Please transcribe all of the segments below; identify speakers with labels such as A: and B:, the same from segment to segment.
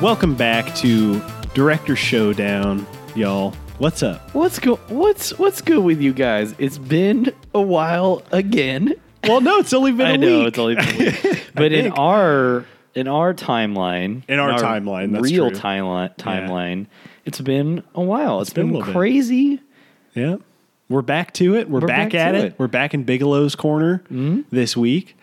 A: Welcome back to Director Showdown, y'all. What's up?
B: What's go what's what's good with you guys? It's been a while again.
A: Well, no, it's only been a
B: I know
A: week.
B: it's only been a week. But in
A: think.
B: our in our timeline
A: In our timeline, that's
B: real
A: true.
B: timeline timeline, it's been a while. it's
A: been a
B: been,
A: little bit.
B: crazy.
A: yeah, we're back to it. We're, back,
B: back
A: at
B: to
A: it.
B: it. Mm-hmm.
A: We're back in Bigelow's corner this week.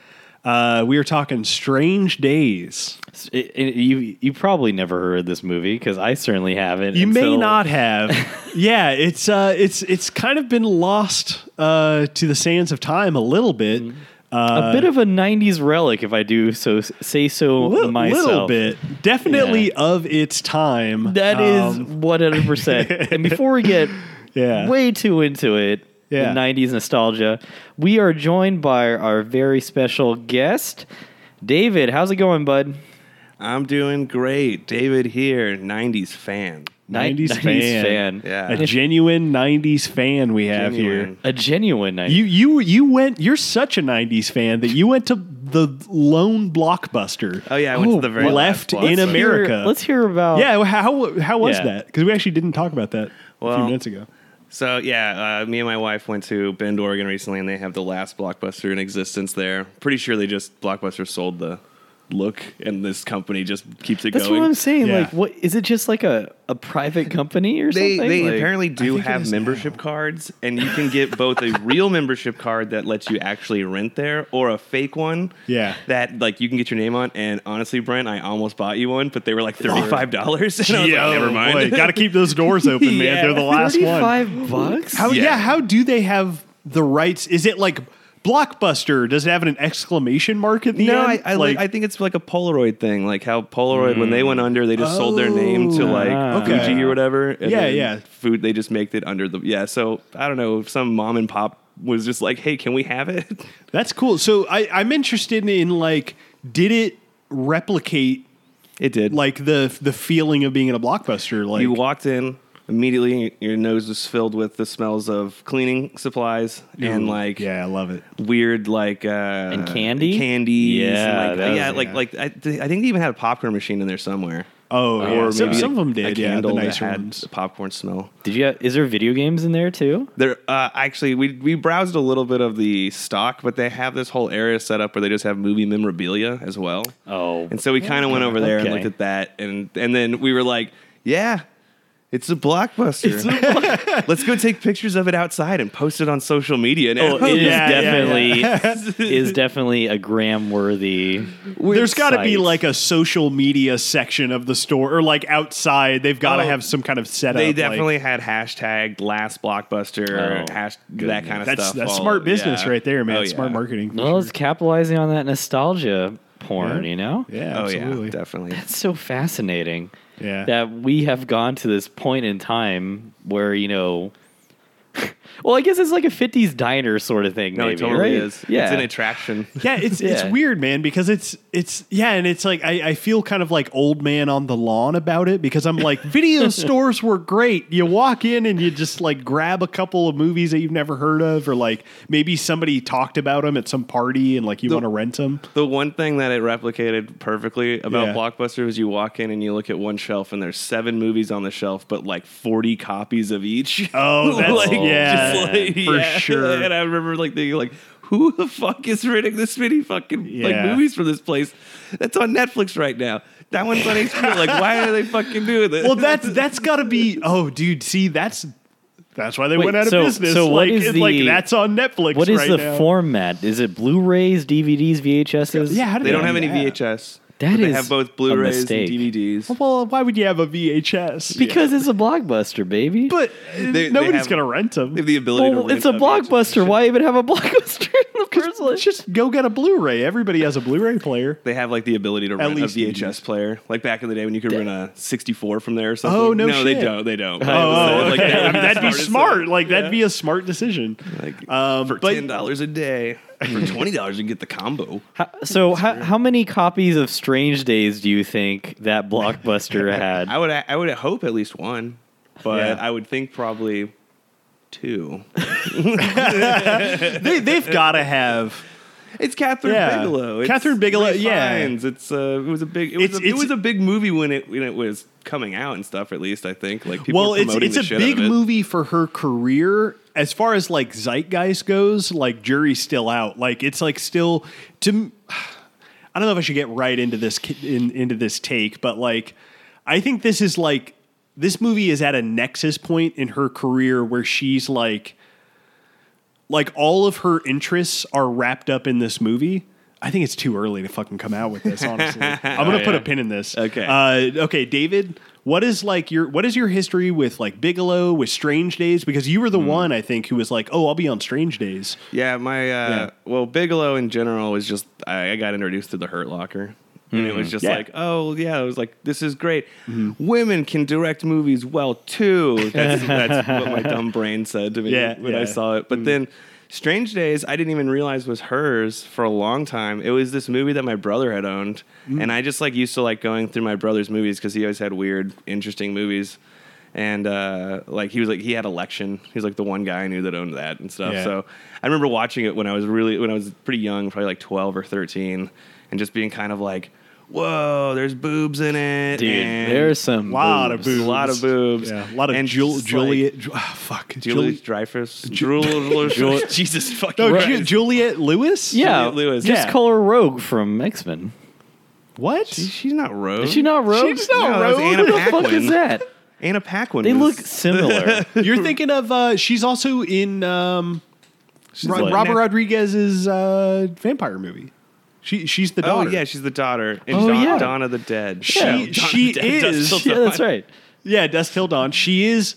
A: Uh, we are talking Strange Days.
B: S- it- it- you you probably never heard this movie because I certainly haven't.
A: You may
B: until-
A: not have. yeah, it's uh, it's it's kind of been lost uh, to the sands of time a little bit.
B: Mm-hmm.
A: Uh,
B: A bit of a '90s relic, if I do so say so
A: li-
B: myself.
A: little bit, definitely
B: Yeah.
A: of its time.
B: That is
A: Um,
B: 100%. and before we get
A: Yeah.
B: way too into it,
A: Yeah.
B: the 90s nostalgia, we are joined by our very special guest, David. How's it going, bud?
C: I'm doing great. David here, 90s fan.
B: Ni-
A: 90s fan.
C: Yeah.
A: a genuine '90s fan we have here.
C: Genuine.
B: A genuine 90s.
A: You you you went. You're such a '90s fan that you went to the lone blockbuster.
C: Oh, yeah, I went to the very
A: left
C: last
A: in
C: Blockbuster.
A: America.
B: Hear, let's hear about
A: yeah, how how was
B: Yeah.
A: that? Because we actually didn't talk about that a few
C: Well,
A: minutes ago.
C: So, yeah, uh, me and my wife went to Bend, Oregon recently, and they have the last Blockbuster in existence there. Pretty sure they just, Blockbuster sold the look, and this company just keeps it
B: That's
C: going.
B: what I'm saying.
A: Yeah.
B: Like, what is it? Just like a, a private company or
C: They,
B: something?
C: they
B: Like-
C: apparently do
A: think it
C: have
A: is
C: membership cards, and you can get both a real membership card that lets you actually rent there, or a fake one.
A: Yeah.
C: that like you can get your name on. And honestly, Brent, I almost bought you one, but they were like thirty five dollars. And I was like, never mind.
A: Got to keep those doors open, man.
C: Yeah.
A: They're the last one.
B: 35 bucks?
A: How yeah.
C: Yeah.
A: How do they have the rights? Is it like Blockbuster? Does it have an exclamation mark at the
C: No, I,
A: end?
C: I like, I think it's like a Polaroid thing, like how Polaroid when they went under, they just sold their name to
A: Oh,
C: like
A: Mm. okay.
C: Fuji or whatever. and
A: Yeah,
C: then
A: yeah.
C: Food they just make it under the yeah. So I don't know if some mom and pop was just like, hey, can we have it?
A: that's cool. So I, I'm interested in like, did it replicate
C: It did.
A: like the the feeling of being in a blockbuster? Like,
C: you walked in immediately, your nose was filled with the smells of cleaning supplies and like
A: yeah, I love it.
C: weird like uh and
B: candy?
C: candies
B: Yeah,
C: and
B: that
C: like,
B: was-
C: yeah like
A: yeah.
C: like I, th- I think they even had a popcorn machine in there somewhere
A: Oh, yeah.
C: Or
A: some,
C: maybe
A: some of them
C: a
A: did. Yeah, the
C: candle that
A: nicer
C: had
A: ones.
C: the popcorn smell
B: Did you? Is there video games in there too?
C: there uh actually we we browsed a little bit of the stock but they have this whole area set up where they just have movie memorabilia as well
B: Oh,
C: and so we kind of went over there and
B: Okay.
C: looked at that and and then we were like yeah it's a blockbuster. Let's go take pictures of it outside and post it on social media. Now.
B: Well, it is
A: Oh, Yeah, yeah,
B: definitely is definitely a gram worthy.
A: There's got to be
B: sites.
A: like a social media section of the store, or like outside. They've got to
C: Oh,
A: have some kind of setup.
C: They
A: like-
C: definitely had hashtag last blockbuster,
B: Oh,
C: hash,
B: goodness.
C: that kind of
A: that's
C: stuff.
A: that's
C: all-
A: smart business
C: yeah.
A: right there, man.
C: Oh,
A: Smart
C: yeah.
A: marketing. for
B: Well,
A: sure.
B: it's capitalizing on that nostalgia porn, you know?
A: Mm-hmm. Yeah,
C: Oh
A: absolutely.
C: yeah, definitely.
B: It's so fascinating
A: Yeah.
B: that we have gone to this point in time where, you know, well, I guess it's like a 50s diner sort of thing,
C: No,
B: maybe,
C: it totally
B: right?
C: is.
B: Yeah.
C: It's an attraction.
A: yeah, it's it's
B: Yeah.
A: weird, man, because it's it's yeah, and it's like I, I feel kind of like old man on the lawn about it because I'm like video stores were great. You walk in and you just like grab a couple of movies that you've never heard of, or like maybe somebody talked about them at some party and like you want to rent them.
C: The one thing that it replicated perfectly about
A: Yeah.
C: Blockbuster was you walk in and you look at one shelf and there's seven movies on the shelf, but like 40 copies of each.
A: Oh, that's
C: Like,
A: yeah,
C: just like-
A: for
C: yeah.
A: sure.
C: And I remember like thinking like, who the fuck is renting this many fucking like
A: Yeah.
C: movies from this place? That's on Netflix right now. That one's on HBO. like, why are they fucking doing this?
A: well, that's that's got to be. Oh, dude, see, that's that's why they
B: Wait,
A: went out of
B: so-
A: business.
B: so what
A: like,
B: is
A: it's like
B: the-
A: that's on Netflix.
B: What is
A: right
B: the
A: now.
B: format? Is it Blu-rays, DVDs, VHSs?
A: Yeah, how do
C: they don't
A: do
C: have any
A: that?
C: VHS.
B: That
C: but they
B: is
C: have both
B: a
C: Blu-rays and
B: mistake.
C: DVDs.
A: Well, why would you have a VHS?
B: because it's a blockbuster, baby.
A: but
C: they
A: nobody's
C: have-
A: gonna rent them.
C: They have the ability to
B: well,
C: rent
B: it's a
C: on VHS.
B: blockbuster. Why even have a blockbuster in the first place?
A: Just go get a Blu-ray. Everybody has a Blu-ray player.
C: They have like the ability to rent a
A: least
C: VHS player, like back in the day when you could rent a 64 from there or something.
A: Oh, no
C: No, they
A: shit.
C: don't. They don't.
A: Oh,
C: Like,
A: okay.
C: that
A: I mean,
C: would
A: that'd be
C: the smartest
A: smart.
C: thing.
A: Like that'd be a smart decision.
C: Like,
A: Um,
C: for
A: but-
C: ten dollars a day, for twenty dollars you can get the combo.
B: How- so, how, how many copies of Strange Days do you think that blockbuster had?
C: I would I would hope at least one, but
A: Yeah.
C: I would think probably two.
A: they, they've got to have
C: It's Catherine
A: Yeah.
C: Bigelow. It's
A: Catherine Bigelow,
C: Ray
A: yeah.
C: Fiennes. it's uh, it was a big. It was,
A: It's-
C: a, it
A: it's-
C: was a big movie when it when it was coming out and stuff. At least I think like people
A: well,
C: were
A: it's
C: promoting
A: it's
C: the
A: a
C: shit
A: big
C: out of it.
A: movie for her career as far as like zeitgeist goes. Like jury's still out. Like it's like still to. m- I don't know if I should get right into this ki- in, into this take, but like I think this is like this movie is at a nexus point in her career where she's like like all of her interests are wrapped up in this movie. I think it's too early to fucking come out with this. Honestly, I'm gonna
C: Oh,
A: put a
C: yeah.
A: pin in this.
C: Okay.
A: Uh, okay, David. What is like your what is your history with like Bigelow with Strange Days? Because you were
C: Hmm.
A: the one I think who was like, oh, I'll be on Strange Days.
C: Yeah, my uh,
A: Yeah.
C: well, Bigelow in general was just I, I got introduced to the Hurt Locker, and it was just
A: Mm-hmm. Yeah. Mm-hmm.
C: like, oh yeah, it was like this is great. Women can direct movies well too. That's, that's what my dumb brain said to me
A: Yeah,
C: when
A: yeah.
C: I saw it. Uh, But
B: Hmm.
C: then. Strange Days, I didn't even realize was hers for a long time. It was this movie that my brother had owned,
B: Hmm.
C: and I just like used to like going through my brother's movies because he always had weird, interesting movies, and uh, like he was like he had Election. He was like the one guy I knew that owned that and stuff.
A: Yeah.
C: So I remember watching it when I was really when I was pretty young, probably like twelve or thirteen, and just being kind of like, "Whoa, there's boobs in it,
B: Dude,
C: and
B: there's some
A: Lot of boobs.
C: a lot of boobs,
A: Yeah, a lot of
C: and
A: Jul-
C: just, like,
A: Juliet. Ju- ah, fuck,
C: Juliet
A: Juliet.
C: Dreyfus, Juliet, Jesus fucking
A: No,
C: Christ.
A: Ju- Juliet Lewis.
B: Yeah,
C: Juliet Lewis.
B: Just
A: Yeah.
B: call her Rogue from X Men.
A: What?
C: she's not Rose.
B: Is she not Rogue?
A: She's not
C: No, that was
A: Rogue.
C: Anna
B: Who the fuck is
C: Paquin.
B: that?
C: Anna Paquin.
B: They look
C: was-
B: similar.
A: You're thinking of uh, she's also in um, Ro-
B: like-
A: Robert Rodriguez's uh, vampire movie. She she's the
C: Oh
A: daughter.
C: yeah, she's the daughter. And
B: Oh,
C: Dawn,
B: yeah.
C: Dawn of the Dead.
A: She-
C: Dawn of the
A: she
C: Dead does
A: is-
C: still
B: yeah, that's right.
A: yeah. Dusk Till Dawn. She is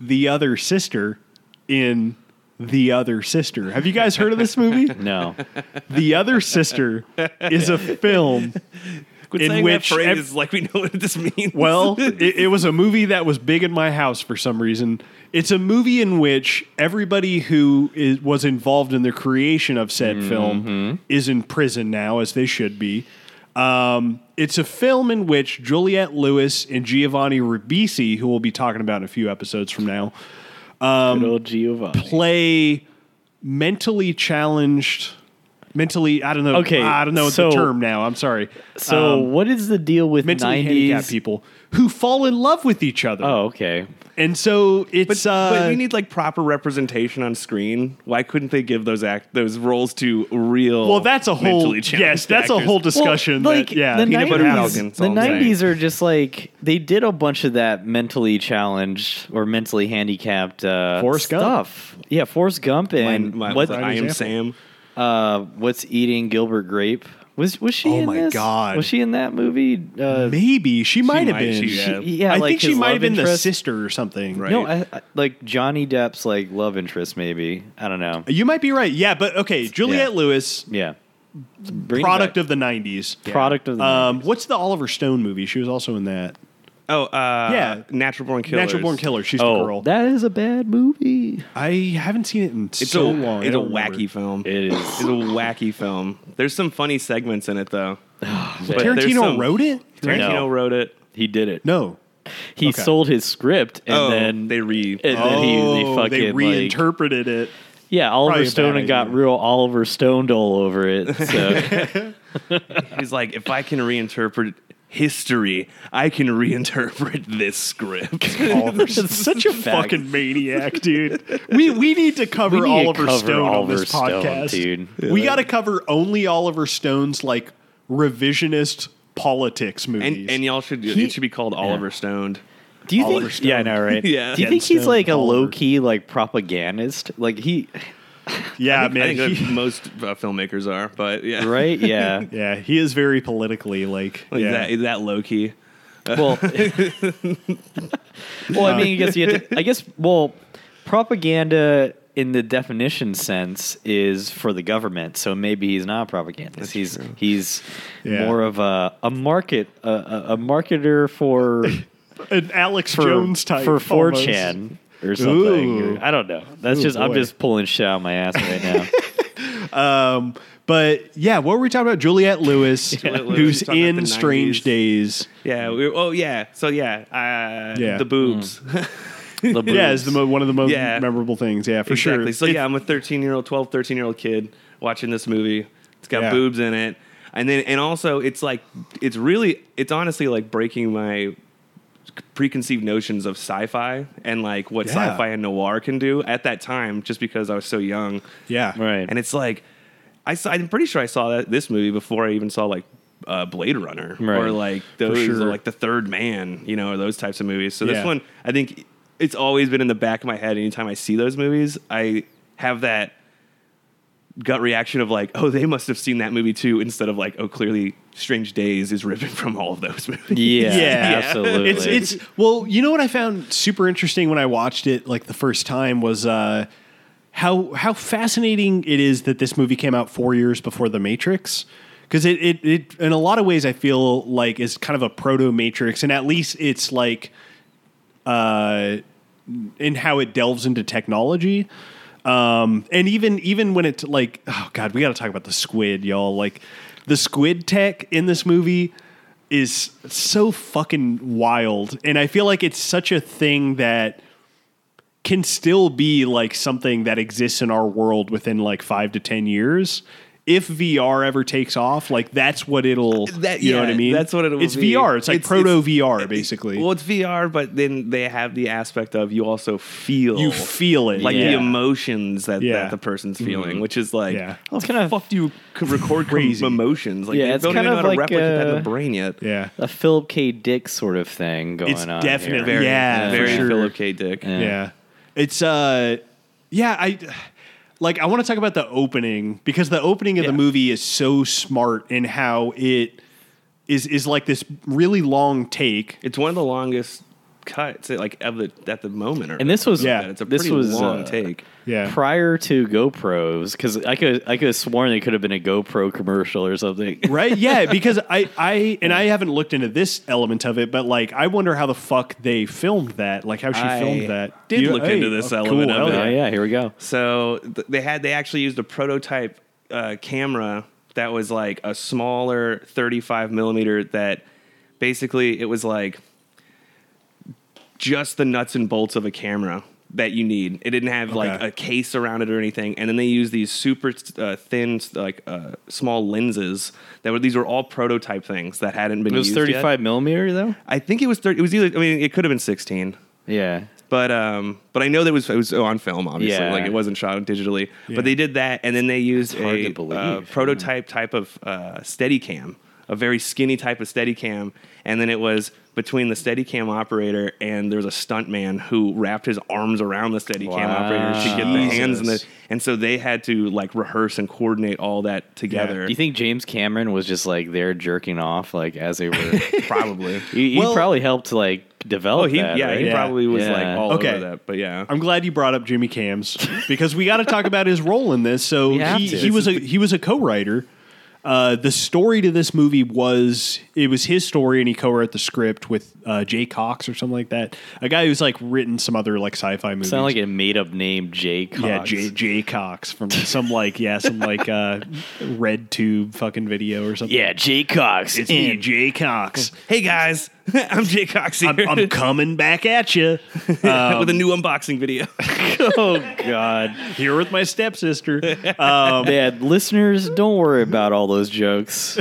A: the other sister in the other sister. Have you guys heard of this movie?
B: No.
A: the other sister is a film.
C: Quit
A: in
C: saying
A: which
C: that phrase
A: ev-
C: like we know what this means.
A: Well, it, it was a movie that was big in my house for some reason. It's a movie in which everybody who is, was involved in the creation of said
B: Mm-hmm.
A: film is in prison now, as they should be. Um, it's a film in which Juliette Lewis and Giovanni Ribisi, who we'll be talking about in a few episodes from now,
B: Good
A: Um,
B: old Giovanni.
A: play mentally challenged. Mentally, I don't know.
B: Okay,
A: I don't know
B: so-
A: the term now. I'm sorry.
B: So, what is the deal with
A: um, mentally handicapped
B: 90s
A: people who fall in love with each other.
B: Oh, okay.
A: And so
C: But,
A: it's uh,
C: but we need like proper representation on screen. Why couldn't they give those act those roles to real?
A: well, that's a whole
C: mentally challenged
A: yes, that's a
C: actors?
A: whole discussion.
B: Well,
A: that, yeah,
B: the
C: Peanut butter
B: 90s,
C: falcon, that's
B: the
C: all I'm saying.
B: 90s are just like they did a bunch of that mentally challenged or mentally handicapped uh,
A: Forrest Gump.
B: stuff. Yeah, Forrest Gump and
C: My-
B: what?
C: I am
A: example.
C: Sam.
B: Uh, what's eating Gilbert Grape? Was was she?
A: Oh
B: in
A: my
B: this?
A: God.
B: Was she in that movie? Uh,
A: maybe she might have
C: might-
A: been.
C: she- yeah.
B: yeah,
A: I
B: like
A: think she
B: his
A: might have
B: love
A: been the
B: interest.
A: sister or something.
C: Right.
B: No, I, I, like Johnny Depp's like love interest, maybe. I don't know.
A: You might be right. Yeah, but okay, Juliette
B: Yeah.
A: Lewis,
B: Yeah, Bring it
A: product
B: back.
A: of the '90s.
B: product of the
A: Um, what's the Oliver Stone movie? She was also in that.
C: Oh, uh,
A: Yeah.
C: Natural Born Killers.
A: Natural Born Killer. She's the
B: oh,
A: girl.
B: that is a bad movie.
A: I haven't seen it in
C: It's
A: so
C: a,
A: long. I
C: It's a
A: don't
C: wacky
A: remember.
C: film.
B: It
C: It's
B: is.
C: a wacky film. There's some funny segments in it though. But there's
A: Tarantino
C: some-
A: wrote it.
C: Tarantino
B: No.
C: wrote it.
B: He did it.
A: No.
B: he
A: Okay.
B: sold his script and
C: oh,
B: then
C: they re.
B: and then he they
A: Oh,
B: fucking
A: they
B: like,
A: reinterpreted it.
B: yeah
A: Probably a
B: Oliver
A: bad
B: Stone and got
A: idea.
B: real Oliver Stoned all over it. So
C: He's like, if I can reinterpret history, I can reinterpret this script.
A: Oliver
B: That's
A: such a
B: fact.
A: fucking maniac, dude. We we need to cover
B: we need to
A: Oliver
B: cover
A: Stone
B: Oliver
A: on this
B: Stone,
A: podcast,
B: dude.
A: We got to cover only Oliver Stone's like revisionist politics movies.
C: and and y'all should
B: He-
C: it should be called Oliver Stoned.
B: Do you
A: Oliver
B: think?
A: Stone.
B: Yeah, I know, right?
C: Yeah.
B: Do you
A: Dead
B: think he's
A: Stone,
B: like a
A: Oliver.
B: low key like propagandist? Like he,
A: yeah,
C: I
A: man,
C: think
A: he-
C: that most uh, filmmakers are, but yeah,
B: right? Yeah.
A: yeah, he is very politically like,
C: Like
A: yeah.
C: that, that low key.
B: Well, well, I mean, I guess you. Have to, I guess well, propaganda in the definition sense is for the government. So maybe he's not a propagandist. he's he's
A: Yeah.
B: more of a a market a, a, a marketer for
A: an Alex
B: for
A: Jones type
B: for four
A: almost.
B: chan or something.
A: Ooh.
B: I don't know. That's
A: Ooh,
B: just I'm
A: boy.
B: just pulling shit out of my ass right now.
A: But yeah, what were we talking about? Juliette Lewis,
C: Juliette Lewis,
A: who's
C: we're talking about
A: in
C: the
A: Strange
C: 90s.
A: Days.
C: Yeah. We, oh yeah. So yeah. Uh,
A: Yeah. Mm.
C: The boobs.
B: The
A: Yeah, is the mo- one of the most
C: Yeah.
A: memorable things. Yeah, for
C: exactly.
A: sure.
C: So yeah, I'm a 13 year old, 12, 13 year old kid watching this movie. It's got
A: Yeah.
C: boobs in it. And then and also it's like it's really it's honestly like breaking my preconceived notions of sci-fi and like what
A: Yeah.
C: sci-fi and noir can do at that time just because I was so young.
A: Yeah.
B: Right.
C: And it's like I saw, I'm pretty sure I saw that this movie before I even saw like uh, Blade Runner or
B: Right.
C: like those
A: sure.
C: or like The Third Man, you know, or those types of movies. So
A: Yeah.
C: this one, I think it's always been in the back of my head. Anytime I see those movies, I have that gut reaction of like, oh, they must have seen that movie too, instead of like, oh, clearly Strange Days is ripping from all of those movies.
B: yeah,
A: Yeah.
B: absolutely.
A: It's it's well, you know what I found super interesting when I watched it like the first time was uh how how fascinating it is that this movie came out 4 years before The Matrix. Because it, it, it, in a lot of ways, I feel like is kind of a proto Matrix, and at least it's like uh, in how it delves into technology. Um, and even even when it's like, oh god, we got to talk about the squid, y'all. Like the squid tech in this movie is so fucking wild, and I feel like it's such a thing that can still be like something that exists in our world within like five to ten years. If VR ever takes off, like that's what it'll,
C: Uh, That-
A: you know what I
C: yeah,
A: mean?
C: that's what it will
A: It's
C: be.
A: VR. It's like
C: It's-
A: proto
C: it's-
A: VR, basically.
C: Well, it's VR, but then they have the aspect of you also feel
A: you feel it,
C: like
B: Yeah.
C: the emotions that,
A: Yeah. Mm-hmm.
C: that the person's feeling, which is like,
A: Yeah.
C: how
B: It's
C: the
B: kind of-
C: fuck do you c- record
A: Crazy.
C: crazy. emotions? Like,
B: Yeah,
C: they
B: it's
C: don't
B: kind
C: even know
B: of
C: how
B: like,
C: to replicate that in
B: uh,
C: the brain yet.
A: yeah.
B: a Philip K. Dick sort of thing going
A: It's
B: on.
A: definitely
B: here.
A: very- Yeah,
C: very
A: for sure.
C: Philip K. Dick.
B: Yeah.
A: Yeah. It's uh yeah, I like I want to talk about the opening because the opening of the
B: Yeah.
A: movie is so smart in how it is is like this really long take.
C: It's one of the longest cuts, like of the at the moment. Or
B: And this was
A: Yeah,
C: that. it's a
B: this
C: pretty
B: was
C: long
B: uh,
C: take.
A: Yeah.
B: prior to GoPros because I could I could have sworn it could have been a GoPro commercial or something.
A: Right? Yeah, because I I and I haven't looked into this element of it, but like I wonder how the fuck they filmed that, like how she
C: I
A: filmed that.
C: did look into this
A: oh,
C: element of
A: hell
C: it.
B: Oh
A: yeah.
B: yeah, here we go.
C: So th- they had they actually used a prototype uh, camera that was like a smaller 35 millimeter that basically it was like just the nuts and bolts of a camera that you need. It didn't have like
A: Okay.
C: a case around it or anything. And then they used these super uh, thin like uh, small lenses that were these were all prototype things that hadn't been
B: It was
C: used yet.
B: 35 millimeter though.
C: I think it was 30 it was either I mean it could have been 16.
B: Yeah,
C: But um, but I know that it was it was on film, obviously.
B: Yeah.
C: Like it wasn't shot digitally.
A: Yeah.
C: But they did that, and then they used
B: That's hard
C: a
B: to believe, Hmm.
C: uh,
B: yeah.
C: prototype type of uh, Steadicam, a very skinny type of Steadicam, and then it was between the Steadicam operator and there was a stuntman who wrapped his arms around the Steadicam
B: Wow.
C: operator to get the hands in the,
A: Jesus.
C: and so they had to like rehearse and coordinate all that together.
B: do you think James Cameron was just like there jerking off like as they were?
C: probably.
B: he, he
A: Well-
B: probably helped like develop.
C: Oh, he
B: that,
C: yeah,
B: right?
C: he
A: Yeah.
C: probably was like
B: Yeah.
C: all
A: Okay.
C: over that, but yeah.
A: I'm glad you brought up Jimmy Cams because we got to talk about his role in this. So
B: We have
A: he,
B: to.
A: he was a he was a co-writer. Uh, the story to this movie was it was his story, and he co-wrote the script with uh, Jay Cox or something like that, a guy who's like written some other like sci-fi movies.
B: Sound like a made up name, Jay Cox.
A: yeah, Jay, Jay Cox from some like yeah some like uh, red tube fucking video or something.
B: Yeah, Jay Cox.
A: it's me,
B: in
A: Jay Cox.
C: Hey guys, I'm Jay Cox here.
A: I'm, I'm coming back at you.
C: with a new unboxing video.
A: oh God, here with my stepsister.
B: Yeah, listeners, don't worry about all those jokes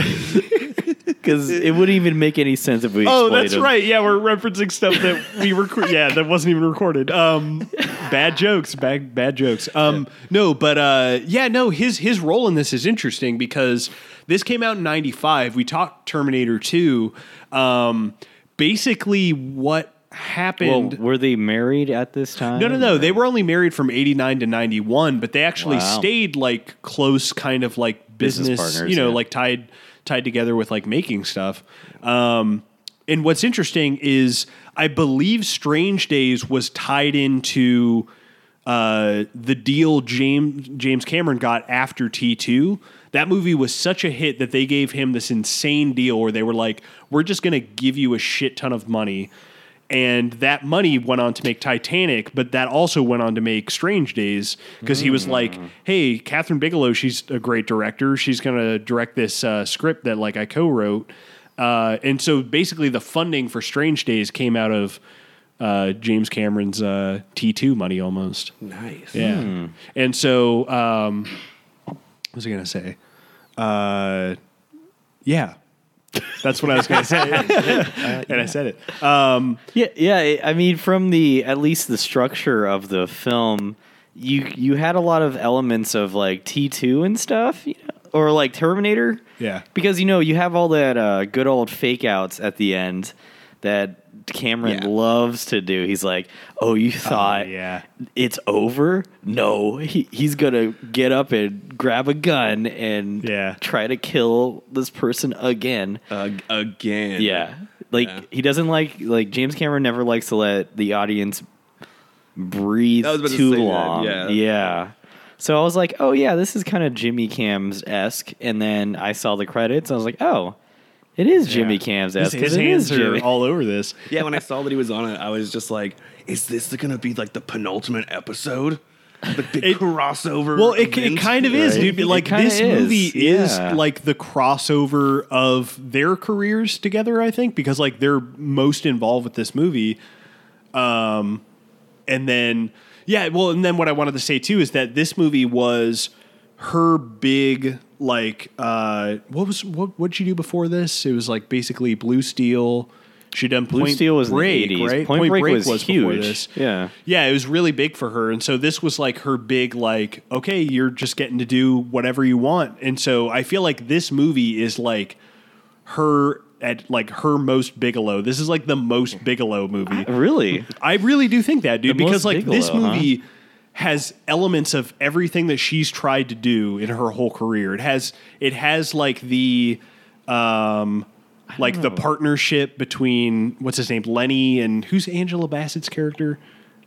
B: because it wouldn't even make any sense if we.
A: Oh,
B: explained
A: that's
B: them.
A: right. Yeah, we're referencing stuff that we record. yeah, that wasn't even recorded. Um, bad jokes, bad bad jokes. Um, no, but uh, yeah, no. His his role in this is interesting because this came out in '95. We talked Terminator 2. Um, basically, what
B: Well,
A: happened?
B: were they married at this time?
A: no, no, no. They were only married from 89 to 91, but they actually
B: Wow.
A: stayed like close kind of like business,
B: Business partners,
A: you know,
B: yeah.
A: like tied tied together with like making stuff. Um and what's interesting is I believe Strange Days was tied into uh, the deal James James Cameron got after T2. That movie was such a hit that they gave him this insane deal where they were like, "We're just going to give you a shit ton of money." And that money went on to make Titanic, but that also went on to make Strange Days because he was like, "Hey, Catherine Bigelow, she's a great director. She's going to direct this uh, script that like I co-wrote." Uh, and so basically, the funding for Strange Days came out of uh, James Cameron's uh, T2 money almost.
C: nice.
A: Yeah. And so, um, what was I going to say? Uh, yeah, that's what I was going to say, and I said it. Um,
B: Yeah, yeah. I- I mean, from the at least the structure of the film, you you had a lot of elements of like T two and stuff, you know, or like Terminator.
A: Yeah.
B: because you know you have all that uh, good old fake outs at the end that Cameron
C: Yeah.
B: loves to do. He's like, "Oh, you thought
A: yeah.
B: it's over? No, he, he's gonna get up and grab a gun and
A: Yeah.
B: try to kill this person again."
C: Ag- again.
B: Yeah. Like
C: Yeah.
B: he doesn't like like James Cameron never likes to let the audience breathe
C: I was about to
B: too
C: say that,
B: long.
C: yeah.
B: yeah. So I was like, "Oh yeah, this is kind of Jimmy Cam's esque." And then I saw the credits. I was like, "Oh, it is Jimmy
A: yeah.
B: Cam's
A: His,
B: esque."
A: his hands are all over this.
C: Yeah, when I saw that he was on it, I was just like, "Is this gonna be like the penultimate episode? Like the
A: It-
C: crossover?"
A: Well, it, it
C: event?"
A: kind of is,
B: right?
A: dude.
B: It
A: Like
B: kinda
A: this
B: is,
A: movie is
B: yeah.
A: like the crossover of their careers together. I think because like they're most involved with this movie. Um, and then yeah, well, and then what I wanted to say too is that this movie was her big like uh what was what what'd she do before this? It was like basically Blue Steel. She done Blue Point
B: Steel was in the
A: Break,
B: 80s.
A: right?
B: Point Break was
A: before
B: huge.
A: this.
B: Yeah.
A: Yeah, it was really big for her. And so this was like her big, like, okay, you're just getting to do whatever you want. And so I feel like this movie is like her at like her most Bigelow. This is like the most Bigelow movie.
B: really.
A: I really do think that, dude,
B: The most
A: because like this
B: Bigelow, huh?
A: movie has elements of everything that she's tried to do in her whole career. It has it has like the um like the partnership between what's his name, Lenny and who's Angela Bassett's character?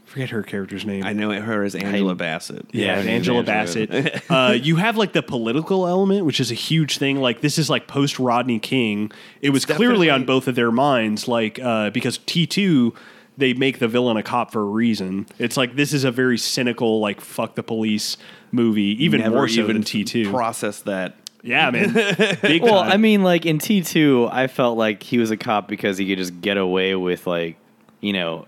A: forget her character's name.
C: I know it, her as Angela Bassett.
A: Yeah,
B: Yeah,
A: it's
B: I mean,
A: Angela
B: Angela
A: Bassett. uh, you have like the political element, which is a huge thing. Like this is like post Rodney King. It was clearly on both of their minds, like uh, because T two they make the villain a cop for a reason. It's like this is a very cynical, like fuck the police movie, even
C: Never
A: more so
C: even
A: than T two.
C: process that.
A: yeah, man. Big
B: Well,
A: time.
B: I mean, like in T two, I felt like he was a cop because he could just get away with like, you know,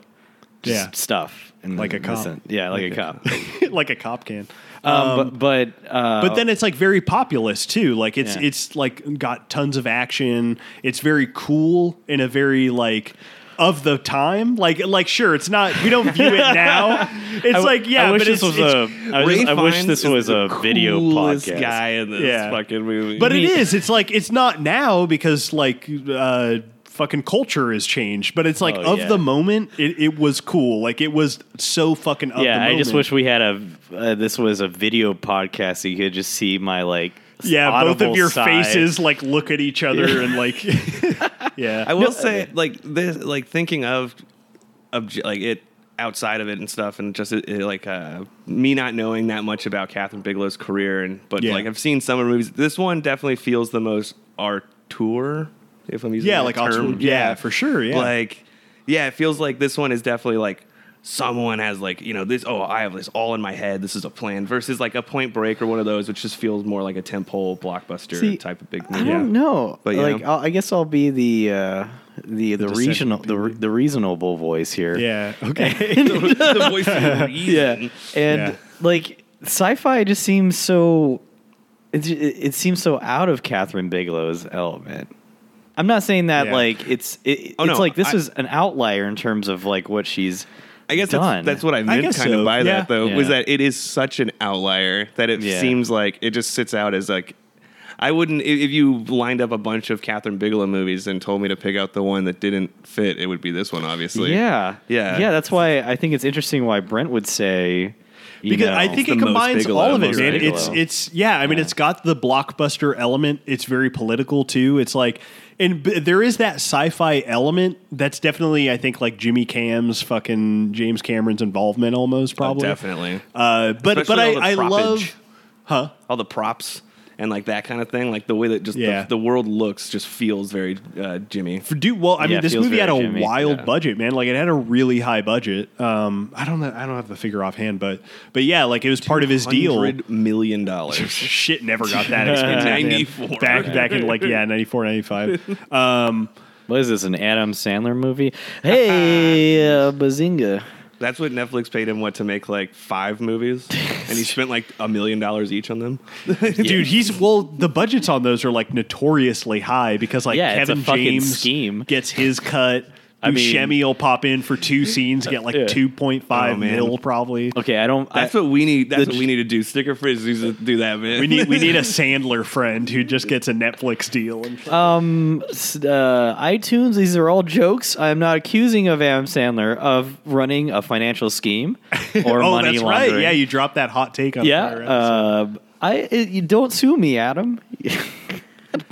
B: just
A: Yeah.
B: stuff and
A: Like a cop.
B: Yeah, like, a cop.
A: like a cop can.
B: um, but but uh,
A: but then it's like very populous too. Like it's
B: Yeah.
A: it's like got tons of action. It's very cool in a very like of the time. Like like sure, it's not. We don't view it now. It's
B: I w-
A: like yeah,
B: I wish
A: but
B: this
A: it's,
B: was
A: it's-
B: a. I, was-
C: Ray
B: I wish
C: Fiennes
B: this
C: is
B: was
C: the
B: a video
C: coolest
B: podcast.
C: guy in this
A: Yeah.
C: fucking movie.
A: But it
B: mean-
A: is. It's like it's not now because like uh, fucking culture has changed. But it's like
B: Oh,
A: of
B: yeah.
A: the moment, it, it was cool. Like it was so fucking. Of the
B: Yeah, I
A: moment.
B: just wish we had a. Uh, this was a video podcast, so you could just see my like.
A: Yeah, both
B: audible
A: of your
B: sigh.
A: faces like look at each other and like, yeah.
C: I will say, like this, like thinking of, obje- like it outside of it and stuff, and just it, it, like uh, me not knowing that much about Catherine Bigelow's career, and but
A: Yeah.
C: like I've seen some of her movies. This one definitely feels the most art tour, if I'm using
A: yeah,
C: that
A: like
C: term.
A: Oxford, yeah, for sure. Yeah,
C: Like, yeah, it feels like this one is definitely like someone has like you know this. Oh, I have this all in my head. This is a plan. Versus like a Point Break or one of those, which just feels more like a temple blockbuster
B: See,
C: type of big
B: I
C: movie.
B: don't know.
C: But, you
B: like,
C: know.
B: I'll, I guess I'll be the uh, the the,
A: dissenting
B: regional the, re- the reasonable voice here.
A: yeah, okay.
C: the, the voice of reason.
B: yeah
C: Mm-hmm.
B: and
A: Yeah.
B: like sci-fi just seems so it, it seems so out of catherine bigelow's element i'm not saying that
A: Yeah.
B: like it's it,
C: Oh,
B: it's
C: no,
B: like this
C: I-
B: is an outlier in terms of like what she's
C: I guess
B: done
C: that's, that's what I meant
A: guess
C: kind
A: so.
C: of by
A: Yeah.
C: that though was
B: Yeah.
C: that it is such an outlier that it
B: Yeah.
C: seems like it just sits out as like I wouldn't i- if you lined up a bunch of Catherine Bigelow movies and told me to pick out the one that didn't fit it would be this one obviously.
B: yeah
C: Yeah.
B: yeah that's why i think it's interesting why brent would say you
A: because
B: know,
A: I think
C: the
A: it
C: most
A: combines
C: Bigelow,
A: all of it,
C: most
A: man.
B: Bigelow.
A: It's it's yeah. I mean,
B: Yeah.
A: it's got the blockbuster element. It's very political too. It's like, and b- there is that sci-fi element that's definitely I think like Jimmy Cam's fucking James Cameron's involvement almost probably
C: definitely.
A: Uh, but
C: Especially all
A: but I, I
C: the
A: love
C: proppage. All the props and like that kind of thing like the way that just
A: Yeah.
C: the, the world looks just feels very uh, Jimmy.
A: for dude. Well, I
B: Yeah,
A: mean,
B: it
A: this
B: feels
A: movie had a
B: very Jimmy,
A: wild
C: yeah.
A: budget, man. Like it had a really high budget. Um, I don't know. I don't have the figure offhand, but but yeah, like it was part of his deal.
C: $100 million dollars.
A: Shit never got that expensive. man.
C: 94.
A: Back back in like yeah, 94, 95. Um
B: what is this an adam sandler movie hey uh, bazinga
C: That's what Netflix paid him what to make like five movies, and he spent like a million dollars each on them.
A: Dude, he's well. The budgets on those are like notoriously high because like
B: Yeah, it's a
A: Kevin
B: fucking
A: James
B: scheme.
A: gets his cut.
B: I mean-
A: Buscemi will pop in for two scenes, get like
B: Yeah.
A: two point five
C: Oh, man.
A: mil probably.
B: Okay, I don't.
C: That's
B: I,
C: what we need. That's what we need to do. Sticker Frizz needs to do that, man.
A: We need we need a Sandler friend who just gets a Netflix deal. And
B: um, s- uh, iTunes. These are all jokes. I'm not accusing of Adam Sandler of running a financial scheme or
A: oh,
B: money
A: that's
B: laundering.
A: right. Yeah, you dropped that hot take on
B: yeah.
A: fire, right?
B: Uh, I it, you don't sue me, Adam.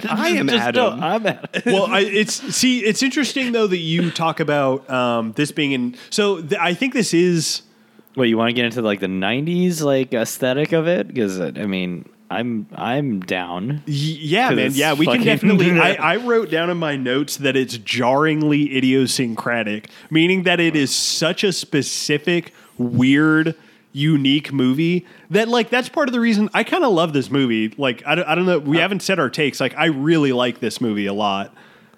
C: I am
B: Just don't.
C: Adam.
B: I'm Adam.
A: well, I, it's see, it's interesting though that you talk about um, this being in. So th- I think this is.
B: Wait, you want to get into like the '90s like aesthetic of it? Because I mean, I'm I'm down.
A: Y- Yeah,
B: 'Cause
A: man.
B: it's
A: Yeah, we can
B: fucking-
A: definitely. I, I wrote down in my notes that it's jarringly idiosyncratic, meaning that it is such a specific, weird, unique movie that, like, that's part of the reason I kind of love this movie. Like, I don't, I don't know.
B: Uh,
A: We haven't said our takes. Like, I really like this movie a lot.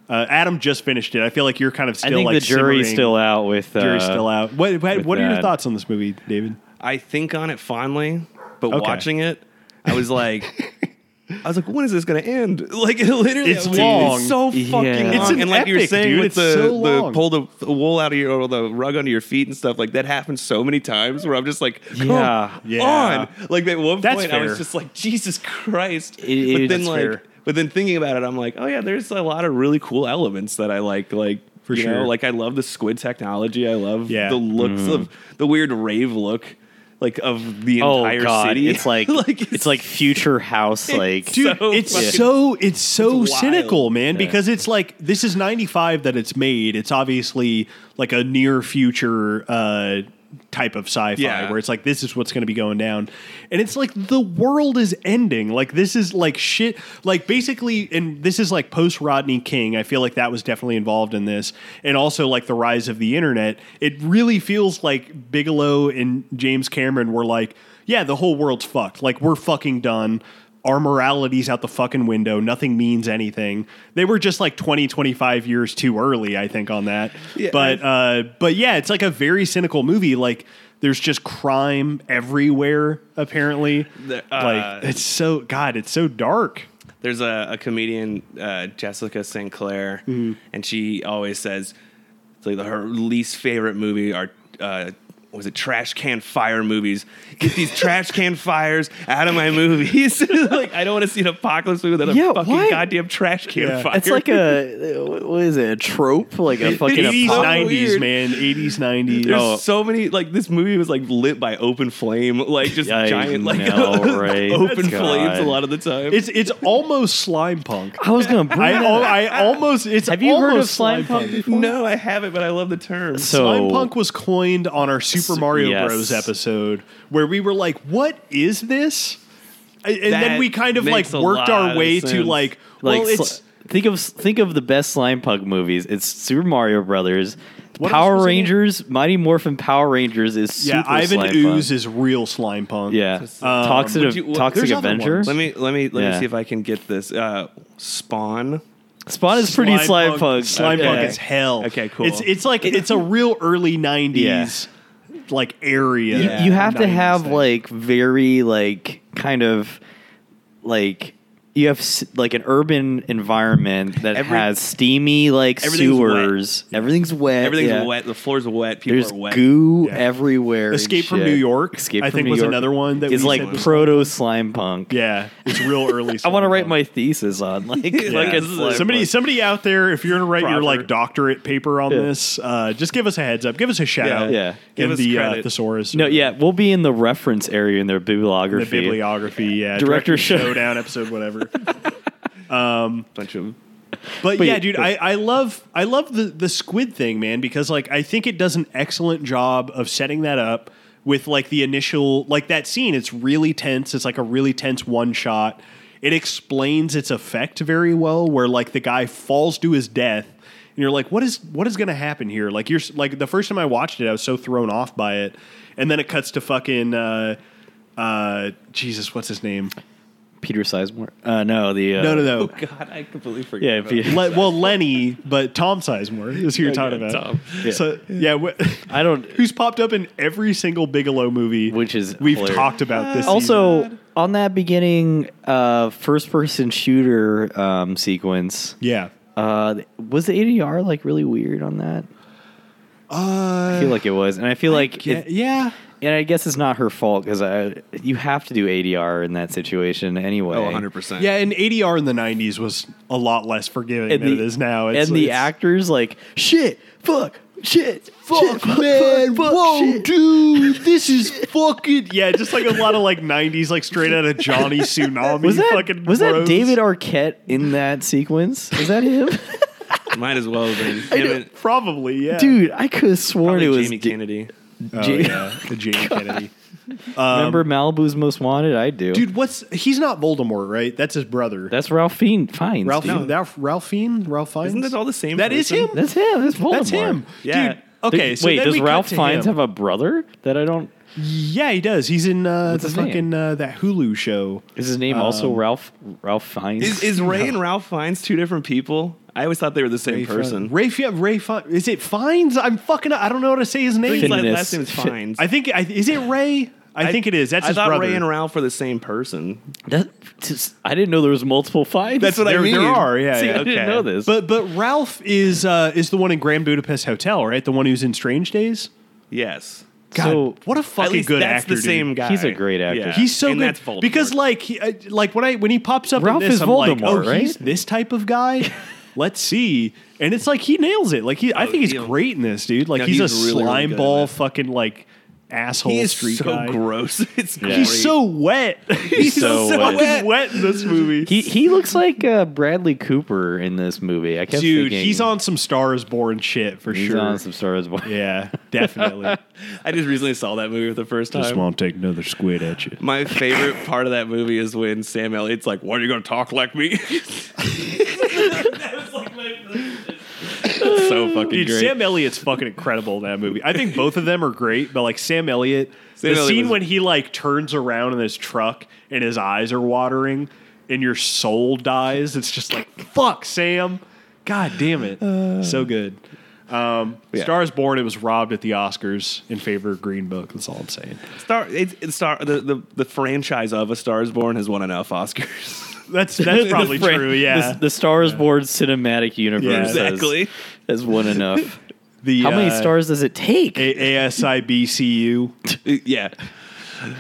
A: Uh, Adam just finished it. I feel like you're kind of
B: I
A: still
B: think
A: like
B: the jury's
A: simmering.
B: still out with uh,
A: jury's still out. What what,
B: with
A: what are your
B: that.
A: thoughts on this movie, David?
C: I think on it fondly, but
A: Okay.
C: watching it, I was like. I was like, when is this going to end? Like, it literally,
A: It's
C: was-
A: long.
C: It's so fucking
B: Yeah.
C: long.
B: It's
A: an
C: and like you were
A: epic,
C: saying,
A: dude.
C: with
A: It's
C: the,
A: so
C: the
A: long.
C: pull the, the wool out of your or the rug under your feet and stuff like that happens so many times where I'm just like, come
B: Yeah.
A: Yeah.
C: on. Like at one
A: That's
C: point, I
A: fair.
C: was just like, Jesus Christ.
B: It-
C: but
B: it-
C: then
B: that's
C: like,
B: fair.
C: but then thinking about it, I'm like, oh yeah, there's a lot of really cool elements that I like. Like for
A: sure.
C: like I love the squid technology. I love
A: Yeah.
C: the looks of the weird rave look. Like of the entire city,
B: Oh, It's like, it's, like future house like
A: dude
C: so
A: it's
C: fucking-
A: so it's so
C: It's wild.
A: cynical man
B: Yeah.
A: because it's like this is 95 that it's made it's obviously like a near future uh type of sci-fi
C: Yeah.
A: where it's like this is what's going to be going down and it's like the world is ending like this is like shit like basically and this is like post rodney king i feel like that was definitely involved in this and also like the rise of the internet it really feels like bigelow and james cameron were like yeah the whole world's fucked like we're fucking done our morality's out the fucking window. Nothing means anything. They were just like 20, 25 years too early, I think, on that.
C: Yeah,
A: but uh, but yeah, it's like a very cynical movie. Like there's just crime everywhere, apparently.
C: The- uh,
A: like it's so God, it's so dark.
C: There's a, a comedian, uh, Jessica St. Clair, and she always says it's like her least favorite movie are. Uh, was it trash can fire movies? Get these trash can fires out of my movies! like I don't want to see an apocalypse movie that
B: Yeah,
C: a fucking
B: why-
C: goddamn trash can
A: Yeah.
C: fire.
B: It's like a what is it? A trope? Like a fucking
A: 80s,
C: so
A: 90s,
B: apocalypse?
C: weird.
A: man. 80s, 90s.
C: There's
A: Oh,
C: so many like this movie was like lit by open flame, like just
B: I
C: giant like
B: know, right?
C: open
B: God.
C: flames a lot of the time.
A: it's it's almost slime punk.
B: I was gonna bring
A: I,
B: that
A: al-
B: up.
A: I almost it's
B: Have you heard
A: almost
B: of slime punk? before?
C: no, I haven't, but I love the term.
B: So
A: Slime Punk was coined on our Super Mario
B: yes.
A: Bros. episode, where we were like, "What is this?" And and then
C: That
A: we kind of like
C: makes a
A: worked
C: lot
A: our
C: of
A: way to
C: sense.
A: like,
B: like
A: well,
B: sli-
A: it's
B: think of think of the best slime punk movies. It's Super Mario Brothers,
A: What else was
B: Power
A: in it?
B: Rangers, Mighty Morphin Power Rangers is super
A: yeah, Ivan
B: slime
A: Ooze Um,
B: punk.
A: is real slime punk.
B: yeah, toxic
C: would you- well,
B: toxic
A: there's other
B: Avenger.
A: ones.
C: Let me let me let
B: Yeah.
C: me see if I can get this. Uh, Spawn.
B: Spawn is pretty slime punk.
A: Slime
B: Okay.
A: punk is hell.
C: Okay, cool.
A: It's it's like it's a real early '90s like area.
B: you,
C: Yeah,
B: you have to
A: 90s
B: have
A: thing.
B: like very like kind of like you have s- like an urban environment that
C: Every-
B: has steamy like
C: everything's wet.
B: sewers. Everything's wet.
C: Everything's
B: yeah.
C: wet. The floor's wet. People
B: There's
C: are wet.
B: goo
A: Yeah.
B: everywhere. and
A: Escape from
B: shit.
A: New York,
B: Escape
A: I
B: from
A: think
B: New
A: was
B: York
A: another one that
B: is
A: we
B: like
A: said was-
B: proto slime punk.
A: yeah, it's real early.
B: I want to write
A: my.
B: my thesis on like, like a slime
A: somebody,
B: punk.
A: somebody out there, if you're gonna write your
C: Proper.
A: like doctorate paper on
B: Yeah.
A: this, uh, just give us a heads up, give us a shout
C: Yeah.
A: out,
B: Yeah.
A: give
C: Give us
A: the uh,
C: credit.
A: thesaurus,
B: No, yeah, we'll be in the reference area in their
A: the
B: bibliography.
A: bibliography, yeah,
B: Director show-
A: showdown episode, whatever.
C: Bunch of
A: But,
B: But
A: yeah,
B: yeah,
A: dude,
B: but-
A: I, I love I love the the squid thing, man, because like I think it does an excellent job of setting that up with like the initial like that scene. It's really tense. It's like a really tense one shot. It explains its effect very well, where like the guy falls to his death, and you're like, what is what is going to happen here? Like you're s- like the first time I watched it, I was so thrown off by it, and then it cuts to fucking. Uh, uh, Jesus, what's his name?
B: Peter Sizemore. Uh, no, the uh,
A: No, no, no.
C: Oh, God, I completely forgot.
B: Yeah,
C: about
B: if you-
C: that.
A: Le- well, Lenny, but Tom Sizemore is who you're talking
C: yeah,
A: about.
C: Tom.
B: Yeah.
A: So yeah, wh-
B: I don't.
A: who's popped up in every single Bigelow movie,
B: Which is
A: we've
B: hilarious.
A: talked about this. season.
B: Also, on that beginning uh, first-person shooter um, sequence,
A: yeah.
B: uh, was the ADR like really weird on that?
A: Uh,
B: I feel like it was, and I feel like
A: yeah,
B: it-
A: yeah.
B: And I guess it's not her fault because I you have to do ADR in that situation anyway.
C: Oh, 100%.
A: Yeah, and ADR in the '90s was a lot less forgiving
B: And
A: than
B: the-
A: it is now.
B: and the
A: it's-
B: actors like shit, fuck, shit, shit,
A: Fuck, man.
B: fuck,
A: Whoa,
B: shit."
A: dude. This is fucking. Yeah, just like a lot of like 90s, like straight out of Johnny Tsunami.
B: Was that
A: fucking
B: was that
A: bros.
B: David Arquette in that sequence? Is that him?
C: Might as well have been. Him and-
A: Probably, yeah.
B: Dude, I could have sworn
C: probably
B: it was.
C: Jamie
B: D-
C: Kennedy.
A: Oh,
B: Jamie-
A: yeah. The Jamie Kennedy.
B: Remember
A: Um,
B: Malibu's Most Wanted? I do.
A: Dude, what's. He's not Voldemort, right? That's his brother.
B: that's Ralph Fien- Fiennes.
A: Ralph,
B: dude.
A: no, Ralph, Ralph Fiennes? Ralph Fiennes?
C: Isn't that all the same?
A: That is
C: person?
A: him?
B: that's him. That's Voldemort.
A: That's him.
C: Yeah.
A: Dude, okay,
B: Th-
A: so
B: wait,
A: then
B: does
A: we cut
B: Ralph
A: to
B: Fiennes
A: him.
B: have a brother that I don't?
A: Yeah, he does. He's in uh, the
B: his name?
A: fucking uh, that Hulu show.
B: Is his name
A: Um,
B: also Ralph Ralph Fiennes?
C: Is, is Ray and Ralph Fiennes two different people? I always thought they were the same person.
A: Ray, Fi- Ray Fi- is it Fiennes? I'm fucking. I don't know how to say his name.
C: His la-
B: Fiennes.
C: last name is Fiennes.
A: I think I, is it Ray? I, think it is. That's
C: I
A: his
C: thought
A: brother.
C: Ray and Ralph were the same person.
B: That just, I didn't know there was multiple fights.
A: That's what I
C: There-
A: mean.
C: there are,
A: yeah,
B: See,
A: yeah.
B: I didn't know this.
A: But but Ralph is uh, is the one in Grand Budapest Hotel, right? The one who's in Strange Days.
C: Yes.
A: God,
B: So,
A: what a
C: At
A: fucking
C: least
A: good
C: that's
A: actor.
C: the
A: dude.
C: same guy.
B: He's a great actor.
A: He's so
C: and
A: good
C: That's Voldemort.
A: because like he, I- like when I when he pops up
B: Ralph
A: in this,
B: is
A: I'm like,
B: Voldemort,
A: oh, he's
B: right?
A: this type of guy. Let's see, and it's like he nails it. Like he, I
C: Oh,
A: think he's
C: he'll-
A: great in this, dude. Like
C: No,
A: he's,
C: he's
A: a
C: really, really
A: slime
C: good in
A: ball,
C: this.
A: fucking like asshole
C: he is
A: street
C: so
A: guy.
C: gross. It's great.
A: He's so wet. He's
B: so
A: fucking
C: wet.
A: in this movie.
B: he he looks like uh, Bradley Cooper in this movie. I kept
A: dude,
B: thinking,
A: he's on some Stars Born shit for
B: he's
A: sure.
B: on some Star Wars. Yeah.
A: Yeah, definitely.
C: I just recently saw that movie for the first time.
A: won't take another squid at you.
C: My favorite part of that movie is when Sam Elliott's like, "What are you gonna talk like me?" That's so fucking
A: Dude,
C: great.
A: Sam Elliott's fucking incredible in that movie. I think both of them are great, but like Sam Elliott,
C: Sam
A: the
C: Elliott
A: scene
C: was-
A: when he like turns around in his truck and his eyes are watering and your soul dies, it's just like fuck, Sam. God damn it, so good. Um,
C: Yeah.
A: Stars Born. It was robbed at the Oscars in favor of Green Book. That's all I'm saying.
C: Star, it's, it's Star, the, the the franchise of A Star Is Born has won enough Oscars.
A: That's that's probably true. Yeah.
B: the, the Star Wars Board cinematic universe
A: Yeah.
B: has-
C: Exactly.
B: has, won enough.
A: The,
B: How many
A: uh,
B: stars does it take?
A: A- ASIBCU.
C: yeah,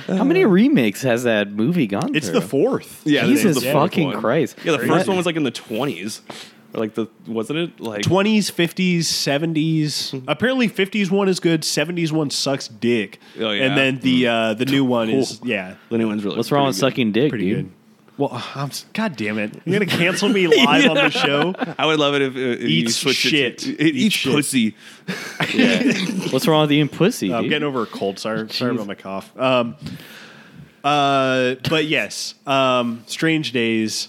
B: How many remakes has that movie gone
A: uh, It's
B: through?
A: the fourth.
C: yeah. this
B: Jesus
C: is the fourth
B: fucking
C: one.
B: Christ.
C: Yeah, the
B: Crazy.
C: first one was like in the twenties, like the wasn't it like
A: 20s, 50s, 70s.
C: Mm-hmm.
A: Apparently 50s one is good, 70s one sucks dick.
C: Oh, yeah.
A: And then the uh, the new one is yeah,
C: the new one's really?
B: What's wrong with
C: pretty
B: sucking dick,
A: pretty
B: dude?
A: good. Well, I'm s- god damn it. You're going to cancel me live on the show?
C: good. I would love it if, if you
A: Eats
C: switched It
A: shit.
C: to,
A: Eats
C: it, eats
A: shit.
C: pussy.
B: What's wrong with eating pussy?
A: I'm
B: dude?
A: getting over a cold. Sorry, sorry about my cough. Um uh but yes, um Strange Days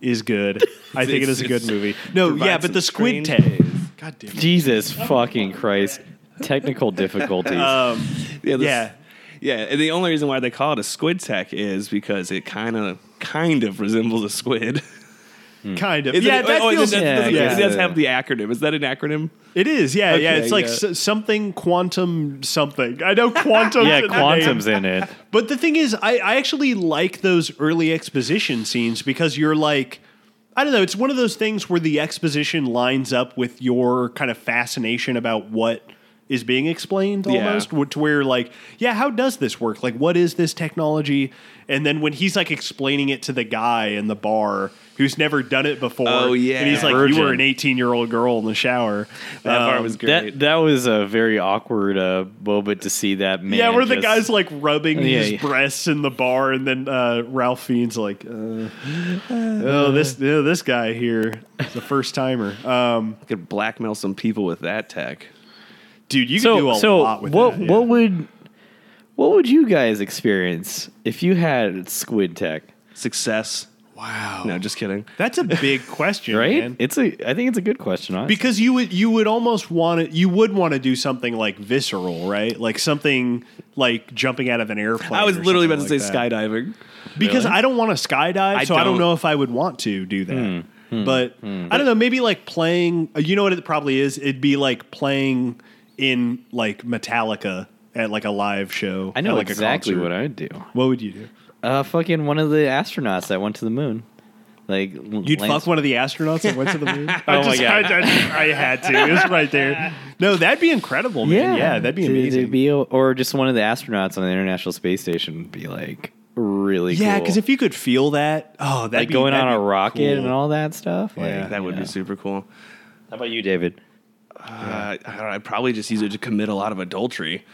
A: is good. I think it is a good
C: It's-
A: movie. No, yeah,
C: provides
A: but
C: some
A: the squid
C: strange
A: tag.
C: days.
A: God damn it.
B: Jesus fucking Christ. Technical difficulties.
A: Uh,
C: Yeah, this-
A: Yeah.
C: yeah. And the only reason why they call it a squid tech is because it kind of, kind of resembles a squid.
A: Kind of.
C: Is
A: yeah,
C: it,
A: that
C: oh, it
A: feels
C: does-
B: Yeah,
C: does-
B: I
C: it
B: guess.
C: does have the acronym. Is that an acronym?
A: It is, yeah, yeah.
C: Okay,
A: It's like
C: yeah.
A: s- something quantum something. I know quantum.
B: yeah, quantum's in it.
A: But the thing is, I, I actually like those early exposition scenes because you're like, I don't know. It's one of those things where the exposition lines up with your kind of fascination about what is being explained
C: Yeah.
A: almost wh- to where like yeah how does this work like what is this technology and then when he's like explaining it to the guy in the bar who's never done it before
C: Oh, yeah.
A: and he's like you were
B: Virgin.
A: an 18 year old girl in the shower
C: That
A: Um,
C: part was great.
B: That that was a very awkward uh, moment to see that man.
A: yeah, where the
B: just-
A: guy's like rubbing
B: Yeah,
A: his
B: yeah.
A: breasts in the bar, and then uh, Ralph Fiennes like, uh, oh this oh, this guy here is a first timer, um,
C: I could blackmail some people with that tech.
A: dude. You
B: so
A: can do a
B: so
A: lot with
B: what
A: that.
B: what would what would you guys experience if you had squid tech?
C: Success.
A: Wow.
C: No, just kidding.
A: That's a big question,
B: right?
A: man.
B: It's a. I think it's a good question. Honestly.
A: because you would you would almost want to you would want to do something like visceral, right? Like something like jumping out of an airplane.
C: I was
A: or
C: literally about
A: something
C: to
A: like
C: say
A: that.
C: skydiving.
A: because
B: Really?
A: I don't want to skydive,
C: I
A: so I don't
C: don't.
A: know if I would want to do that.
B: Hmm.
A: But I don't know. Maybe like playing. uh, You know what it probably is? It'd be like playing in like Metallica at like a live show.
B: I know
A: at, like
B: exactly
A: a concert.
B: what I'd do.
A: What would you do?
B: Uh, fucking one of the astronauts that went to the moon. Like
A: You'd fuck one of the astronauts that went to the moon. oh
B: my God.
A: I, I- I had to. It was right there. No, that'd be incredible, man. Yeah, that'd be
B: To- to
A: amazing.
B: be- or just one of the astronauts on the International Space Station would be like really.
A: yeah,
B: cool.
A: because if you could feel that, oh, that'd
B: like
A: be,
B: going
A: that'd
B: on a
A: be
B: rocket
A: cool.
B: and all that stuff. Like,
A: Yeah.
C: That would
B: yeah.
C: be super cool.
B: How about you, David?
C: Uh, I don't know, I'd probably just use it to commit a lot of adultery.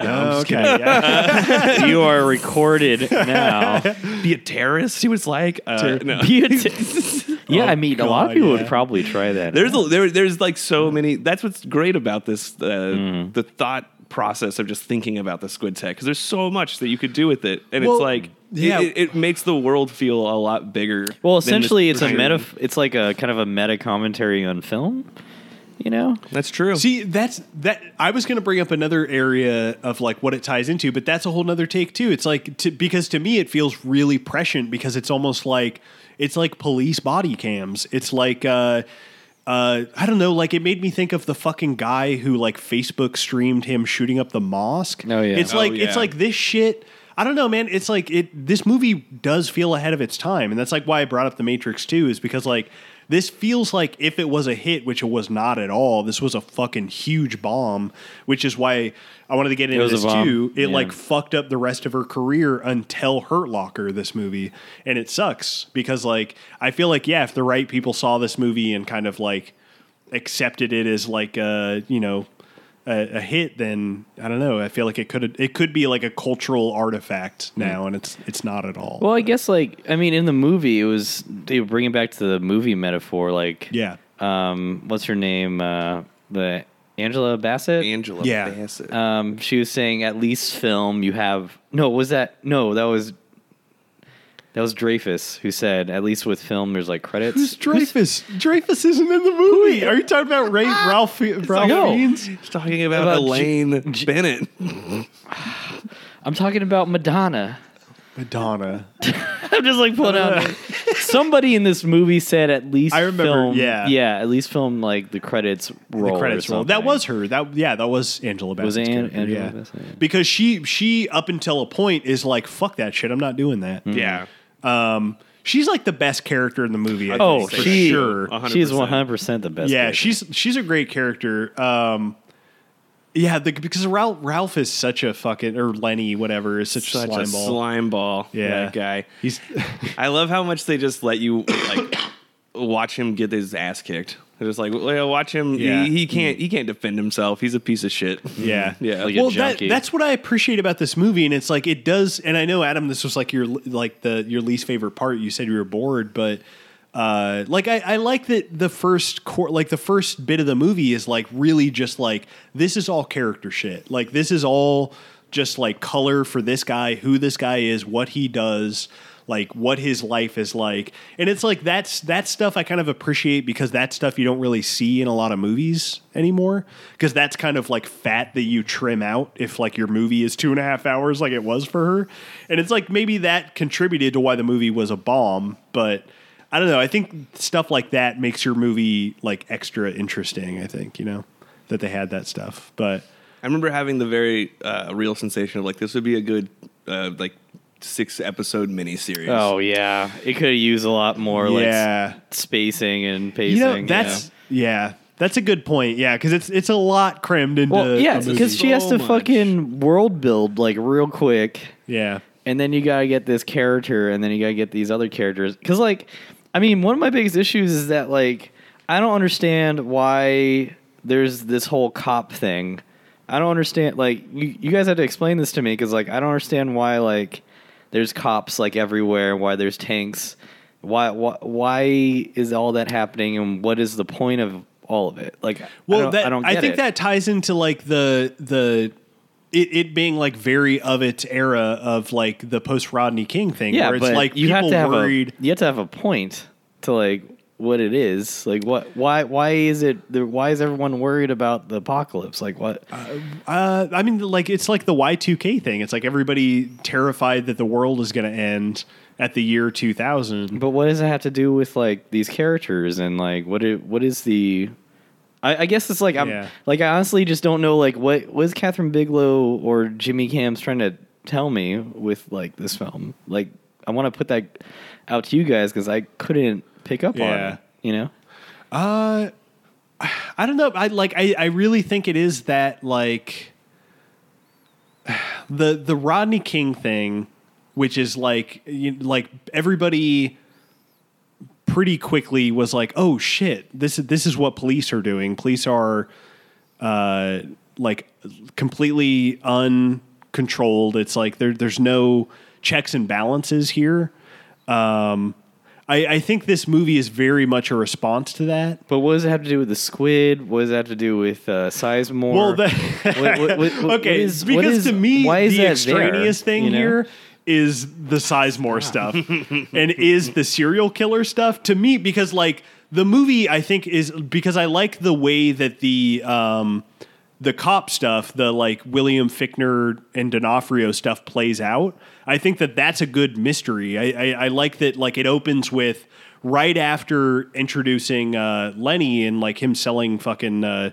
A: Oh, okay, yeah.
B: you are recorded now.
C: Be a terrorist. See what it's like. Uh, no.
B: yeah, I mean, a
A: Oh God,
B: lot of people
A: yeah.
B: would probably try that.
C: There's a, there, there's like so many. That's what's great about this uh, the thought process of just thinking about the squid tech because there's so much that you could do with it, and
A: Well,
C: it's like
A: yeah.
C: yeah. it, it makes the world feel a lot bigger.
B: well,
C: than this
B: essentially, it's a
C: tiny-
B: meta. It's like a kind of a meta commentary on film. You know,
C: That's true.
A: See, that's that. I was going to bring up another area of like what it ties into, but that's a whole nother take too. It's like to, because to me it feels really prescient because it's almost like it's like police body cams. It's like. uh uh, I don't know. Like, it made me think of the fucking guy who like Facebook streamed him shooting up the mosque.
B: Oh, yeah.
A: it's like
C: Oh,
A: it's
C: yeah.
A: like this shit. I don't know, man. It's like it. This movie does feel ahead of its time, and that's like why I brought up the Matrix too, is because like this feels like if it was a hit, which it was not at all. This was a fucking huge bomb, which is why I wanted to get into
B: was a
A: this
B: bomb.
A: too. It
B: Yeah.
A: like fucked up the rest of her career until Hurt Locker, this movie. And it sucks because, like, I feel like, yeah, if the right people saw this movie and kind of like accepted it as like a, you know, a, a hit, then I don't know. I feel like it could it could be like a cultural artifact now, and it's it's not at all.
B: Well, I guess like I mean, in the movie, it was they were bringing back to the movie metaphor. Like,
A: yeah,
B: um, what's her name? Uh, the Angela Bassett.
C: Angela
A: Yeah.
C: Bassett.
B: um, she was saying at least film you have. No, was that no? That was that was Dreyfus who said at least with film there's like credits.
A: who's Dreyfus? Dreyfus isn't in the movie. Are you talking about Ray Ralph Ralph
B: no.
A: Fiennes?
C: She's talking about,
B: about G-
C: Elaine Bennett.
B: I'm talking about Madonna.
A: Madonna.
B: I'm just like pulling out. Somebody in this movie said at least
A: I remember,
B: Film,
A: yeah.
B: yeah, at least film like the credits roll.
A: the credits
B: or
A: roll. That
B: something.
A: was her. That yeah, that was Angela Bassett's
B: Was An-
A: character,
B: Angela
A: yeah.
B: Bassett, yeah.
A: Because she she up until a point is like fuck that shit. I'm not doing that.
B: Hmm.
C: Yeah.
A: Um, she's like the best character in the movie. I
B: Oh,
A: think, for
B: she-
A: sure.
B: She's
C: 100%.
B: 100 percent the best.
A: yeah,
B: character.
A: she's she's a great character. Um, yeah, the, because Ralph Ralph is such a fucking or Lenny whatever is such,
C: Such
A: a slime
C: a
A: ball.
C: slime ball.
A: Yeah.
C: That guy.
A: He's
C: I love how much they just let you like watch him get his ass kicked. They're just like, well, watch him.
A: Yeah.
C: He, he can't. He can't defend himself. He's a piece of shit.
A: yeah
C: Yeah. Like
B: Mm-hmm. a
A: well that,
B: junkie.
A: that's what i appreciate about this movie and it's like it does and i know adam this was like your like the your least favorite part you said you were bored but uh like i i like that the first core like the first bit of the movie is like really just like this is all character shit like this is all just like color for this guy who this guy is what he does like what his life is like and it's like that's that stuff i kind of appreciate because that stuff you don't really see in a lot of movies anymore because that's kind of like fat that you trim out if like your movie is two and a half hours like it was for her and it's like maybe that contributed to why the movie was a bomb but i don't know i think stuff like that makes your movie like extra interesting i think you know that they had that stuff but
C: I remember having the very uh, real sensation of like this would be a good uh, like six episode miniseries.
B: Oh yeah, it could use a lot more
A: Yeah.
B: like s- spacing and pacing.
A: you know that's yeah. that's a good point yeah because it's it's a lot crammed into
B: Well,
A: a
B: yeah,
A: movie.
B: because she has
C: So
B: to
C: much.
B: fucking world build like real quick,
A: Yeah.
B: and then you gotta get this character, and then you gotta get these other characters. Because like, I mean, one of my biggest issues is that like I don't understand why there's this whole cop thing. I don't understand. Like, you you guys had to explain this to me because like I don't understand why like there's cops like everywhere. Why there's tanks. Why, why why is all that happening and what is the point of all of it? Like, I
A: Well,
B: don't-
A: that,
B: I
A: I,
B: don't. Get
A: think
B: it.
A: that ties into like the the it, it being like very of its era of like the post Rodney King thing,
B: Yeah,
A: where it's
B: but
A: like
B: you have
A: people
B: to have
A: worried.
B: a you have to have a point to like what it is. Like what why why is it the- why is everyone worried about the apocalypse? Like what
A: Uh, I mean, like it's like the Y two K thing. It's like everybody terrified that the world is going to end at the year two thousand.
B: But what does it have to do with like these characters and like what it, what is the? I, I guess it's like I'm
A: Yeah.
B: like I honestly just don't know like what was Catherine Bigelow or Jimmy Cam's trying to tell me with like this film. Like I want to put that out to you guys because I couldn't pick up on
A: Yeah.
B: it. You know,
A: Uh, I don't know. I like. I, I really think it is that like the the Rodney King thing, which is like you, like everybody pretty quickly was like, oh shit, this is this is what police are doing. Police are uh, like completely uncontrolled. It's like there there's no checks and balances here. Um, I, I think this movie is very much a response to that.
B: but what does it have to do with the squid? What does it have to do with uh, Sizemore?
A: Well, the,
B: What- what- what- what
A: okay,
B: is- what
A: because
B: is-
A: to me,
B: why is
A: the
B: that there,
A: extraneous thing
B: you know? Ah.
A: here is the Sizemore stuff and is the serial killer stuff to me because like the movie I think is because I like the way that the um the cop stuff, the like William Fickner and D'Onofrio stuff plays out. I think that that's a good mystery. I, I, I like that like it opens with right after introducing uh, Lenny and like him selling fucking uh,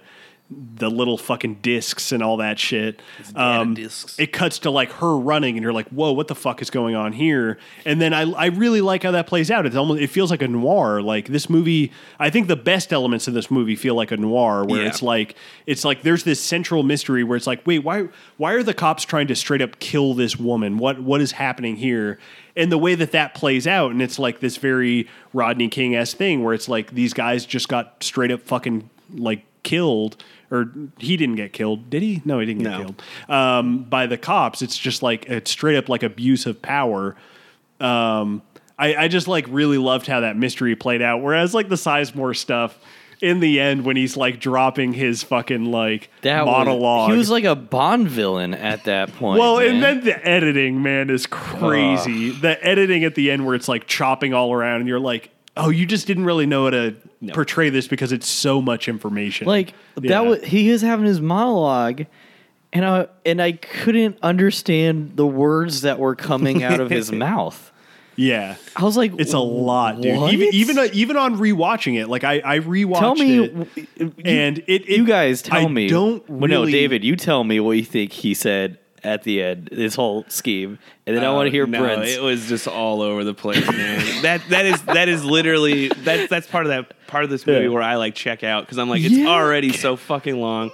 A: the little fucking discs and all that shit. Um,
C: discs.
A: It cuts to like her running, and you're like, "Whoa, what the fuck is going on here?" And then I, I really like how that plays out. It's almost it feels like a noir. Like this movie, I think the best elements of this movie feel like a noir, where
C: Yeah.
A: it's like it's like there's this central mystery where it's like, wait, why why are the cops trying to straight up kill this woman? What what is happening here? And the way that that plays out, and it's like this very Rodney King s thing where it's like these guys just got straight up fucking like killed, or he didn't get killed, did he? No, he didn't get
C: No.
A: killed um, by the cops. It's just like it's straight up like abuse of power. Um, I, I just like really loved how that mystery played out. Whereas like the Sizemore stuff in the end when he's like dropping his fucking like
B: That was-
A: monologue.
B: he was like a Bond villain at that point.
A: well,
B: man.
A: and then the editing, man, is crazy. The editing at the end where it's like chopping all around, and you're like, oh, you just didn't really know how to portray this because it's so much information.
B: Like
A: Yeah.
B: that was he is having his monologue and I and I couldn't understand the words that were coming out of his mouth.
A: yeah.
B: I was like
A: It's a lot, dude.
B: "What?"
A: Even even even on rewatching it, like I I rewatched.
B: Tell me
A: it,
B: w- you-
A: and it, it-
B: you guys tell
A: I
B: me.
A: Don't
B: Well, no,
A: really-
B: David, you tell me what you think he said at the end this whole scheme. And then I want to hear
C: no,
B: Brent's.
C: It was just all over the place, man. that that is that is literally that's that's part of that part of this movie where I like check out because I'm like it's
B: Yeah.
C: already so fucking long.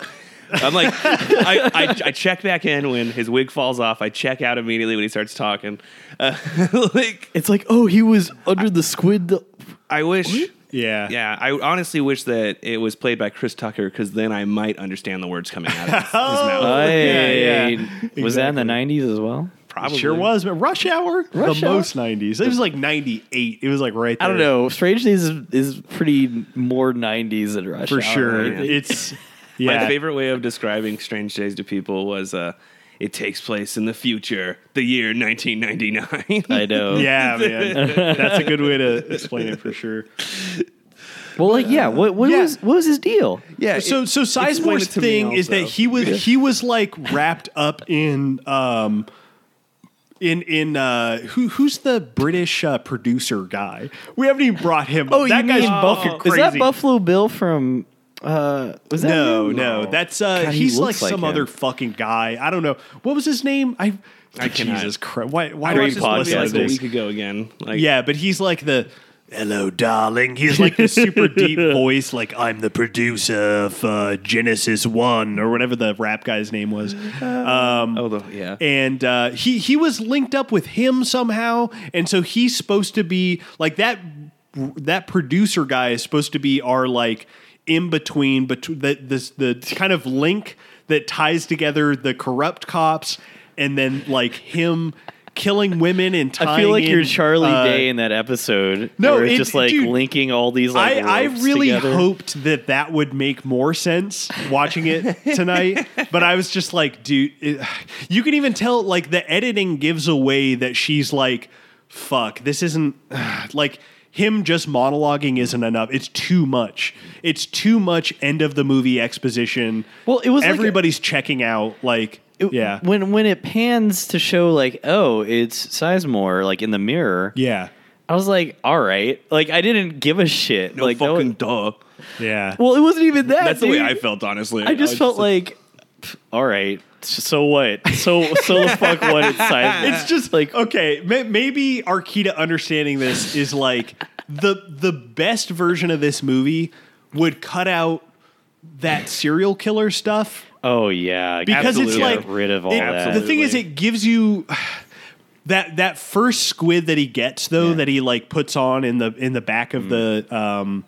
C: I'm like I, I I check back in when his wig falls off. I check out immediately when he starts talking. Uh, like
B: it's like, "Oh, he was under the squid." The-
C: I wish.
A: Yeah.
C: Yeah, I honestly wish that it was played by Chris Tucker because then I might understand the words coming out of his, his mouth.
A: Oh, yeah,
B: Hey, Was that in the 90s as well?
C: Probably.
A: Sure was, but Rush Hour,
B: Rush
A: the
B: Hour?
A: most '90s. It was like '98. It was like right. There.
B: I don't know. Strange Days is, is pretty more 90s than Rush
A: for
B: Hour,
A: sure.
B: right?
A: It- It's yeah.
C: My favorite way of describing Strange Days to people was uh, it takes place in the future, the year 1999.
B: I know.
A: Yeah, man, that's a good way to explain it for sure.
B: Well, like, yeah. What, what
A: Yeah.
B: was what was his deal?
C: yeah.
A: So, so Sizemore's
C: to me
A: thing is that
C: also.
A: he was he was like wrapped up in um in in uh who who's the British uh, producer guy? We haven't even brought him. up. that guy's fucking
B: Oh, Is
A: crazy.
B: that Buffalo Bill from? Uh, was that
A: No,
B: him?
A: no, that's uh,
B: God, he
A: he's like
B: looks like
A: some
B: him.
A: other fucking guy. I don't know what was his name. I,
C: I cannot.
A: Jesus Christ, why? Why
C: I
A: do I just
C: watched this
A: listen
C: movie like
A: to
C: a
A: this?
C: week ago again. Like,
A: Yeah, but he's like the hello, darling. He's like the super deep voice, like I'm the producer of uh, Genesis One or whatever the rap guy's name was. Um,
B: Oh,
C: Although, yeah.
A: and uh, he he was linked up with him somehow, and so he's supposed to be like that. That producer guy is supposed to be our like in between, but the this the kind of link that ties together the corrupt cops and then like him killing women and tying
B: I feel like
A: in,
B: you're Charlie
A: uh,
B: Day in that episode.
A: no,
B: where it's
A: it-
B: just like
A: dude,
B: linking all these. Like,
A: I, I
B: ropes
A: really
B: together.
A: hoped that that would make more sense watching it tonight, but I was just like, dude, it- you can even tell like the editing gives away that she's like, fuck, this isn't like him just monologuing isn't enough. It's too much. It's too much end of the movie exposition.
B: Well, it was like a-
A: everybody's checking out. Like,
B: It-
A: yeah,
B: When when it pans to show like oh it's Sizemore like in the mirror.
A: yeah,
B: I was like all right. Like I didn't give a shit.
C: No
B: like that
C: fucking
B: was-
C: duh.
A: yeah.
B: well, it wasn't even that.
C: That's the way
B: dude.
C: I felt, honestly.
B: I just felt like, pff, all right, so what? So so the fuck what? It's Sizemore.
A: it's just like Uh, okay may- maybe arkita understanding this is like the the best version of this movie would cut out that serial killer stuff
B: oh yeah,
A: because
B: absolutely
A: it's like
B: get rid of all
A: it-
B: that.
A: the thing is
C: Absolutely.
A: it gives you that that first squid that he gets though that he like puts on in the in the back of the um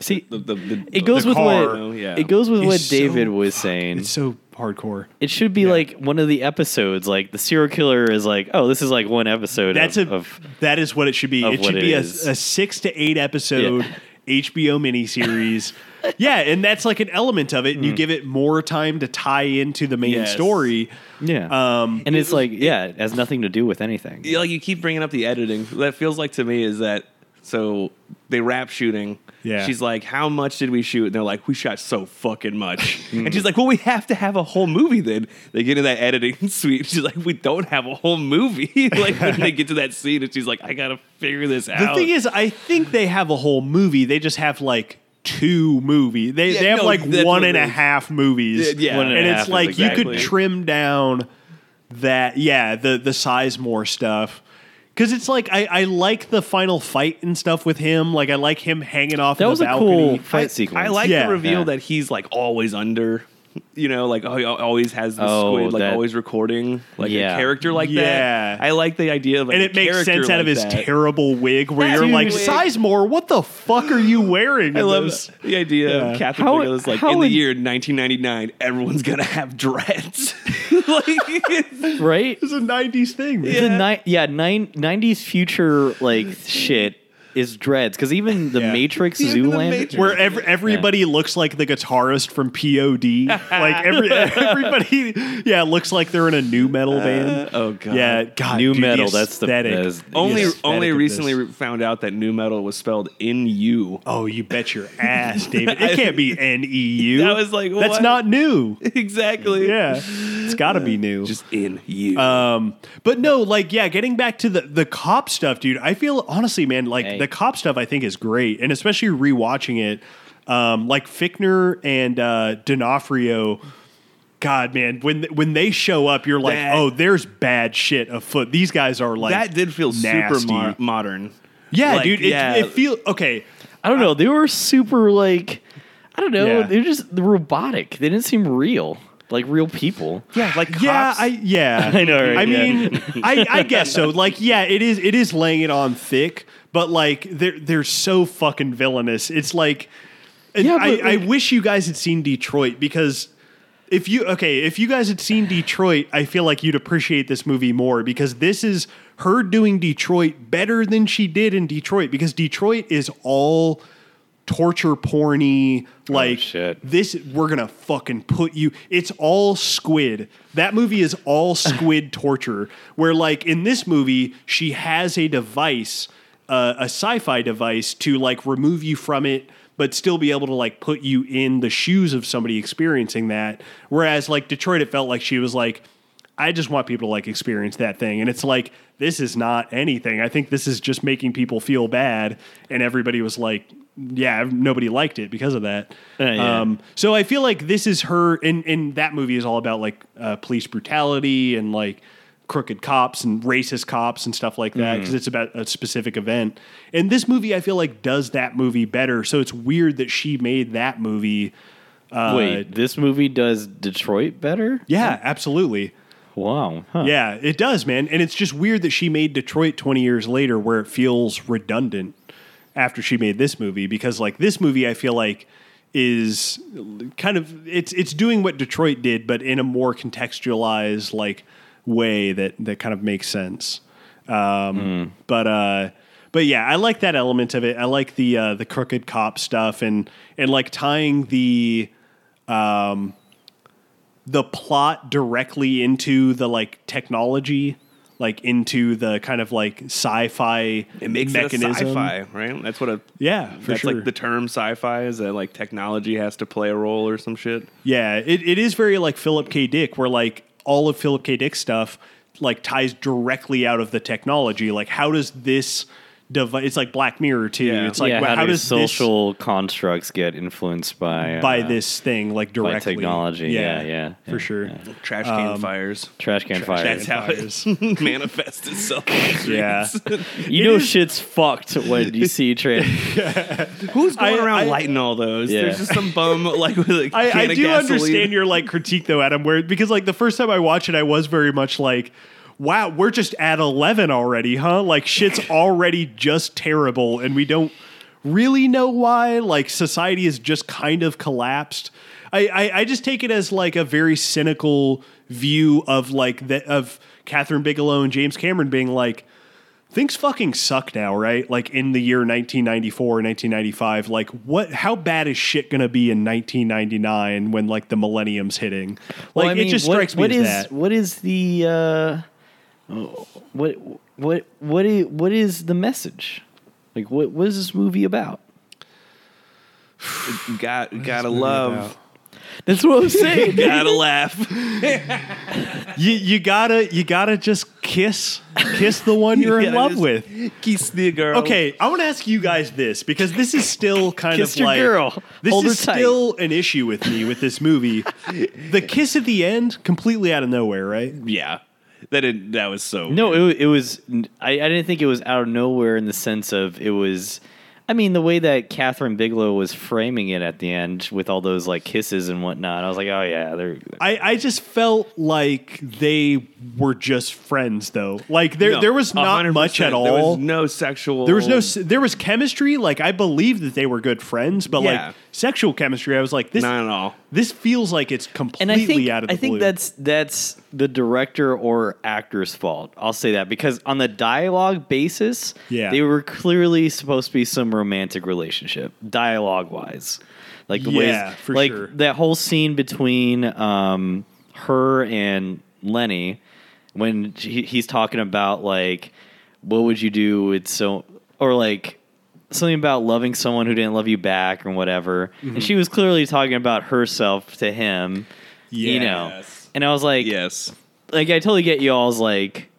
B: See,
C: the, the, the,
B: it goes
A: the
B: with
A: car,
B: what
C: yeah.
B: it goes with
A: is
B: what
A: so-
B: David was saying.
A: it's so hardcore
B: It should be like one of the episodes. Like the serial killer is like, oh, this is like one episode.
A: That's
B: of,
A: a
B: of-
A: that is what it should be.
B: of
A: It
B: what
A: should
B: it
A: be a,
B: is.
A: a six to eight episode HBO miniseries. yeah, and that's like an element of it, and you
B: Mm.
A: give it more time to tie into the main
C: Yes.
A: story.
B: yeah,
A: Um,
B: and it's like yeah, it has nothing to do with anything.
C: Yeah, like you keep bringing up the editing. That feels like to me is that so they wrap shooting.
A: Yeah.
C: She's like, "How much did we shoot?" And they're like, "We shot so fucking much." and she's like, "Well, we have to have a whole movie then." They get into that editing suite. She's like, "We don't have a whole movie." like when they get to that scene, and she's like, "I gotta figure this
A: the
C: out."
A: thing is, I think they have a whole movie. They just have like two movie. They
C: Yeah,
A: they have
C: no,
A: like
C: that's
A: one
C: what
A: and
C: it
A: a
C: is.
A: half movies.
C: Yeah, yeah. One
A: and,
C: and a
A: it's
C: half is
A: like you
C: exactly.
A: could trim down that. Yeah, the the size more stuff. Because it's like I, I like the final fight and stuff with him. Like I like him hanging off.
B: that
A: in
B: was
A: the
B: a
A: balcony.
B: cool fight
C: I,
B: sequence.
C: I like
A: Yeah.
C: the reveal
B: Yeah.
C: that he's like always under. You know, like oh, he al- always has the
B: Oh,
C: squid, like
B: that-
C: always recording, like
B: Yeah,
C: a character like
A: Yeah.
C: that. I like the idea of, like,
A: and
C: a
A: it makes
C: character
A: sense out of
C: like
A: his
C: that.
A: terrible wig where you're
C: Dude.
A: like
C: Wig.
A: sizemore what the fuck are you wearing
C: I
A: in
C: love
A: this?"
C: the idea
A: Yeah.
C: of Catherine
B: How-
C: Bigelow's like
B: how
C: in
B: would-
C: the year 1999, everyone's gonna have dreads. like, it's-
B: right?
A: it's a 90s thing man.
B: The ni- yeah, nine, 90s future like shit is dreads because even the
A: Yeah.
B: Matrix
C: Even the
B: Zoolander.
C: Matrix.
A: where ev- everybody looks like the guitarist from POD like every everybody yeah looks like they're in a new metal band
C: oh, God.
A: yeah god
B: New
A: dude,
B: metal, that's the-
A: aesthetic.
B: that is-
C: only
A: aesthetic
C: only
A: of this.
C: recently re- found out that new metal was spelled in you.
A: Oh, you bet your ass, David. It can't be N E U.
C: I was like,
A: That's
C: what?
A: not new.
C: exactly.
A: Yeah. It's got to be new.
C: Just in you.
A: Um, but no, like, yeah, getting back to the the cop stuff, dude. I feel honestly, man, like
B: Hey.
A: the cop stuff, I think is great, and especially rewatching it, um, like Fickner and uh, D'Onofrio. God, man, when when they show up, you're like,
C: That-
A: oh, there's bad shit afoot. These guys are like
C: that did feel
A: nasty.
C: super mo- modern.
A: Yeah,
C: Like,
A: dude. It,
C: yeah.
A: it feel okay.
B: I don't know. They were super like, I don't know.
A: Yeah.
B: They're just robotic. They didn't seem real, like real people.
C: yeah, like cops.
A: Yeah, I yeah.
B: I know, right?
A: I
B: Yeah.
A: mean, I, I guess so. Like, yeah, it is it is laying it on thick, but like they're they're so fucking villainous. It's like, and
B: Yeah,
A: I,
B: but,
A: I
B: like-
A: wish you guys had seen Detroit because if you okay, if you guys had seen Detroit, I feel like you'd appreciate this movie more because this is her doing Detroit better than she did in Detroit because Detroit is all torture porny like
B: shit.
A: this we're gonna fucking put you it's all squid that movie is all squid torture where like in this movie she has a device uh, a sci-fi device to like remove you from it but still be able to like put you in the shoes of somebody experiencing that whereas like detroit it felt like she was like I just want people to like experience that thing. And it's like, this is not anything. I think this is just making people feel bad. And everybody was like, yeah, nobody liked it because of that.
B: Uh, yeah.
A: um, so I feel like this is her, and, and that movie is all about like uh, police brutality and like crooked cops and racist cops and stuff like that because it's about a specific event. And this movie, I feel like, does that movie better. So it's weird that she made that movie. Uh,
B: Wait, this movie does Detroit better?
A: Yeah, absolutely.
B: Wow. Huh.
A: Yeah, it does, man. And it's just weird that she made Detroit 20 years later where it feels redundant after she made this movie because like this movie I feel like is kind of it's it's doing what Detroit did but in a more contextualized like way that that kind of makes sense. Um, But uh, but yeah, I like that element of it. I like the uh, the crooked cop stuff and and like tying the um, the plot directly into the like technology, like into the kind of like sci-fi
C: It makes
A: mechanism.
C: it a sci-fi, right? That's what a
A: Yeah, for
C: that's
A: sure.
C: like the term sci-fi is that like technology has to play a role or some shit.
A: Yeah, it, it is very like Philip K. Dick, where like all of Philip K. Dick's stuff like ties directly out of the technology. Like, how does this device? It's like Black Mirror too.
C: Yeah.
A: It's like
B: yeah,
A: well,
B: how,
A: how,
B: do
A: does social
B: social constructs get influenced by
A: this, by
B: uh,
A: this thing like directly
B: technology. Yeah, yeah,
A: for
B: yeah,
A: sure.
C: Trash can
A: Um,
C: fires.
B: trash can fire?
C: That's how it manifests itself.
A: Yeah,
B: you know shit's fucked when you see trash.
C: Who's going
A: I-
C: around
A: I-
C: lighting all those?
B: Yeah.
C: There's just some bum like with a can
A: I, I
C: of
A: do
C: gasoline.
A: understand your like critique though, Adam. Where because like the first time I watched it, I was very much like, "Wow, we're just at eleven already, huh? Like shit's already just terrible, and we don't really know why. Like society has just kind of collapsed." I, I, I just take it as like a very cynical view of like the, of Catherine Bigelow and James Cameron being like, things fucking suck now, right? Like in the year 1994, 1995, like what how bad is shit going to be in 1999 when like the millennium's hitting? Like
B: Well, I
A: it
B: mean,
A: just
B: what-
A: strikes me
B: what
A: as
B: is-
A: that.
B: What is the uh, what what what is, what is the message? Like what what is this movie about?
C: Got gotta love,
B: That's what I'm saying.
C: gotta laugh.
A: You you got to you got to just kiss kiss the one you're in
C: gotta
A: love
C: just
A: with.
C: Kiss the girl.
A: Okay, I want to ask you guys this because this is still kind
B: Kiss
A: of
B: your
A: like
B: girl.
A: this
B: Hold her
A: is
B: tight.
A: still an issue with me with this movie. the kiss at the end completely out of nowhere, right?
C: Yeah. That did, that was so.
B: No, it, wa- it was. I, I didn't think it was out of nowhere in the sense of it was. I mean, the way that Catherine Bigelow was framing it at the end with all those like kisses and whatnot, I was like, oh yeah, they're
A: I, I just felt like they were just friends though. Like there
C: No,
A: there was not
C: 100%.
A: much at all.
C: There was no sexual.
A: there was no s- there was chemistry. Like I believed that they were good friends, but
C: Yeah.
A: like sexual chemistry, I was like this.
C: Not at all.
A: This feels like it's completely out of the
B: I think
A: blue.
B: that's that's the director or actor's fault. I'll say that because on the dialogue basis,
A: Yeah.
B: they were clearly supposed to be some romantic relationship, dialogue wise. Like the
A: Yeah,
B: ways,
A: for
B: like
A: sure.
B: that whole scene between um, her and Lenny when he, he's talking about like what would you do with so or like something about loving someone who didn't love you back or whatever
A: Mm-hmm.
B: and she was clearly talking about herself to him you know
C: Yes.
B: and i was like
C: Yes.
B: like i totally get y'all's like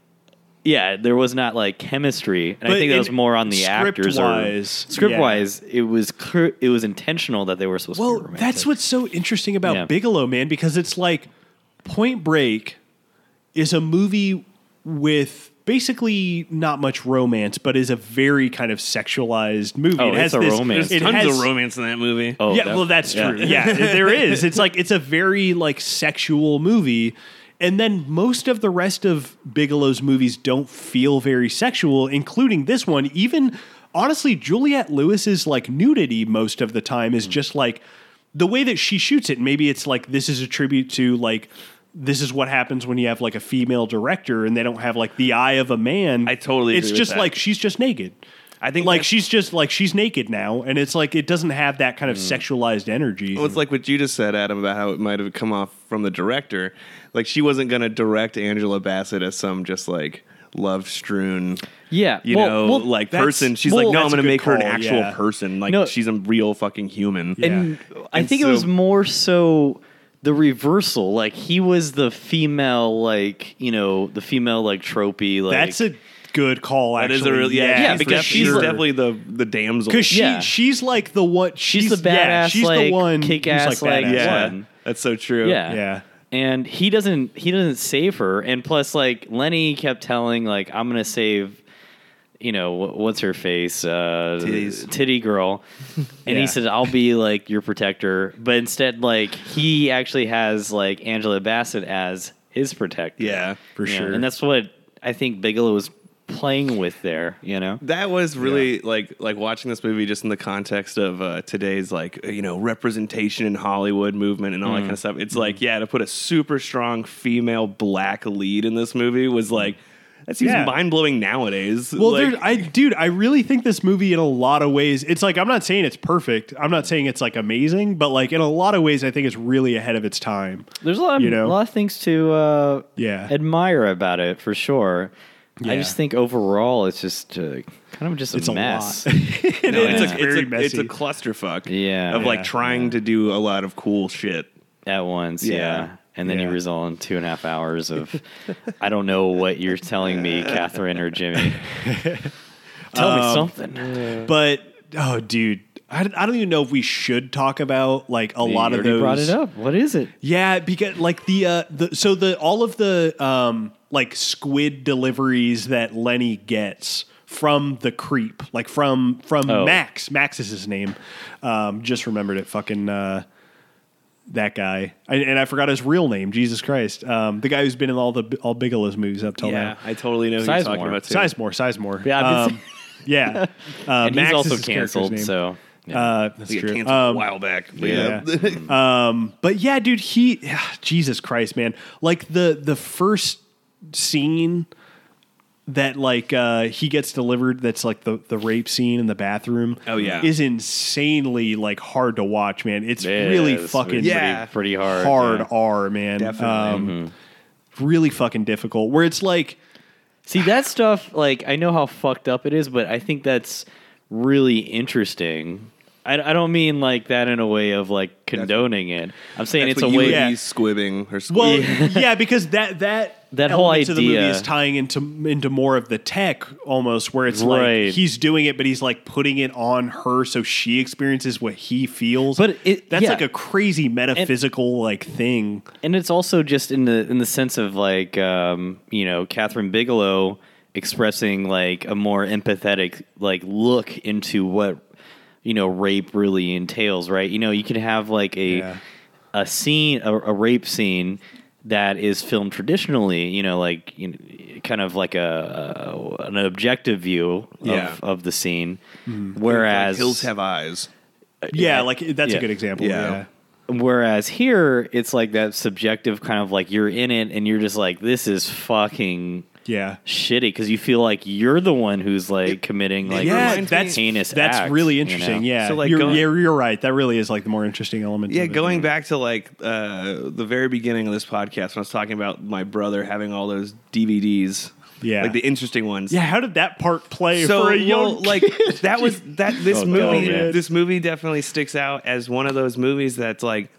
B: yeah there was not like chemistry and
A: But
B: i think that
A: in-
B: was more on the actors or
A: script-wise,
B: script
A: yeah.
B: wise it was clear it was intentional that they were supposed to
A: Well,
B: be romantic.
A: that's what's so interesting about
B: Yeah.
A: Bigelow, man, because it's like Point Break is a movie with basically not much romance, but is a very kind of sexualized movie.
B: Oh,
A: it
B: it's
A: has
B: a
A: this,
B: romance.
A: It
C: Tons
A: has,
C: of romance in that movie.
B: Oh,
A: yeah,
B: that-
A: well, that's
B: yeah.
A: true. Yeah, there is. It's like it's a very like sexual movie, and then most of the rest of Bigelow's movies don't feel very sexual, including this one. Even honestly, Juliette Lewis's like nudity most of the time
C: Hmm.
A: is just like the way that she shoots it. Maybe it's like this is a tribute to like. This is what happens when you have like a female director and they don't have like the eye of a man.
C: I totally
A: It's
C: agree with
A: just
C: that.
A: like she's just naked.
C: I think
A: like
C: that's-
A: she's just like she's naked now, and it's like it doesn't have that kind of
C: Hmm.
A: sexualized energy.
C: Well, it's like what you just said, Adam, about how it might have come off from the director. Like she wasn't going to direct Angela Bassett as some just like love strewn,
B: yeah
C: you
B: well-
C: know,
B: well,
C: like
A: that's-
C: person. She's
A: well,
C: like, no, I'm
A: that's a
C: going to
A: good
C: make her an
A: call,
C: actual
A: yeah.
C: person. Like
B: No.
C: she's a real fucking human.
A: Yeah.
B: And I
C: And
B: think it
C: so-
B: was more so the reversal. Like he was the female, like you know, the female like tropey. Like
A: That's a good call.
C: That
A: Actually,
C: is a real, yeah,
B: Yeah,
C: she's
B: because
C: def-
B: she's
C: she's
B: like-
C: definitely the the damsel.
A: because she
B: Yeah.
A: she's like the one.
B: She's
A: She's,
B: the
A: Yeah,
B: badass,
A: she's the
B: like,
A: one. who's,
B: kick-ass, like,
A: badass.
C: yeah,
B: one.
C: that's so true.
B: yeah,
A: Yeah.
B: And he doesn't he doesn't save her. And plus, like Lenny kept telling, like I'm gonna save. You know wh- what's her face, uh,
C: Titties.
B: titty girl, and
A: Yeah.
B: he said, "I'll be like your protector," but instead, like he actually has like Angela Bassett as his protector.
C: yeah.
A: for
B: Yeah,
A: sure.
B: And that's what I think Bigelow was playing with there, you know?
C: That was really like like watching this movie just in the context of uh, today's like you know representation in Hollywood movement and all that
A: Mm-hmm.
C: kind of stuff. It's like yeah, to put a super strong female black lead in this movie was like that seems
A: Yeah.
C: mind blowing nowadays.
A: Well,
C: Like,
A: there's I, dude, I really think this movie, in a lot of ways, it's like I'm not saying it's perfect. I'm not saying it's like amazing, but like in a lot of ways, I think it's really ahead of its time.
B: There's a lot of,
A: You know?
B: a lot of things to uh,
A: Yeah.
B: admire about it for sure. I
A: Yeah.
B: just think overall it's just uh, kind of just a
A: It's a
B: mess.
A: lot. It
C: no,
A: is.
C: it's, a,
A: very
C: it's, a,
A: messy.
C: it's a clusterfuck.
B: Yeah.
C: of
B: Yeah.
C: like trying to do a lot of cool shit.
B: at once. Yeah.
C: Yeah.
B: And then you
A: Yeah.
B: result in two and a half hours of, I don't know what you're telling me, Catherine or Jimmy. Tell
A: Um,
B: me something.
A: but oh, dude, I, I don't even know if we should talk about like a lot
B: you
A: of
B: already
A: those.
B: brought it up. What is it?
A: Yeah, because like the uh the so the all of the um like squid deliveries that Lenny gets from the creep, like from from
B: Oh.
A: Max. Max is his name. Um just remembered it fucking uh that guy. I, and I forgot his real name, Jesus Christ. Um the guy who's been in all the all Bigelow's movies up till now.
C: I totally know who
B: Sizemore.
C: you're talking about. Too.
A: Sizemore, Sizemore.
B: Yeah, I've been
A: um, yeah. Uh,
B: And
A: Max
B: he's
A: is
B: also
A: his character's
B: canceled.
A: name.
B: So yeah.
A: uh, that's
C: He got
A: true.
C: canceled a
A: Um,
C: while back. but
B: yeah.
A: but yeah, dude, he Jesus Christ, man. Like the the first scene that like uh he gets delivered that's like the the rape scene in the bathroom.
C: Oh, yeah.
A: Is insanely like hard to watch, man. It's
B: Yeah,
A: really
B: it's
A: fucking
B: pretty,
C: Yeah.
B: pretty hard.
A: hard,
B: yeah. Mm-hmm.
A: R, man.
C: Definitely.
A: Um, really fucking difficult. Where it's like
B: See that stuff, like I know how fucked up it is, but I think that's really interesting. I, I don't mean like that in a way of like condoning it. I'm saying
C: That's
B: it's a
C: what you
B: way.
C: would
A: Yeah.
C: be squibbing or squibbing.
A: Well, yeah, because that that
B: That whole
A: element to the movie
B: idea-
A: is tying into into more of the tech almost, where it's
B: Right.
A: like he's doing it, but he's like putting it on her so she experiences what he feels.
B: But it-
A: that's
B: yeah.
A: like a crazy metaphysical like thing.
B: and it's also just in the in the sense of like um, you know Catherine Bigelow expressing like a more empathetic like look into what you know rape really entails, right? You know, you can have like a
A: Yeah.
B: a scene a, a rape scene that is filmed traditionally, you know, like you know, kind of like a, a an objective view of,
C: Yeah.
B: of the scene,
C: Like,
B: whereas
C: hills have eyes.
A: Yeah, like that's
B: Uh, yeah.
A: a good example.
C: Yeah.
A: Yeah.
B: Whereas here, it's like that subjective kind of like you're in it and you're just like, this is fucking
A: Yeah.
B: shitty because you feel like you're the one who's like committing like
A: Yeah,
B: these
C: that's-
B: heinous
A: That's
B: acts,
A: really
B: you know?
A: interesting. Yeah.
C: So, like,
A: you're,
C: going-
A: yeah, you're right. That really is like the more interesting element.
C: Yeah,
A: of it.
C: going back to like uh, the very beginning of this podcast when I was talking about my brother having all those DVDs.
A: Yeah.
C: Like the interesting ones.
A: Yeah, how did that part play
C: So
A: for a young
C: well, like that was that this
B: Oh,
C: movie
B: God, man.
C: this movie definitely sticks out as one of those movies that's like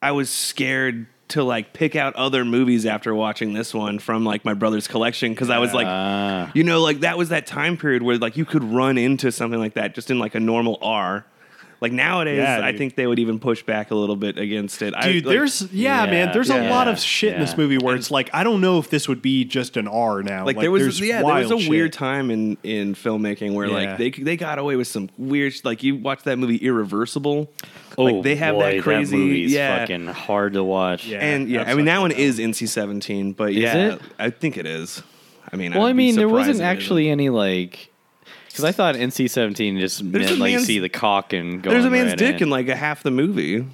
C: I was scared to like pick out other movies after watching this one from like my brother's collection because I was like
B: Ah.
C: you know like that was that time period where like you could run into something like that just in like a normal R. Like nowadays,
A: Yeah,
C: I
A: dude.
C: think they would even push back a little bit against it. I,
A: Dude,
C: like,
A: there's yeah,
B: Yeah,
A: man, there's a
B: yeah,
A: lot of shit in
B: yeah.
A: this movie where it's like I don't know if this would be just an R now.
C: like, there was
A: there's
C: yeah there was
A: wild
C: a weird
A: shit.
C: time in in filmmaking where
A: Yeah.
C: like they they got away with some weird sh- like you watch that movie Irreversible
B: Oh,
C: like they have
B: boy,
C: that crazy
B: movie's
C: yeah
B: fucking hard to watch.
A: Yeah.
C: and yeah I mean that one is NC-17 but yeah
B: it?
C: I think it is I mean
B: Well,
C: I'd
B: I
C: be
B: mean, there
C: surprised
B: wasn't
C: if it
B: actually any like. Because I thought NC-17 just meant
C: a
B: like you
C: man's-
B: see the cock and going
C: isn't. there's a man's
B: right
C: dick
B: in.
C: in like a half the movie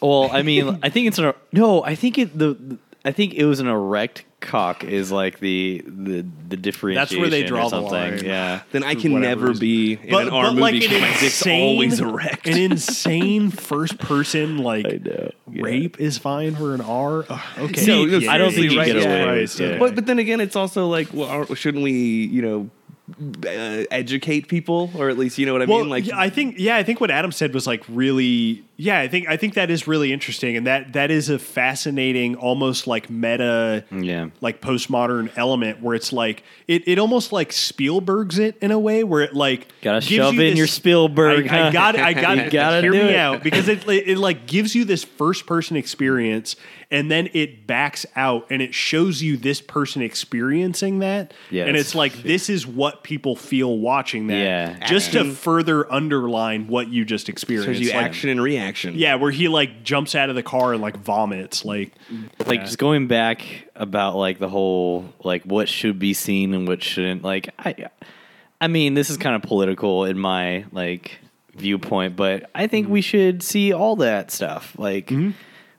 B: Well, I mean, I think it's an no. I think it the I think it was an erect cock is like the the the differentiation.
A: where they
B: or
A: draw the
B: something.
A: line.
B: Yeah.
C: then I can
A: whatever
C: never
A: reason.
C: be in an R movie because my dick's always erect
A: an insane first person like
B: know. Yeah.
A: rape is fine for an R. Ugh, okay,
B: See,
C: no,
B: I don't think
C: seriously,
B: you
C: right,
B: get
C: yeah.
B: away
A: Christ,
B: with it.
A: okay.
C: But but then again, it's also like, well, aren't- shouldn't we, you know, uh, educate people, or at least you know what I
A: well,
C: mean? Like,
A: yeah, I think yeah, I think what Adam said was like really yeah, I think I think that is really interesting and that that is a fascinating almost like meta
B: Yeah.
A: like postmodern element where it's like it, it almost like Spielberg's it in a way where it like
B: Gotta
A: gives
B: shove
A: you
B: in
A: this-
B: your Spielberg,
A: I,
B: huh?
A: I got it. I got
B: You
A: it.
B: gotta
A: Hear
B: do
A: me
B: it.
A: out because it, it it, like gives you this first person experience and then it backs out and it shows you this person experiencing that
B: Yeah,
A: and
B: that's
A: it's like this is what people feel watching that.
B: Yeah.
A: Just to
C: Action.
A: further underline what you just
C: Shows
A: experienced.
C: you
A: Like,
C: action and reaction.
A: Yeah, where he like jumps out of the car and like vomits. Like
B: like just going back about like the whole like what should be seen and what shouldn't like i i mean this is kind of political in my like viewpoint but i think
A: Mm-hmm.
B: we should see all that stuff like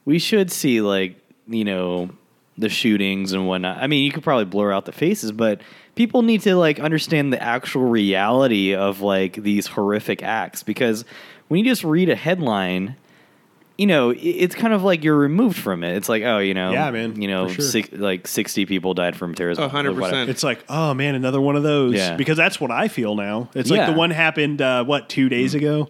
B: we should see like you know the shootings and whatnot i mean you could probably blur out the faces but people need to like understand the actual reality of like these horrific acts because when you just read a headline you know, i- it's kind of like you're removed from it. It's like, oh, you know,
A: Yeah, man,
B: you know,
A: for sure.
B: six, like sixty people died from terrorism.
C: A
B: or
C: hundred
B: whatever.
C: percent.
A: it's like, oh man, another one of those.
B: Yeah.
A: Because that's what I feel now. It's
B: Yeah. Mm.
A: like the one happened uh, what two days ago.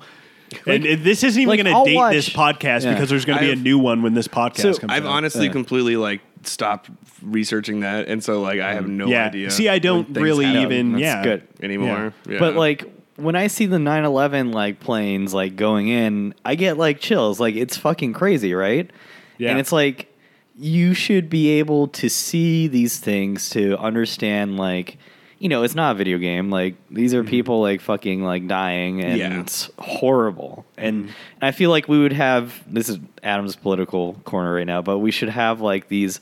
A: and it- this isn't even
B: like,
A: going
B: I'll
A: to date
B: watch-
A: this podcast
B: Yeah.
A: because there's going to be a
C: I've-
A: new one when this podcast
B: So,
A: comes
C: I've
A: out.
C: honestly
B: Yeah.
C: completely like stopped researching that, and so like I have no
A: yeah.
C: idea.
A: See, I don't
C: when things
A: really
C: happen
A: even-
B: Mm. That's
A: yeah.
B: good.
C: anymore. Yeah.
B: But like when I see the 9/11 like planes like going in, I get like chills. Like it's fucking crazy, right?
A: Yeah.
B: And it's like you should be able to see these things to understand like you know, it's not a video game. Like these are people like fucking like dying and
C: Yeah.
B: it's horrible. And, and I feel like we would have this is Adam's political corner right now, but we should have like these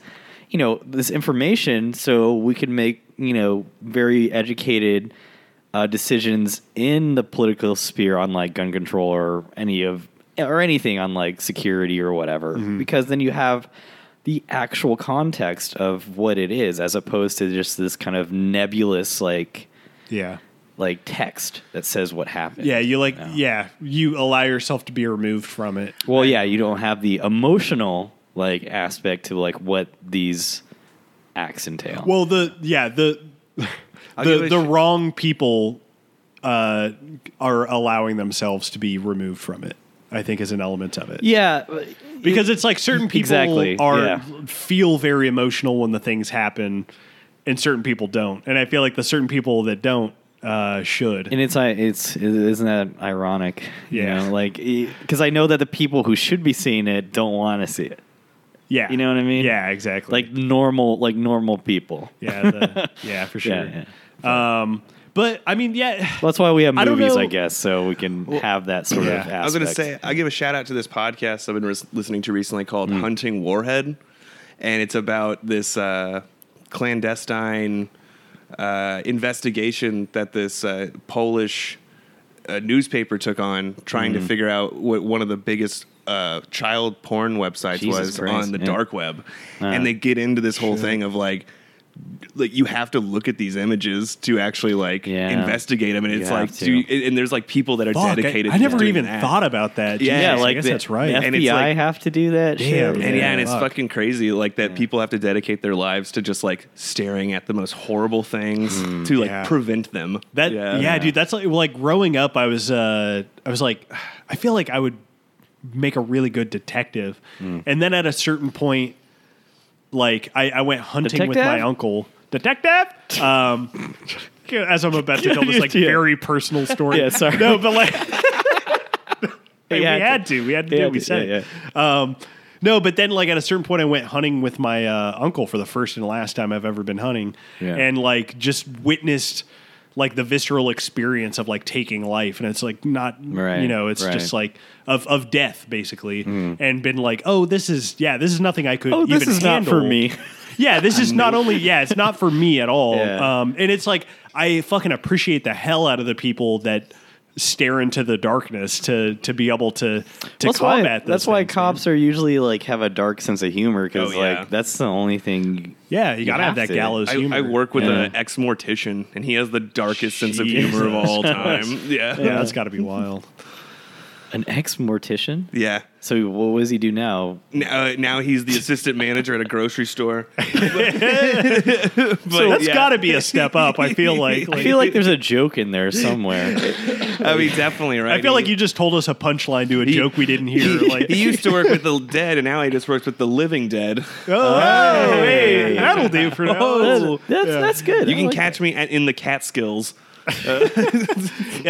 B: you know, this information so we could make, you know, very educated uh, decisions in the political sphere on like gun control or any of or anything on like security or whatever
A: Mm-hmm.
B: because then you have the actual context of what it is as opposed to just this kind of nebulous like
A: yeah.
B: like text that says what happened
A: Yeah, you like
B: No.
A: yeah, you allow yourself to be removed from it.
B: well yeah you don't have the emotional like aspect to like what these acts entail
A: Well, the yeah the
C: I'll give
A: the,
C: it a
A: the
C: sh-
A: wrong people uh, are allowing themselves to be removed from it. I think is an element of it
B: yeah but-
A: because it's like certain people
B: Exactly,
A: are
B: yeah.
A: feel very emotional when the things happen, and certain people don't. And I feel like the certain people that don't uh, should.
B: And it's like it's isn't that ironic?
A: Yeah.
B: you know? like because I know that the people who should be seeing it don't want to see it.
A: yeah,
B: you know what I mean?
A: Yeah, exactly.
B: Like normal, like normal people.
A: yeah, the, yeah, for sure.
B: Yeah, yeah.
A: Um, but I mean, yeah,
B: That's why we have
A: I don't
B: movies, I,
A: know-
B: guess, so we can have that sort of. Aspect.
A: Yeah.
C: I was going to say, I give a shout out to this podcast I've been res- listening to recently called
B: Mm.
C: Hunting Warhead, and it's about this uh, clandestine uh, investigation that this uh, Polish uh, newspaper took on, trying
B: Mm.
C: to figure out what one of the biggest uh, child porn websites
B: Jesus
C: was
B: Christ,
C: on the
B: yeah.
C: dark web, and they get into this whole thing of like. Like you have to look at these images to actually like
B: Yeah.
C: investigate them, and
B: You
C: it's
B: have
C: like,
B: to.
C: do you- and- and there's like people that are
A: fuck, I,
C: dedicated.
A: I
C: to
A: never
C: doing
A: even
C: that.
A: thought about that.
C: Yeah,
A: Jesus,
B: yeah,
A: I
B: like
A: guess
B: the-
A: that's right.
B: The FBI
C: And it's like-
B: have to do that.
A: Damn,
B: shit.
C: And yeah, and it's
A: Fuck.
C: fucking crazy, like that people have to dedicate their lives to just like staring at the most horrible things to like
A: Yeah.
C: prevent them.
A: That yeah, dude. That's like like growing up. I was uh, I was like, I feel like I would make a really good detective.
B: Hmm.
A: And then at a certain point, like I, I went hunting with my
B: Detective?
A: uncle, detective. Um, as I'm about to tell this like
B: Yeah.
A: very personal story.
B: Yeah, sorry.
A: No, but like
B: You
A: we
B: had to.
A: had to. We had to do
B: Yeah,
A: what we
B: yeah,
A: said.
B: yeah.
A: Um, no, but then like at a certain point, I went hunting with my uh, uncle for the first and last time I've ever been hunting,
B: Yeah.
A: and like just witnessed like the visceral experience of like taking life, and it's like not
B: Right,
A: you know, it's
B: right. Mm.
A: just like of of death basically, and been like, oh, this is yeah, this is nothing I could.
B: Oh, this
A: even
B: is not for
A: handle.
B: me.
A: Yeah, this is not only yeah, it's not for me at all.
B: Yeah.
A: Um, and it's like I fucking appreciate the hell out of the people that stare into the darkness to to be able to to
B: that's why.
A: combat.
B: That's
A: those
B: why
A: things,
B: cops are usually like have a dark sense of humor because
C: Oh, yeah.
B: like that's the only thing.
A: Yeah, you gotta
B: have
A: have, that
B: to.
A: gallows
C: I,
A: humor.
C: I work with
B: Yeah.
C: an ex mortician, and he has the darkest sense of humor of all time. Yeah,
A: Yeah, that's got to be wild.
B: An ex mortician.
C: yeah.
B: So what does he do now?
C: Now, uh, now he's the assistant manager at a grocery store.
A: So that's
C: yeah.
A: got to be a step up. I feel like.
B: I feel like there's a joke in there somewhere.
C: I mean, definitely right.
A: I feel like
C: He-
A: you just told us a punchline to a joke we didn't hear. Like,
C: He used to work with the dead, and now he just works with the living dead.
A: oh, hey, that'll do for now.
B: That's, that's, that's good.
C: You
B: I
C: can
B: like
C: catch me at, in the Catskills.
A: Yeah,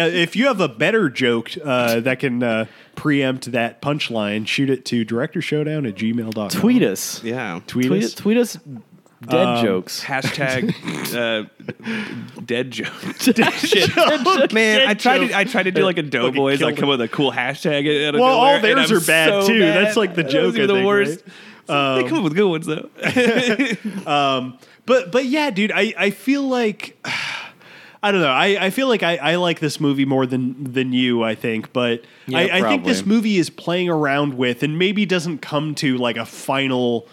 A: if you have a better joke uh, that can uh, preempt that punchline, shoot it to directorshowdown at gmail.com.
B: that. Tweet us.
C: Yeah,
A: Tweet,
B: Tweet,
A: us. Um,
B: tweet us Dead jokes.
C: Hashtag uh, dead jokes. Man, I tried to I tried to do like a Doughboys. I
A: killed
C: come up with a cool hashtag. Out of
A: Well, all
C: nowhere, and
A: theirs
C: I'm
A: are bad,
C: so
A: too.
C: mad.
A: That's like the Um,
C: Those
A: joke,
C: are
A: I
C: the
A: think,
C: worst. they come up with good ones though.
A: But but yeah, dude, I, I feel like I don't know. I, I feel like I, I like this movie more than than you, I think, but
B: Yeah,
A: I, I think
B: probably.
A: this movie is playing around with and maybe doesn't come to like a final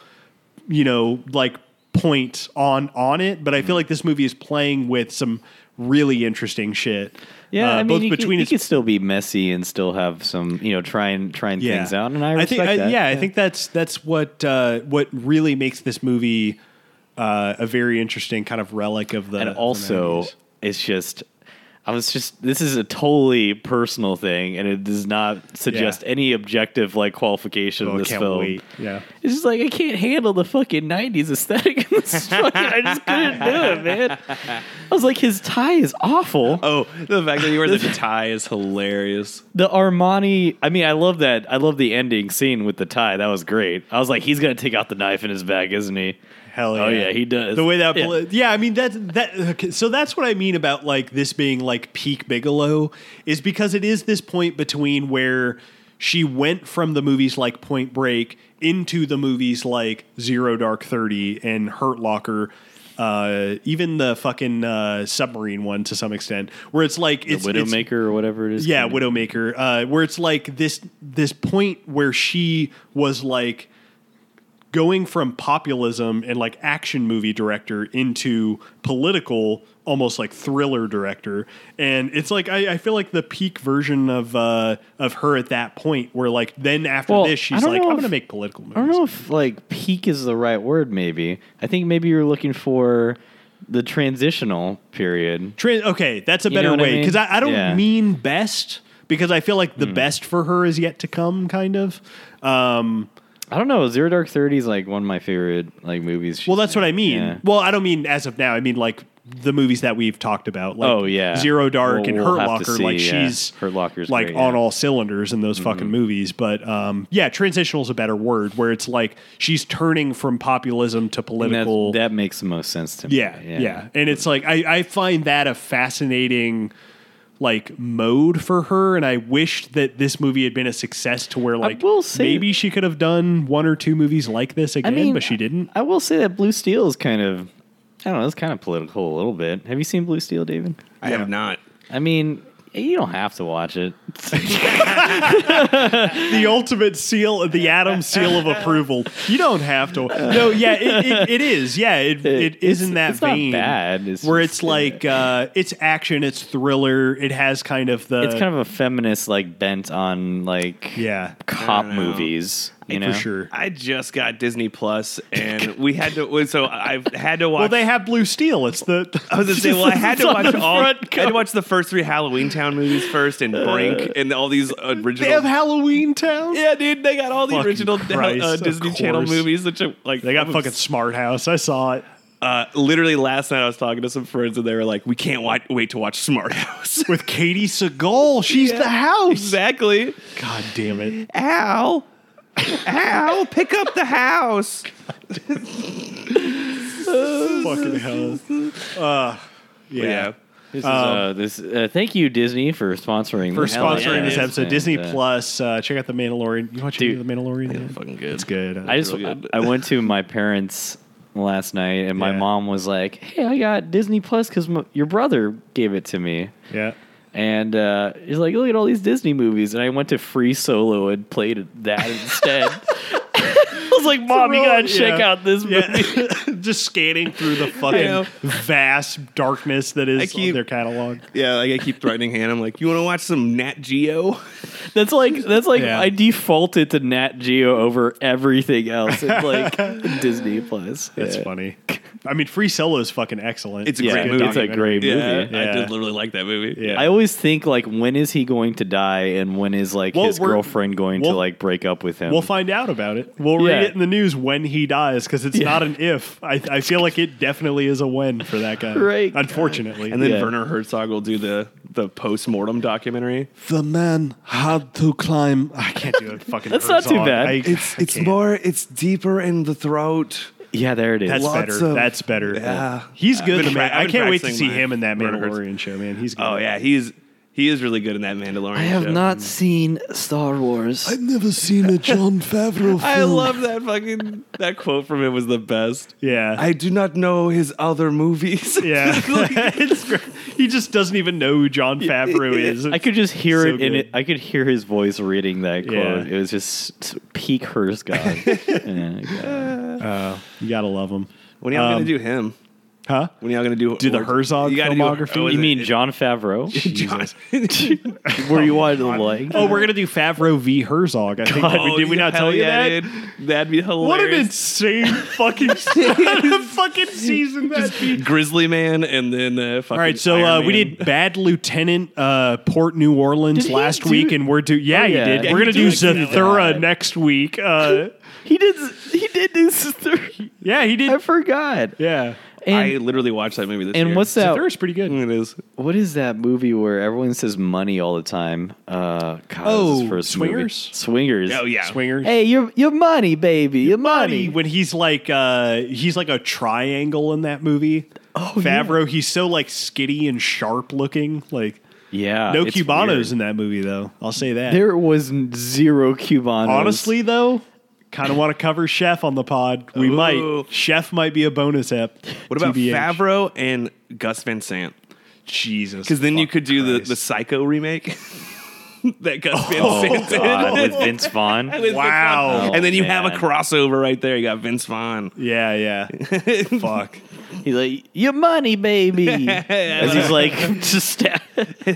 A: you know, like point on on it, but I
B: Mm.
A: feel like this movie is playing with some really interesting shit.
B: Yeah,
A: Uh,
B: I mean,
A: both
B: you
A: between
B: could,
A: its
B: you could still be messy and still have some, you know, trying trying things out. And I respect
A: think, I-
B: that.
A: yeah, I think that's that's what uh, what really makes this movie uh, a very interesting kind of relic of the.
B: and
A: of the
B: also
A: 90s.
B: it's just i was just this is a totally personal thing and it does not suggest
A: Yeah.
B: any objective like qualification
A: Oh, I
B: of this
A: can't
B: film
A: wait. Yeah.
B: it's just like i can't handle the fucking 90s aesthetic in this fucking, i just couldn't do it man i was like his tie is awful
C: Oh, the fact that you wear the tie is hilarious.
B: the armani i mean i love that i love the ending scene with the tie that was great i was like he's gonna take out the knife in his bag isn't he
A: Hell yeah.
B: oh yeah he does
A: The way that,
B: Yeah.
A: yeah, yeah I mean that's that. Okay, so that's what I mean about like this being like peak Bigelow is because it is this point between where she went from the movies like Point Break into the movies like Zero Dark Thirty and Hurt Locker. Uh, even the fucking uh, submarine one to some extent, where it's like it's it's-
B: widowmaker or whatever it is
A: yeah, Widowmaker, uh, where it's like this this point where she was like going from populism and like action movie director into political, almost like thriller director, and it's like I, I feel like the peak version of uh, of her at that point, where like then after
B: Well,
A: this
B: I
A: she's
B: don't
A: like
B: know
A: I'm
B: if-
A: gonna make political movies.
B: I don't know if like peak is the right word. Maybe I think maybe you're looking for the transitional period.
A: Tran- okay, that's a
B: You know
A: better
B: what I
A: way
B: mean?
A: because I, I, don't
B: Yeah.
A: mean best because I feel like the best for her is yet to come, kind of. Um,
B: I don't know. Zero Dark Thirty is like one of my favorite like movies.
A: Well, that's what I mean.
B: Yeah.
A: Well, I don't mean as of now. I mean like the movies that we've talked about. Like
B: Oh, yeah.
A: Zero Dark
B: We'll-
A: and
B: we'll
A: Hurt
B: have to
A: Locker.
B: see,
A: like
B: yeah.
A: she's
B: Hurt Locker's
A: like
B: great,
A: on
B: yeah. Mm-hmm.
A: all cylinders in those fucking movies. But um, yeah, transitional is a better word where it's like she's turning from populism to
B: And that,
A: political.
B: that makes the most sense to me.
A: yeah, yeah, and it's like I, I find that a fascinating like mode for her and i wished that this movie had been a success to where like
B: will say-
A: maybe she could have done one or two movies like this
B: I
A: again
B: mean,
A: but she didn't
B: I will say that Blue Steel is kind of. I don't know. It's kind of political a little bit. Have you seen Blue Steel, David?
C: I have not.
B: I mean, you don't have to watch it.
A: the ultimate seal, the Adam seal of approval. You don't have to. No, yeah, it, it, it is. Yeah, it, it is in that
B: it's not
A: vein.
B: bad. It's
A: where
B: just-
A: it's like uh, it's action, it's thriller. It has kind of the.
B: It's kind of a feminist like bent on like
A: yeah,
B: cop
C: I don't know.
B: movies. You know,
A: for sure.
C: I just got Disney Plus, and we had to. So I've had to watch.
A: Well, they have Blue Steel. It's the.
C: I
B: Oh,
C: was gonna say, well, I had
B: It's
C: to
B: on
C: watch
B: the
C: all. I
B: front
C: had to watch the first three Halloween Town movies first, and Brink, and all these original.
A: Uh, they have Halloween Town.
C: yeah, dude, they got all the
A: Fucking
C: original
A: Christ,
C: uh,
A: of
C: Disney Channel
A: course.
C: movies, which are like
A: They got
C: I'm
A: fucking Smart House. I saw it
C: Uh, literally last night, I was talking to some friends, and they were like, "We can't wa- wait to watch Smart House."
A: with Katie Seagal. She's the house.
C: exactly.
A: God damn it.
C: Al, Al, pick up the house.
A: fucking hell. Uh, yeah.
C: Yeah.
B: This is uh, this. Uh, thank you, Disney, for sponsoring
A: Um, For
B: the hell out of
A: sponsoring
C: yeah.
A: this episode, Disney
B: Uh,
A: Plus, uh, check out the Mandalorian. You want to check out
B: Dude.
A: the Mandalorian? yet?
C: Fucking good.
A: It's good.
B: I just
C: Really good.
B: I went to my parents last night, and my
A: Yeah.
B: mom was like, "Hey, I got Disney Plus because your brother gave it to me."
A: yeah.
B: And uh, he's like, "Look at all these Disney movies," and I went to Free Solo and played that instead. I was like, "Mom, you gotta check
A: Yeah.
B: out this movie."
A: Yeah. just scanning through the
C: know.
A: fucking vast darkness that is
C: I keep-
A: their catalog.
C: Yeah, like I keep threatening Hannah. I'm like, you want to watch some Nat Geo?
B: That's like that's like
A: Yeah.
B: I defaulted to Nat Geo over everything else. It's like Disney Plus.
A: That's
B: Yeah.
A: funny. I mean, Free Solo is fucking excellent.
C: It's a
B: Yeah,
C: great
A: good
C: movie.
B: it's a
A: documentary.
B: great movie.
C: I
A: Yeah.
C: did literally like that movie.
A: Yeah.
B: I always think like when is he going to die and when is like
A: Well,
B: his
A: we're-
B: girlfriend going
A: we'll-
B: to like break up with him?
A: We'll find out about it. We'll
B: Yeah.
A: read it in the news when he dies because it's not an if. I, I feel like it definitely is a when for that guy.
B: Right.
A: Unfortunately.
C: And then
B: Yeah.
C: Werner Herzog will do the the post mortem documentary.
D: The man had to climb.
A: I can't do it. Fucking
B: That's not too
A: Herzog.
B: bad.
A: I- I
D: It's it's
A: can't.
D: more.
C: It's deeper in the throat.
B: Yeah, there it is.
A: That's
D: Lots
A: better.
D: of-
A: That's better.
C: Yeah.
A: He's
C: I've
A: good, man.
C: been pra- I've
A: I
C: been
A: can't wait to
C: practicing
A: see
C: my
A: him in that
C: murder hurts.
A: Mandalorian show, man. He's good.
C: Oh yeah, he's he is really good in that Mandalorian.
B: I have
C: show.
B: not seen Star Wars.
D: I've never seen a John Favreau film.
C: I love that fucking that quote from him was the best.
A: yeah.
C: I do not know his other movies.
A: yeah, It's great. he just doesn't even know who John Favreau is.
B: I could just hear
A: so
B: it in
A: good.
B: it. I could hear his voice reading that quote.
A: Yeah.
B: It was just s- peak Herzog. Yeah, God.
A: You gotta love him,
C: When y'all
A: Um,
C: gonna do him?
A: huh?
C: When y'all gonna do
A: Do the
C: or-
A: Herzog
C: you gotta do-
A: filmography?
C: oh, is
B: You
C: it-
B: mean
C: it-
B: John Favreau?
C: John-
B: Were you wanted to like?
A: Oh, we're gonna do Favreau v Herzog. I think.
C: Oh,
A: did we
C: yeah,
A: not
C: hell
A: tell you
C: yeah,
A: that?
C: dude. That'd be hilarious.
A: What an insane fucking fucking season that
C: Grizzly Man and then uh, fucking
A: All right, so uh,
C: Iron
A: we
C: Man.
A: did Bad Lieutenant uh, Port New Orleans
B: Did he
A: last
B: do-
A: week, and we're do yeah,
B: Oh,
A: you
B: yeah.
A: did.
B: Yeah,
A: we're
C: he
A: gonna do
C: did do that.
A: Zathura next week. Uh,
B: He did. He did do Zathura.
A: yeah, he
B: I
A: did.
B: forgot.
A: Yeah,
C: I
B: And
C: literally watched that movie this year.
B: and what's that?
A: Zathura's pretty good.
C: It is.
B: What is that movie where everyone says money all the time? Uh, God,
A: Oh,
B: this is first
A: Swingers?
B: Movie. Swingers.
C: Oh yeah.
A: Swingers.
B: Hey, your your money, baby, your money.
A: when he's like uh he's like a triangle in that movie. Oh, Favreau, he's so like skitty and sharp looking. Like
C: Uh,
B: Yeah,
A: no
B: it's
A: Cubanos
B: weird.
A: in that movie though. I'll say that.
B: There was n- zero Cubanos.
A: Honestly though, kind of want to cover Chef on the pod. We
C: Ooh.
A: might. Chef might be a bonus app.
C: What about
A: TBH.
C: Favreau and Gus Van Sant?
A: Jesus.
C: Because then you
A: fuck
C: could do the,
A: Christ.
C: the Psycho remake that Gus Van Sant did.
B: Oh, God, Uh, with Vince Vaughn.
C: With Vince
A: Wow.
C: Vaughn. and then you have a
B: Man.
C: crossover right there. You got Vince Vaughn.
A: Yeah, yeah. Fuck.
B: He's like, your money, baby. As he's like, just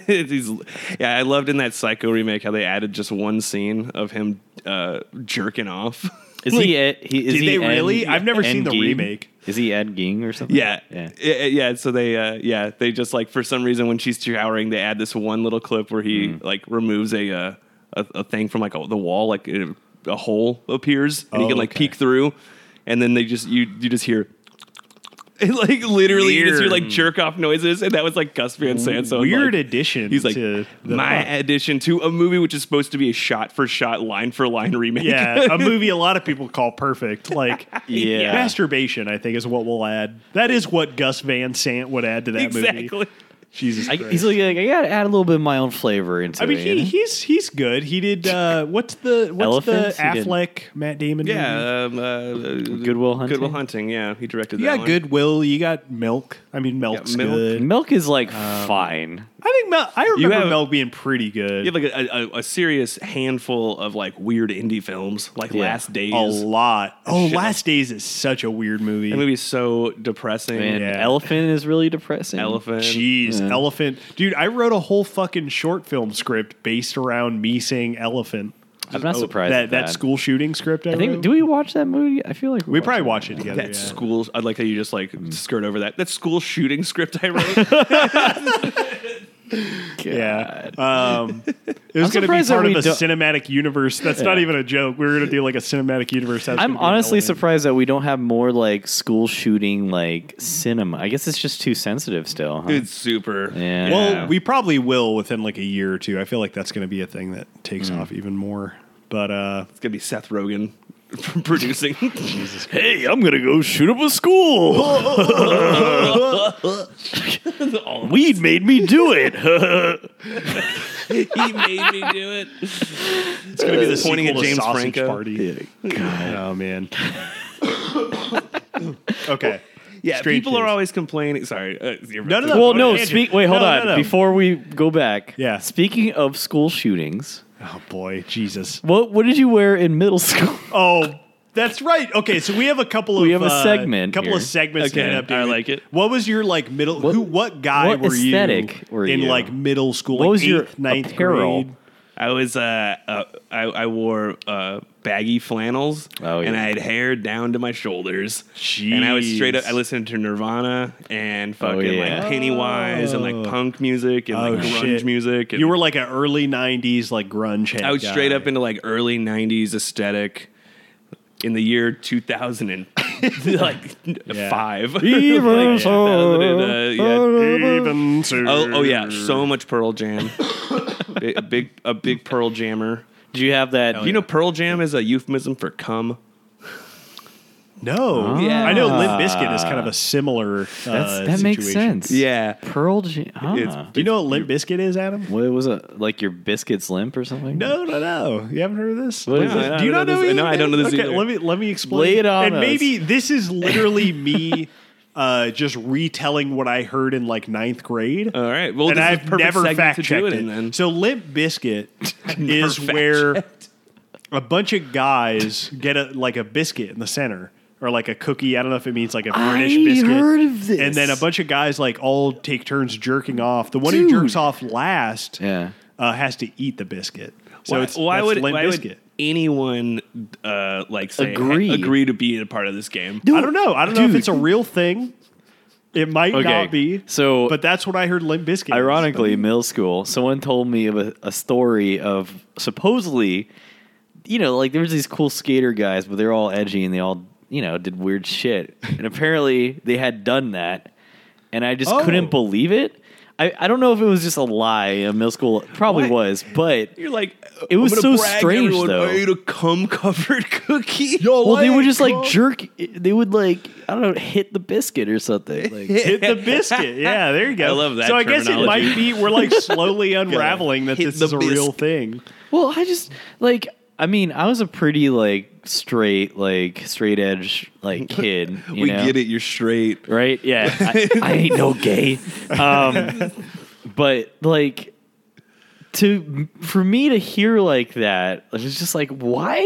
C: He's- yeah, I loved in that Psycho remake how they added just one scene of him uh, jerking off.
B: is he? Ed, he is
A: Did
B: he
A: they
B: Ed-
A: really? I've never seen
B: Ed
A: the
B: Gein?
A: remake.
B: Is he Ed Ging or something?
C: Yeah.
B: yeah.
C: Yeah. yeah, So they, uh, yeah, they just like, for some reason, when she's showering, they add this one little clip where he
A: Mm-hmm.
C: like removes a, uh, a, a thing from like a, the wall, like a, a hole appears and he
A: Oh,
C: can like
A: okay.
C: peek through. And then they just, you, you just hear. And like literally, you just hear like jerk off noises, and that was like Gus Van Sant. So I'm
A: Weird
C: like-
A: addition.
C: He's like
A: to the
C: my addition to a movie which is supposed to be a shot for shot, line for line remake.
A: Yeah, a movie a lot of people call perfect. Like,
B: Yeah.
A: masturbation, I think, is what we'll add. That is what Gus Van Sant would add to that movie.
C: exactly.
A: Jesus
B: I,
A: Christ.
B: he's like, I gotta add a little bit of my own flavor into
A: I mean,
B: it.
A: he,
B: you know?
A: he's he's good. He did uh, what's the what's
B: Elephants?
A: the
B: He did-
A: Affleck Matt Damon? movie?
C: Yeah, um, uh,
B: Goodwill Hunting?
C: Goodwill Hunting. Yeah, he directed.
A: you
C: that
A: got
C: one.
A: Goodwill. You got Milk. I mean, Milk's
C: Milk.
A: good.
B: Milk is like
A: Um,
B: fine.
A: I think Milk. I remember
C: have-
A: Milk being pretty good.
C: You have like a, a, a serious handful of like weird indie films, like
B: Yeah.
C: Last Days.
A: a lot. Oh,
C: shit.
A: Last Days is such a weird movie.
C: That movie's so depressing.
B: And
A: Yeah.
B: elephant is really depressing.
C: Elephant.
A: Jeez, elephant, dude! I wrote a whole fucking short film script based around me saying elephant. Oh,
B: I'm not surprised.
A: that,
B: at
A: that school shooting script. I,
B: I think.
A: wrote.
B: Do we watch that movie? I feel like
A: we probably
B: watched
A: watch it together.
C: That
A: yeah.
C: school. I like how you just like skirt over that. That school shooting script I wrote.
B: it.
A: Yeah. Um, it was
B: I'm
A: going to be
B: surprised that
A: part of
B: we
A: a
B: don't-
A: cinematic universe. That's not even a joke. We were going to do like a cinematic universe. That's
B: I'm
A: gonna be an
B: honestly
A: element.
B: surprised that we don't have more like school shooting like cinema. I guess it's just too sensitive still. Huh?
C: it's super.
B: Yeah.
A: Well,
B: Yeah.
A: we probably will within like a year or two. I feel like that's going to be a thing that takes
B: Hmm.
A: off even more. But uh,
C: It's gonna be Seth Rogen producing.
B: hey, I'm gonna go shoot up a school. Weed made me do it.
C: he made me do it.
A: it's going to be the
C: Pointing
A: sequel
C: at
A: to
C: James
A: Sausage
C: Franco.
A: Party. Oh man. okay.
C: Yeah,
A: Strange
C: people are
A: Days.
C: always complaining. Sorry, uh, you're-
A: No, no, no.
B: well,
A: Go
B: no.
A: to
B: Speak.
A: Andrew.
B: Wait, hold
A: No,
B: on.
A: no, no.
B: Before we go back.
A: Yeah.
B: Speaking of school shootings,
A: Oh boy, Jesus.
B: what what did you wear in middle school?
A: Oh, that's right. Okay, so we have a couple of
B: We have a
A: uh,
B: segment
A: couple of
B: here.
A: segments.
C: Okay,
A: to get updated.
C: I like it.
A: What was your like middle? who? What guy
B: what
A: were
B: aesthetic
A: you
B: were
A: in
B: you?
A: like middle school?
B: What
A: like
B: was your
A: eighth, ninth
B: apparel?
A: grade?
C: I was uh, uh I, I wore uh baggy flannels
B: Oh, yeah.
C: and I had hair down to my shoulders. And I was straight up I listened to Nirvana and fucking
B: Oh, yeah.
C: like Pennywise and like punk music and
A: Oh,
C: like grunge
A: shit.
C: music. And
A: You were like an early '90s like grunge head.
C: I was
A: guy.
C: straight up into like early 90s aesthetic in the year 2000 and like
A: Yeah.
C: 5.
B: Even
C: Like,
B: so,
C: 2000 and, uh, yeah.
A: Even to-
C: Oh, oh yeah, so much Pearl Jam. Bi- a big a big Pearl Jammer.
B: Do you have that?
C: Do you know Pearl Jam is a euphemism for cum?
A: No,
B: Yeah.
A: I know Limp Bizkit is kind of a similar. Uh,
B: That's, that makes
A: situation.
B: sense.
C: Yeah.
B: Pearl Jam. Huh.
A: Do you know what Limp Bizkit is, Adam?
B: what was it? Like your biscuits limp or something?
A: No, no, no. You haven't heard of this?
B: What is
A: Wait,
B: it?
C: No,
A: Do you
C: I
A: not
C: don't know
A: know?
C: this-
A: either?
C: no, I don't know this
A: okay,
C: either.
A: Let me let me explain.
B: Lay it on
A: And
B: us.
A: maybe this is literally me uh, just retelling what I heard in like ninth grade.
C: All right. Well,
A: and
C: this is
A: I've
C: perfect
A: never
C: segment
A: fact
C: to do
A: checked
C: it
A: it.
C: in, then.
A: So Limp Biscuit is
C: fact
A: where a bunch of guys get a like a biscuit in the center. Or like a cookie. I don't know if it means like a British
B: I
A: biscuit.
B: heard of this.
A: And then a bunch of guys like all take turns jerking off. The one who
B: Dude.
A: jerks off last
B: Yeah.
A: uh, has to eat the biscuit. So
C: why,
A: it's
C: why
A: that's
C: would
A: Limp
C: why
A: Biscuit.
C: would anyone uh, like say,
B: Agree.
C: agree to be a part of this game?
A: I don't know. I don't know if
B: Dude.
A: it's a real thing. It might
B: Okay,
A: not be.
B: so-
A: but that's what I heard. Limp Bizkit. is.
B: Ironically, middle school, someone told me of a, a story of supposedly, you know, like there was these cool skater guys, but they're all edgy and they all, you know, did weird shit. And apparently they had done that. And I just
A: Oh.
B: couldn't believe it. I, I don't know if it was just a lie in middle school. It probably
C: What?
B: was, but
C: You're like,
B: It was
C: I'm gonna
B: so
C: brag
B: strange,
C: everyone,
B: though.
C: I ate a cum covered cookie.
B: well, they would just like jerk. They would like I don't know, hit the biscuit or something. Like,
A: hit the biscuit. Yeah, there you go.
C: I love that
A: So I guess it
C: terminology.
A: might be we're like slowly unraveling that
C: hit
A: this
C: the
A: is a real
C: bisc-
A: thing.
B: well, I just like. I mean, I was a pretty like straight, like straight edge, like kid. You
C: we
B: know?
C: get it. You're straight.
B: right? Yeah, I, I ain't no gay. Um, but like to for me to hear like that, it was just like why?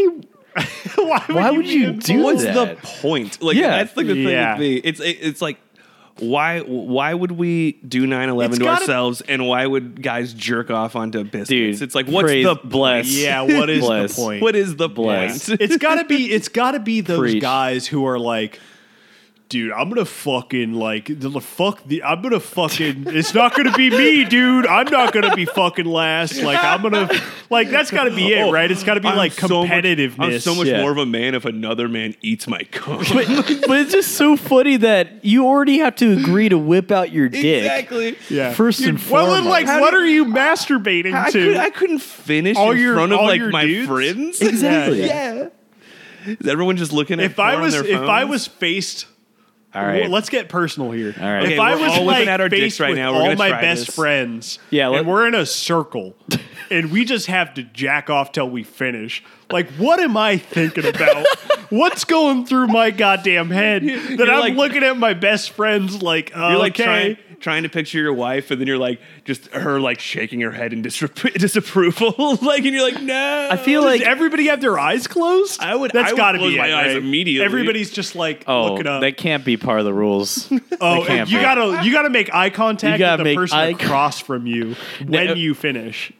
A: Why would,
B: Why would
A: be
B: you
A: involved?
B: do
C: What's the
B: that.
C: point? Like,
B: Yeah.
C: that's like the
A: Yeah.
C: thing with me. It's it, it's like. Why? Why would we do 9-11
A: It's
C: to
A: gotta-
C: ourselves, and why would guys jerk off onto biscuits?
B: Dude,
C: it's like what's
B: praise-
C: the
B: bless.
A: Yeah, what is
B: Bless.
A: the point?
C: What is the
B: Bless.
C: point?
A: it's gotta be it's gotta be those
B: Preach.
A: guys who are like dude i'm gonna fucking like the fuck the i'm gonna fucking it's not gonna be me dude i'm not gonna be fucking last like i'm gonna like that's gotta be it right it's gotta be
C: Oh, I'm
A: like
C: so much-
A: competitiveness
C: I'm so much
B: Yeah.
C: more of a man if another man eats my cum.
B: But, but it's just so funny that you already have to agree to whip out your dick.
C: exactly.
A: yeah
B: First
A: You're-
B: and
A: well then,
B: foremost.
A: like
C: How
A: what
C: do-
A: are you masturbating
C: I,
A: to
C: could, I couldn't finish
A: All
C: in
A: your-
C: front of
A: all
C: like
A: your
C: my
A: dudes?
C: friends.
B: Exactly.
C: Yeah. Is everyone just looking at
A: if i
C: porn on
A: was
C: their
A: if i
C: phones?
A: was faced
B: All right.
A: Well, let's get personal here.
B: All right.
A: If
B: Okay,
A: I
C: we're
A: was
C: all looking
A: like
C: at our dicks
A: faced
C: right
A: with
C: now, we're
A: all
C: gonna
A: my
C: try
A: best
C: this.
A: friends,
B: Yeah, let-
A: and we're in a circle, and we just have to jack off till we finish. Like, what am I thinking about? What's going through my goddamn head that
C: You're
A: I'm
C: like-
A: looking at my best friends like, uh,
C: you're like
A: okay,
C: trying, trying to picture your wife, and then you're like just her like shaking her head in disrep- disapproval, like, and you're like, no.
B: I feel
A: does
B: like
A: everybody have their eyes closed?
C: I would- I
A: That's
C: would
A: got to
C: close
A: be
C: my
A: it,
C: eyes
A: right?
C: immediately.
A: Everybody's just like
B: oh,
A: looking up.
B: that can't be part of the rules.
A: oh,
B: can't
A: you
B: be.
A: gotta you gotta make eye contact
B: gotta
A: with the
B: make
A: person
B: eye con-
A: across from you when
C: uh,
B: No.
A: you finish.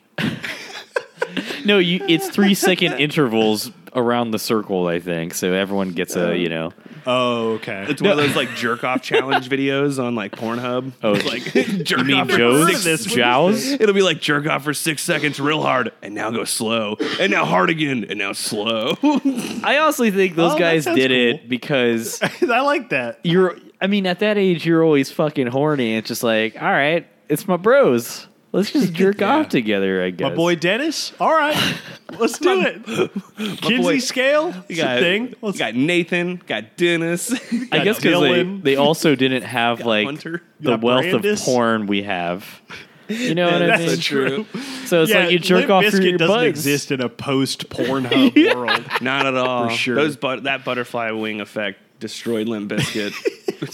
B: no, you, it's three second intervals around the circle. I think so. Everyone gets a you know.
A: Oh, okay.
C: it's one of those like jerk off challenge videos on like Pornhub.
B: Oh,
C: like jerk
B: mean
C: off for
B: Joe's?
C: six-
A: this.
B: Jows?
C: It'll be like jerk off for six seconds, real hard, and now go slow, and now hard again, and now slow.
B: I honestly think those
A: Oh, that
B: guys
A: sounds
B: did
A: cool.
B: it because
A: I like that.
B: you're. I mean, at that age, you're always fucking horny. It's just like, all right, it's my bros. Let's just jerk off together. I guess.
A: My boy Dennis. All right, let's do it. Kinsey
C: boy-
A: scale.
C: You
A: It's a thing.
C: You
A: Let's
C: got Nathan, got Dennis,
B: I
A: got
B: guess because they,
A: Dylan.
B: they also didn't have like
C: Hunter.
B: the
A: Got
B: wealth
A: Brandis.
B: of porn we have. You know what I
A: that's
B: mean?
A: true.
B: So it's
A: yeah,
B: like you jerk
A: Limp
B: off
A: Bizkit
B: your, your
A: doesn't
B: buds.
A: exist in a post Pornhub world.
C: Not at all.
A: sure.
C: Those but that butterfly wing effect destroyed Limp Biscuit.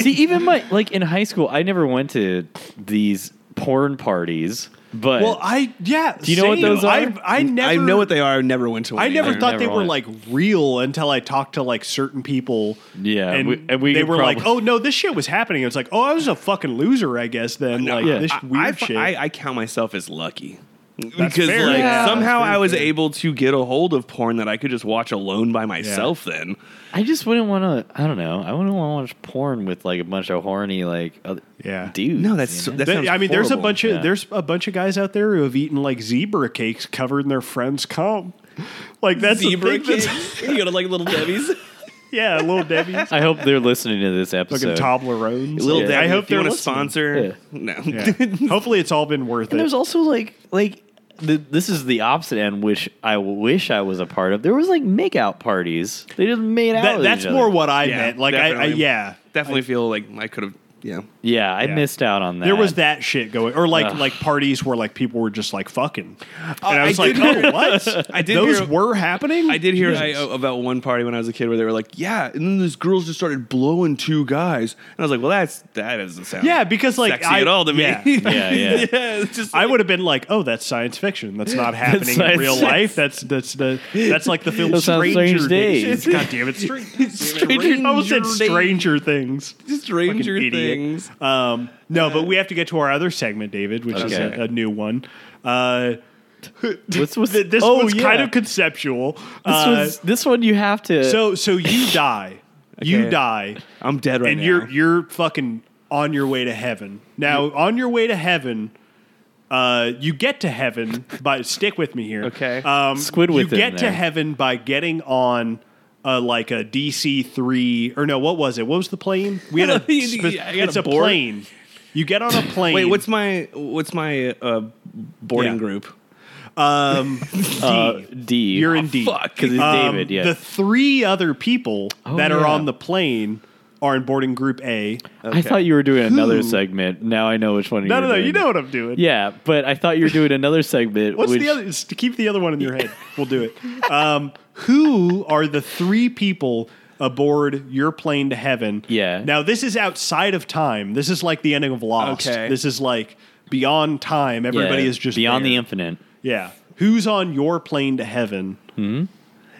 B: See, even my like in high school, I never went to these porn parties. But
A: Well, I yeah. Do
B: you know what those are?
A: I, I never.
C: I know what they are. I never went to one.
A: I never
C: either.
A: thought they
B: never
A: were
B: went.
A: like real until I talked to like certain people.
B: Yeah,
A: and,
B: we- and we
A: they
B: could
A: were like,
B: probably-
A: "Oh no, this shit was happening." It's like, "Oh, I was a fucking loser, I guess." Then like
B: yeah.
A: this
C: I-
A: weird
C: I, fi-
A: shit.
C: I, I count myself as lucky. because
A: fair.
C: like
B: Yeah.
C: somehow
A: That's very
C: I was
A: fair.
C: able to get a hold of porn that I could just watch alone by myself. Then
B: I just wouldn't want to. I don't know. I wouldn't want to watch porn with like a bunch of horny like other
A: Yeah.
B: dudes.
C: No, that's
B: you
C: so-
B: know?
C: that's-
A: Th-
C: sounds
A: I mean, there's a
C: horrible.
A: bunch of
B: Yeah.
A: there's a bunch of guys out there who have eaten like zebra cakes covered in their friends' cum. Like that's the
C: zebra
A: thing that's-
C: kids, you got like little Debbie's.
A: yeah, little Debbie's,
B: I hope they're listening to this
A: fucking
B: episode.
A: Toblerones.
C: little
A: Yeah.
C: Debbie.
A: I hope
C: if you
A: they're
C: want to
A: listening.
C: sponsor. No,
A: Yeah. Hopefully, it's all been worth
B: And
A: it.
B: there's also like like th- this is the opposite end, which I wish I was a part of. There was like makeout parties. They just made out.
A: That,
B: with
A: that's
B: each other.
A: more what I
C: Yeah,
A: meant. Like, I, I
C: definitely.
A: yeah,
C: Definitely feel like I could have. Yeah.
B: Yeah, I
A: Yeah.
B: missed out on that.
A: there was that shit going, or like like parties where like people were just like fucking, and I
C: Uh, I
A: was like,
C: did
A: oh, what?
C: I did
A: Those
C: hear-
A: were happening.
C: I did hear oh,
A: Jesus.
C: I, about one party when I was a kid where they were like, "Yeah," and then these girls just started blowing two guys, and I was like, "Well, that's that doesn't sound
A: Yeah, because like
C: sexy
A: I,
C: at all to me."
A: yeah.
B: Yeah, yeah.
C: it's just
A: I would have been like, "Oh, that's science fiction. That's not happening in
B: science
A: real
B: fiction.
A: life. That's that's the that's like the film
B: That sounds
A: Stranger
B: Strange
A: Days.
B: Days.
A: God damn it, Stranger, I almost said Stranger
C: Stranger Days.
A: Things.
C: Stranger
A: Fucking idiot.
C: Things.
A: Um, no, but we have to get to our other segment, David, which is
B: Okay.
A: a, a new one. Uh,
B: What's, what's,
A: th- this
B: oh,
A: one's
B: yeah.
A: kind of conceptual.
B: This,
A: Uh,
B: was, this one you have to.
A: so so you die, you
C: Okay.
A: die,
C: I'm dead right
A: and
C: now.
A: you're you're fucking on your way to heaven. Now on your way to heaven, uh, you get to heaven by stick with me here.
C: Okay.
A: um,
B: Squid
A: You
B: with it
A: get
B: in
A: to
B: there.
A: heaven by getting on. Uh, like a DC three or no? What was it? What was the plane? We had a.
C: I got
A: spe-
C: a
A: it's a
C: board.
A: plane. You get on a plane.
C: Wait, what's my what's my uh, boarding
A: Yeah.
C: group?
A: um? D.
B: uh, D. Oh,
A: You're in D.
C: fuck.
B: Because it's
A: Um,
B: David, yeah.
A: The three other people
C: Oh,
A: that are
B: yeah.
A: on the plane are in boarding group A.
B: I thought you were doing another
A: Who-
B: segment. Now I know which one
A: No,
B: you're
A: no, no.
B: doing.
A: You know what I'm doing.
B: Yeah, but I thought you were doing another segment.
A: What's
B: which,
A: the other? Just keep the other one in your head. We'll do it. Um, who are the three people aboard your plane to heaven?
B: Yeah.
A: Now this is outside of time. This is like the ending of Lost.
C: Okay.
A: This is like beyond time.
B: yeah,
A: Everybody is just
B: beyond
A: there.
B: the infinite.
A: yeah. Who's on your plane to heaven?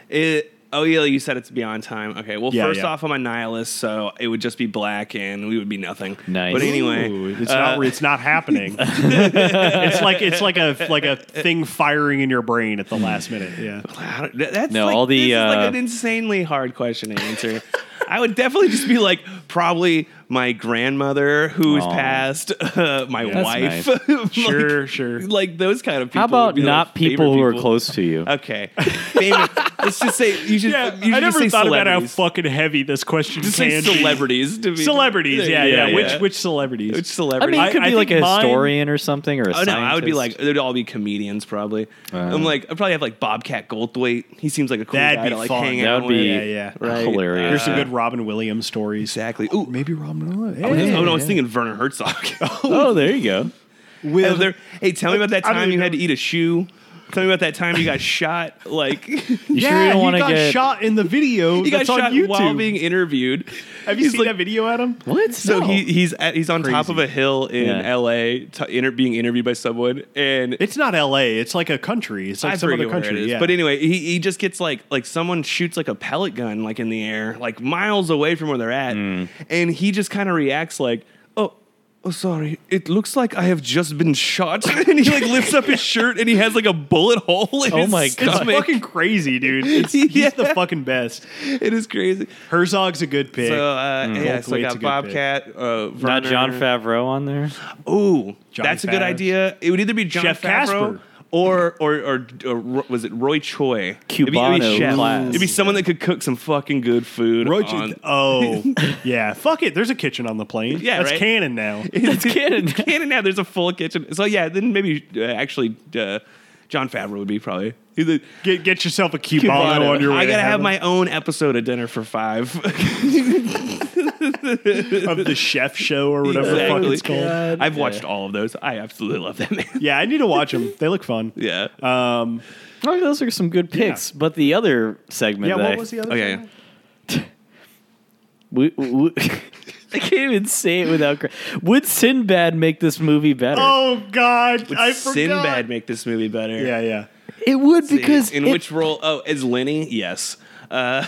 C: It, oh yeah, you said it's beyond time. Okay, well,
A: Yeah,
C: first
A: yeah.
C: off, I'm a nihilist, so it would just be black, and we would be nothing.
B: Nice.
C: But anyway,
A: Ooh, it's
C: uh,
A: not. re- It's not happening. it's like it's like a like a thing firing in your brain at the last minute. Yeah.
C: How- th- That's
B: No,
C: like,
B: all the,
C: this is
B: uh,
C: like an insanely hard question to answer. I would definitely just be like, probably my grandmother who's
B: Aw.
C: passed, uh, my
B: That's nice.
C: wife. Like-
A: Sure, sure.
C: Like those kind of people.
B: How
C: would
B: about
C: be, like,
B: not people
C: favorite
B: who are
C: people.
B: close to you?
C: Okay. Favorite- Let's just say you should.
A: Yeah,
C: you should
A: I
C: just
A: never
C: say
A: thought about how
C: celebrities.
A: fucking heavy this question
C: Just
A: can
C: say
A: be.
C: celebrities. To be,
A: Celebrities, yeah, yeah.
B: Yeah, yeah.
A: Which which celebrities?
B: I
C: Which
B: mean,
C: celebrity?
B: it could
A: I
B: be like
A: think
B: a
A: mine-
B: historian or something, or a
C: Oh no! I would be like
B: scientist.
C: they'd all be comedians probably. I'm like I'd probably have like Bobcat Goldthwait. He seems like a cool
A: Uh, That'd
C: guy
A: be
C: to like
A: fun.
C: hang
B: that
C: out
B: would be
C: with.
A: Yeah, yeah.
C: Right.
B: hilarious.
A: Here's some good Robin Williams stories.
C: Exactly. Ooh,
D: Maybe eh? Ron Miller.
C: I was,
D: Hey.
C: oh, no, I was thinking Werner Herzog.
B: oh, there you go.
A: With
C: Heather, hey, tell me about that
A: I um, don't
C: time you
A: even
C: had
A: know-
C: to eat a shoe. Tell me about that time you got shot. Like you
B: You sure you
A: yeah,
B: don't
A: he
B: want to
A: got
B: get
A: shot in the video
C: got
A: that's on
C: shot
A: YouTube.
C: while being interviewed.
A: Have you
C: He's
A: seen that video, Adam?
B: what?
C: So
B: No.
C: he, he's at, he's on top of a hill in
B: Yeah.
C: L.A. T- inter- being interviewed by someone, and
A: It's not L.A. It's like a country. It's like
C: I
A: some
C: forget
A: other
C: where it
A: country.
C: is.
A: Yeah.
C: But anyway, he, he just gets like like someone shoots like a pellet gun like in the air, like miles away from where they're at,
B: Hmm.
C: and he just kind of reacts like, oh. Oh, sorry. It looks like I have just been shot, and he like lifts up his shirt, and he has like a bullet hole in
B: Oh
C: his
B: my
A: it's
B: God.
C: stomach.
A: fucking crazy, dude. It's,
C: Yeah.
A: He's the fucking best.
C: It is crazy.
A: Herzog's a good pick.
C: So uh, yeah, so
A: Goldthwait's
C: I
A: a
C: got
A: good
C: Bobcat. Uh,
B: Hmm. not
C: Werner.
B: John Favreau on there.
C: Ooh,
A: Johnny
C: that's a good
A: Favreau.
C: idea. It would either be John
A: Chef
C: Favreau
A: Casper.
C: or or, or or Ro- was it Roy Choi? it'd be,
B: Cubano class.
C: It'd be someone that could cook some fucking good food.
A: Roach-
C: on-
A: oh, yeah. Fuck it. There's a kitchen on the plane.
C: Yeah,
A: that's
C: right?
A: canon now.
B: That's canon.
C: Canon now. There's a full kitchen. So yeah, then maybe uh, actually uh, John Favreau would be probably. he's the-
A: Get get yourself a cubano, on your way.
C: I
A: to
C: gotta have
A: heaven.
C: my own episode of Dinner for Five.
A: of the chef show or whatever the fuck
C: Exactly.
A: it's called.
C: I've watched all of those. I absolutely love that man.
A: Yeah, I need to watch them. They look fun.
C: Yeah.
A: Um,
B: Oh, those are some good picks. But the other segment,
A: yeah.
B: that I,
A: What was the other?
C: okay.
A: thing?
B: We, we- I can't even say it without. Cr- Would Sinbad make this movie better?
A: Oh God, I forgot.
C: Sinbad make this movie better.
A: Yeah, yeah.
B: it would because
C: in
B: it-
C: which role? Oh, as Lenny? Yes. Uh,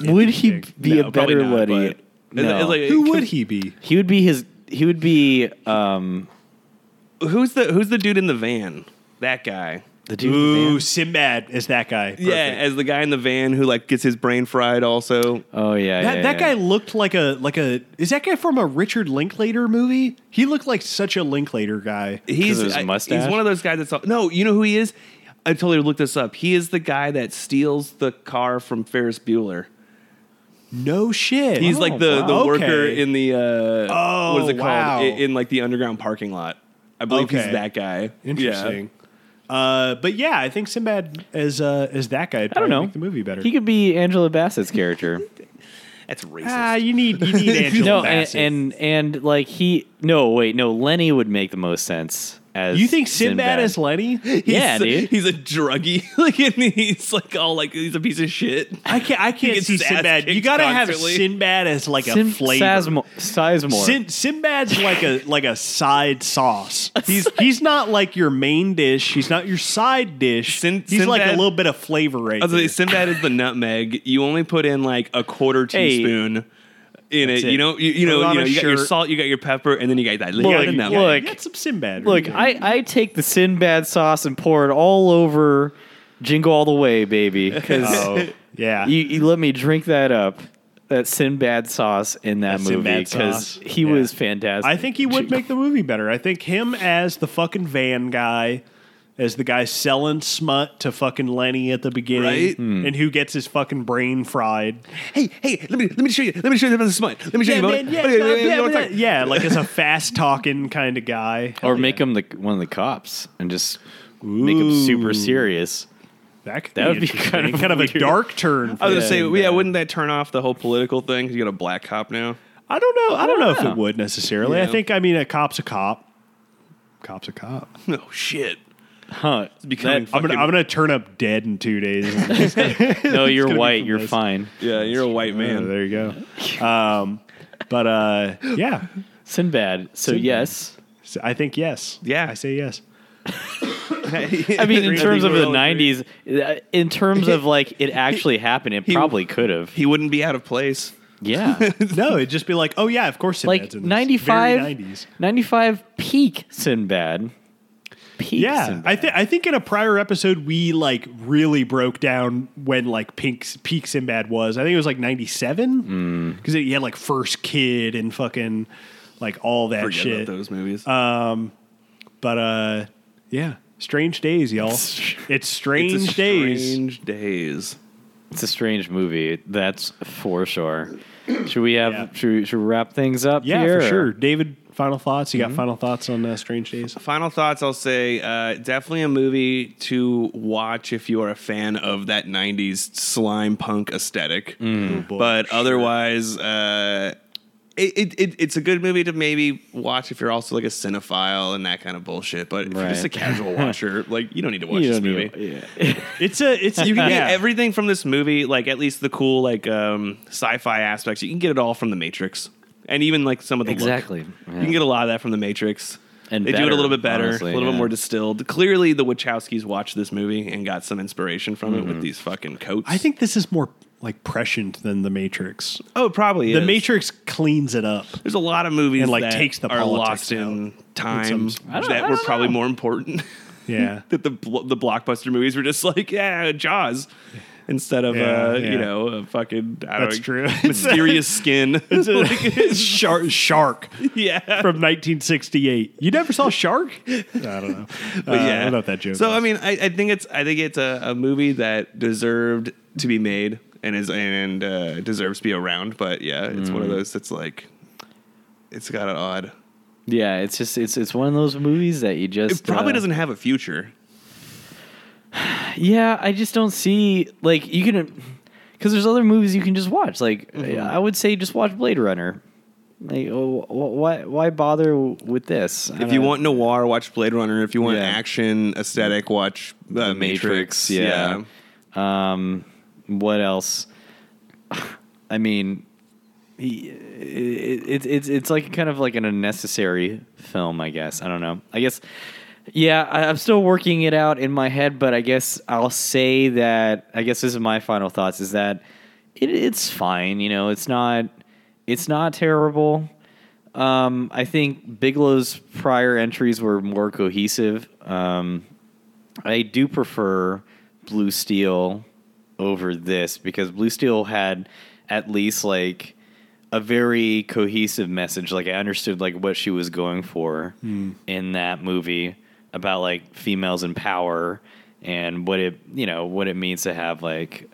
B: would he be
C: no,
B: a
C: probably
B: better
C: not,
B: Letty?
C: but-
B: No.
C: It's like-
A: Who would he be?
B: he would be his. He would be um
C: Who's the Who's the dude in the van? That guy.
B: the dude. with the
A: Ooh,
B: van.
A: Sinbad is that guy. Perfect.
C: Yeah, as the guy in the van who like gets his brain fried. Also,
B: Oh yeah,
A: That,
B: yeah,
A: that
B: yeah.
A: guy looked like a like a is that guy from a Richard Linklater movie? He looked like such a Linklater guy.
C: he's
B: of his
C: I-
B: mustache?
C: He's one of those guys that's all, no. You know who he is? I totally looked this up. He is the guy that steals the car from Ferris Bueller.
A: No shit.
C: He's like the
B: wow.
C: the
A: Okay.
C: worker in the uh,
A: Oh,
C: what is it called
A: wow.
C: I- in, like the underground parking lot. I believe
A: Okay.
C: he's that guy. Yeah.
A: interesting. Uh, but yeah, I think Sinbad as uh, as that guy. would
B: I don't
A: probably
B: know.
A: Make the movie better.
B: He could be Angela Bassett's character.
C: That's racist.
A: ah, you need you need Angela
B: no, and,
A: Bassett.
B: and and like he. No, wait, no. Lenny would make the most sense as
A: you think Sinbad is Lenny?
C: He's
B: yeah,
C: a-
B: dude.
C: He's a druggie. Like, and he's like all like he's a piece of shit.
A: I can't. I can't
C: gets
A: see
C: his ass
A: Sinbad. You
C: kicked
A: gotta have
C: constantly.
A: Sinbad as like a
B: Sin-
A: flavor.
B: Sizemore. Sizemore.
A: Sin, Sinbad's like a like a side sauce. He's he's not like your main dish. He's not your side dish.
C: Sin-
A: he's like a
C: Sinbad-
A: little bit of flavor right
C: I was
A: there.
C: like, Sinbad is the nutmeg. You only put in like a quarter
B: Hey.
C: teaspoon in it.
A: it.
C: You know, you, you
A: Put it
C: know,
A: on
C: you,
A: a
C: know you got your
A: shirt.
C: salt, you got your pepper, and then you got that.
A: You
C: little
A: gotta-
C: nutmeg.
A: you gotta
B: look.
A: get some Sinbad.
B: Look,
A: right
B: I, I take the Sinbad sauce and pour it all over Jingle All the Way, baby.
A: there.
B: Because
A: oh, yeah.
B: you, you let me drink that up, that Sinbad sauce in
A: That
B: that, movie.
A: Sinbad
B: Because
A: sauce.
B: he
A: Yeah.
B: was fantastic.
A: I think he would make the movie better. I think him as the fucking van guy, as the guy selling smut to fucking Lenny at the beginning,
C: Right?
B: Hmm.
A: and who gets his fucking brain fried.
C: Hey, hey, let me let me show you. Let me show you about the smut. Let me show you about.
A: yeah,
C: Wait, wait, wait, wait, wait, wait.
A: yeah, like as a fast talking kind of guy.
B: or make him the one of the cops and just make him super serious.
A: That, could
B: That would be
A: interesting.
B: kind of
A: kind of a
B: weird.
A: dark turn.
C: I was gonna
B: Yeah,
C: say,
B: and,
C: yeah, wouldn't that turn off the whole political thing? 'Cause you got a black cop now.
A: I don't know. I don't know if
B: Yeah.
A: it would necessarily. I
C: Yeah.
A: think I mean a cop's a cop. Cop's a cop.
C: No shit.
B: Huh?
A: I'm
C: becoming
A: gonna,
C: fucking-
A: I'm gonna turn up dead in two days. Oh,
B: No, you're
A: be
B: white.
A: from
B: You're
A: this.
B: fine.
C: Yeah, you're a white
A: Oh,
C: man.
A: there you go. Um, but uh, yeah,
B: Sinbad. So
A: Sinbad.
B: yes,
A: So I think yes.
C: Yeah.
A: I say yes. Uh,
B: I mean in terms of
C: we're
B: the
C: all agree.
B: '90s, uh, in terms of like it actually happened, it probably could have.
C: He wouldn't be out of place.
B: Yeah.
A: No, it'd just be like, oh yeah, of course.
B: like
A: Sinbad's in this. Very
B: 95,
A: 90s.
B: 95 peak Sinbad. Peak
A: Yeah,
B: Sinbad.
A: I think I think in a prior episode we like really broke down when like Pink's peak Sinbad was. I think it was like '97
C: Mm.
A: because he had like first kid and fucking like all that
C: Forget
A: shit.
C: about those movies.
A: But uh, yeah, strange days, y'all. it's strange
C: It's a
A: days.
C: Strange days.
B: It's a strange movie. That's for sure. Should we have
A: Yeah.
B: should, we, should we wrap things up
A: yeah,
B: here?
A: for sure. David, final thoughts. You
C: Mm-hmm.
A: got final thoughts on uh, strange days?
C: Final thoughts. I'll say uh, definitely a movie to watch if you are a fan of that '90s slime punk
B: Mm.
C: aesthetic.
B: Oh,
C: Mm-hmm.
A: Oh,
C: but otherwise, uh, it, it, it it's a good movie to maybe watch if you're also like a cinephile and that kind of bullshit. But if you're just a
B: Right.
C: casual watcher, like you don't need to
B: You
C: watch this
B: don't
C: movie.
B: need- yeah.
A: It's a it's
C: You can
A: yeah.
C: get everything from this movie, like at least the cool like um, sci-fi aspects. You can get it all from The Matrix, and even like some of the look.
B: Exactly.
C: You
B: Yeah.
C: can get a lot of that from The Matrix.
B: And
C: they do it
B: better,
C: a little bit better,
B: honestly,
C: a little
B: yeah.
C: bit more distilled. Clearly, the Wachowskis watched this movie and got some inspiration from it with
B: Mm-hmm.
C: these fucking coats.
A: I think this is more like prescient than the Matrix.
C: oh, it probably
A: The
C: is.
A: Matrix cleans it up.
C: There's a lot of movies
A: And, like,
C: that
A: takes the
C: are
A: politics
C: lost in time
A: With
B: I don't- I
C: that were
B: don't
C: probably
B: know.
C: more important.
A: Yeah.
C: that the bl- the blockbuster movies were just like yeah Jaws instead of
A: Yeah,
C: uh,
A: yeah.
C: you know a fucking I
A: That's
C: don't
A: true.
C: know, mysterious skin
A: shark, shark
C: yeah.
A: from 1968. You never saw Shark? I don't know.
C: But
A: Uh,
C: yeah,
A: I don't know if that joke.
C: So I
A: was-
C: mean, I, I think it's I think it's a, a movie that deserved to be made and is and uh, deserves to be around. But yeah, it's one of
A: Mm.
C: those that's like it's got an odd.
B: Yeah, it's just it's it's one of those movies that you just
C: It probably
B: uh,
C: doesn't have a future.
B: Yeah, I just don't see like you can because there's other movies you can just watch. Like I would say, just watch Blade Runner. Like, oh, wh- why why bother with this? I
C: If you
B: don't-
C: want noir, watch Blade Runner. If you want
B: Yeah.
C: action aesthetic, watch uh,
B: The
C: Matrix.
B: Matrix, yeah. Um, what else? I mean, he- it, it, it's it's like kind of like an unnecessary film, I guess. I don't know. I guess, yeah, I, I'm still working it out in my head, but I guess I'll say that. I guess this is my final thoughts: is that it, it's fine. You know, it's not it's not terrible. Um, I think Bigelow's prior entries were more cohesive. Um, I do prefer Blue Steel over this because Blue Steel had at least like a very cohesive message. Like I understood like what she was going for in that movie about like females in power and what it you know what it means to have like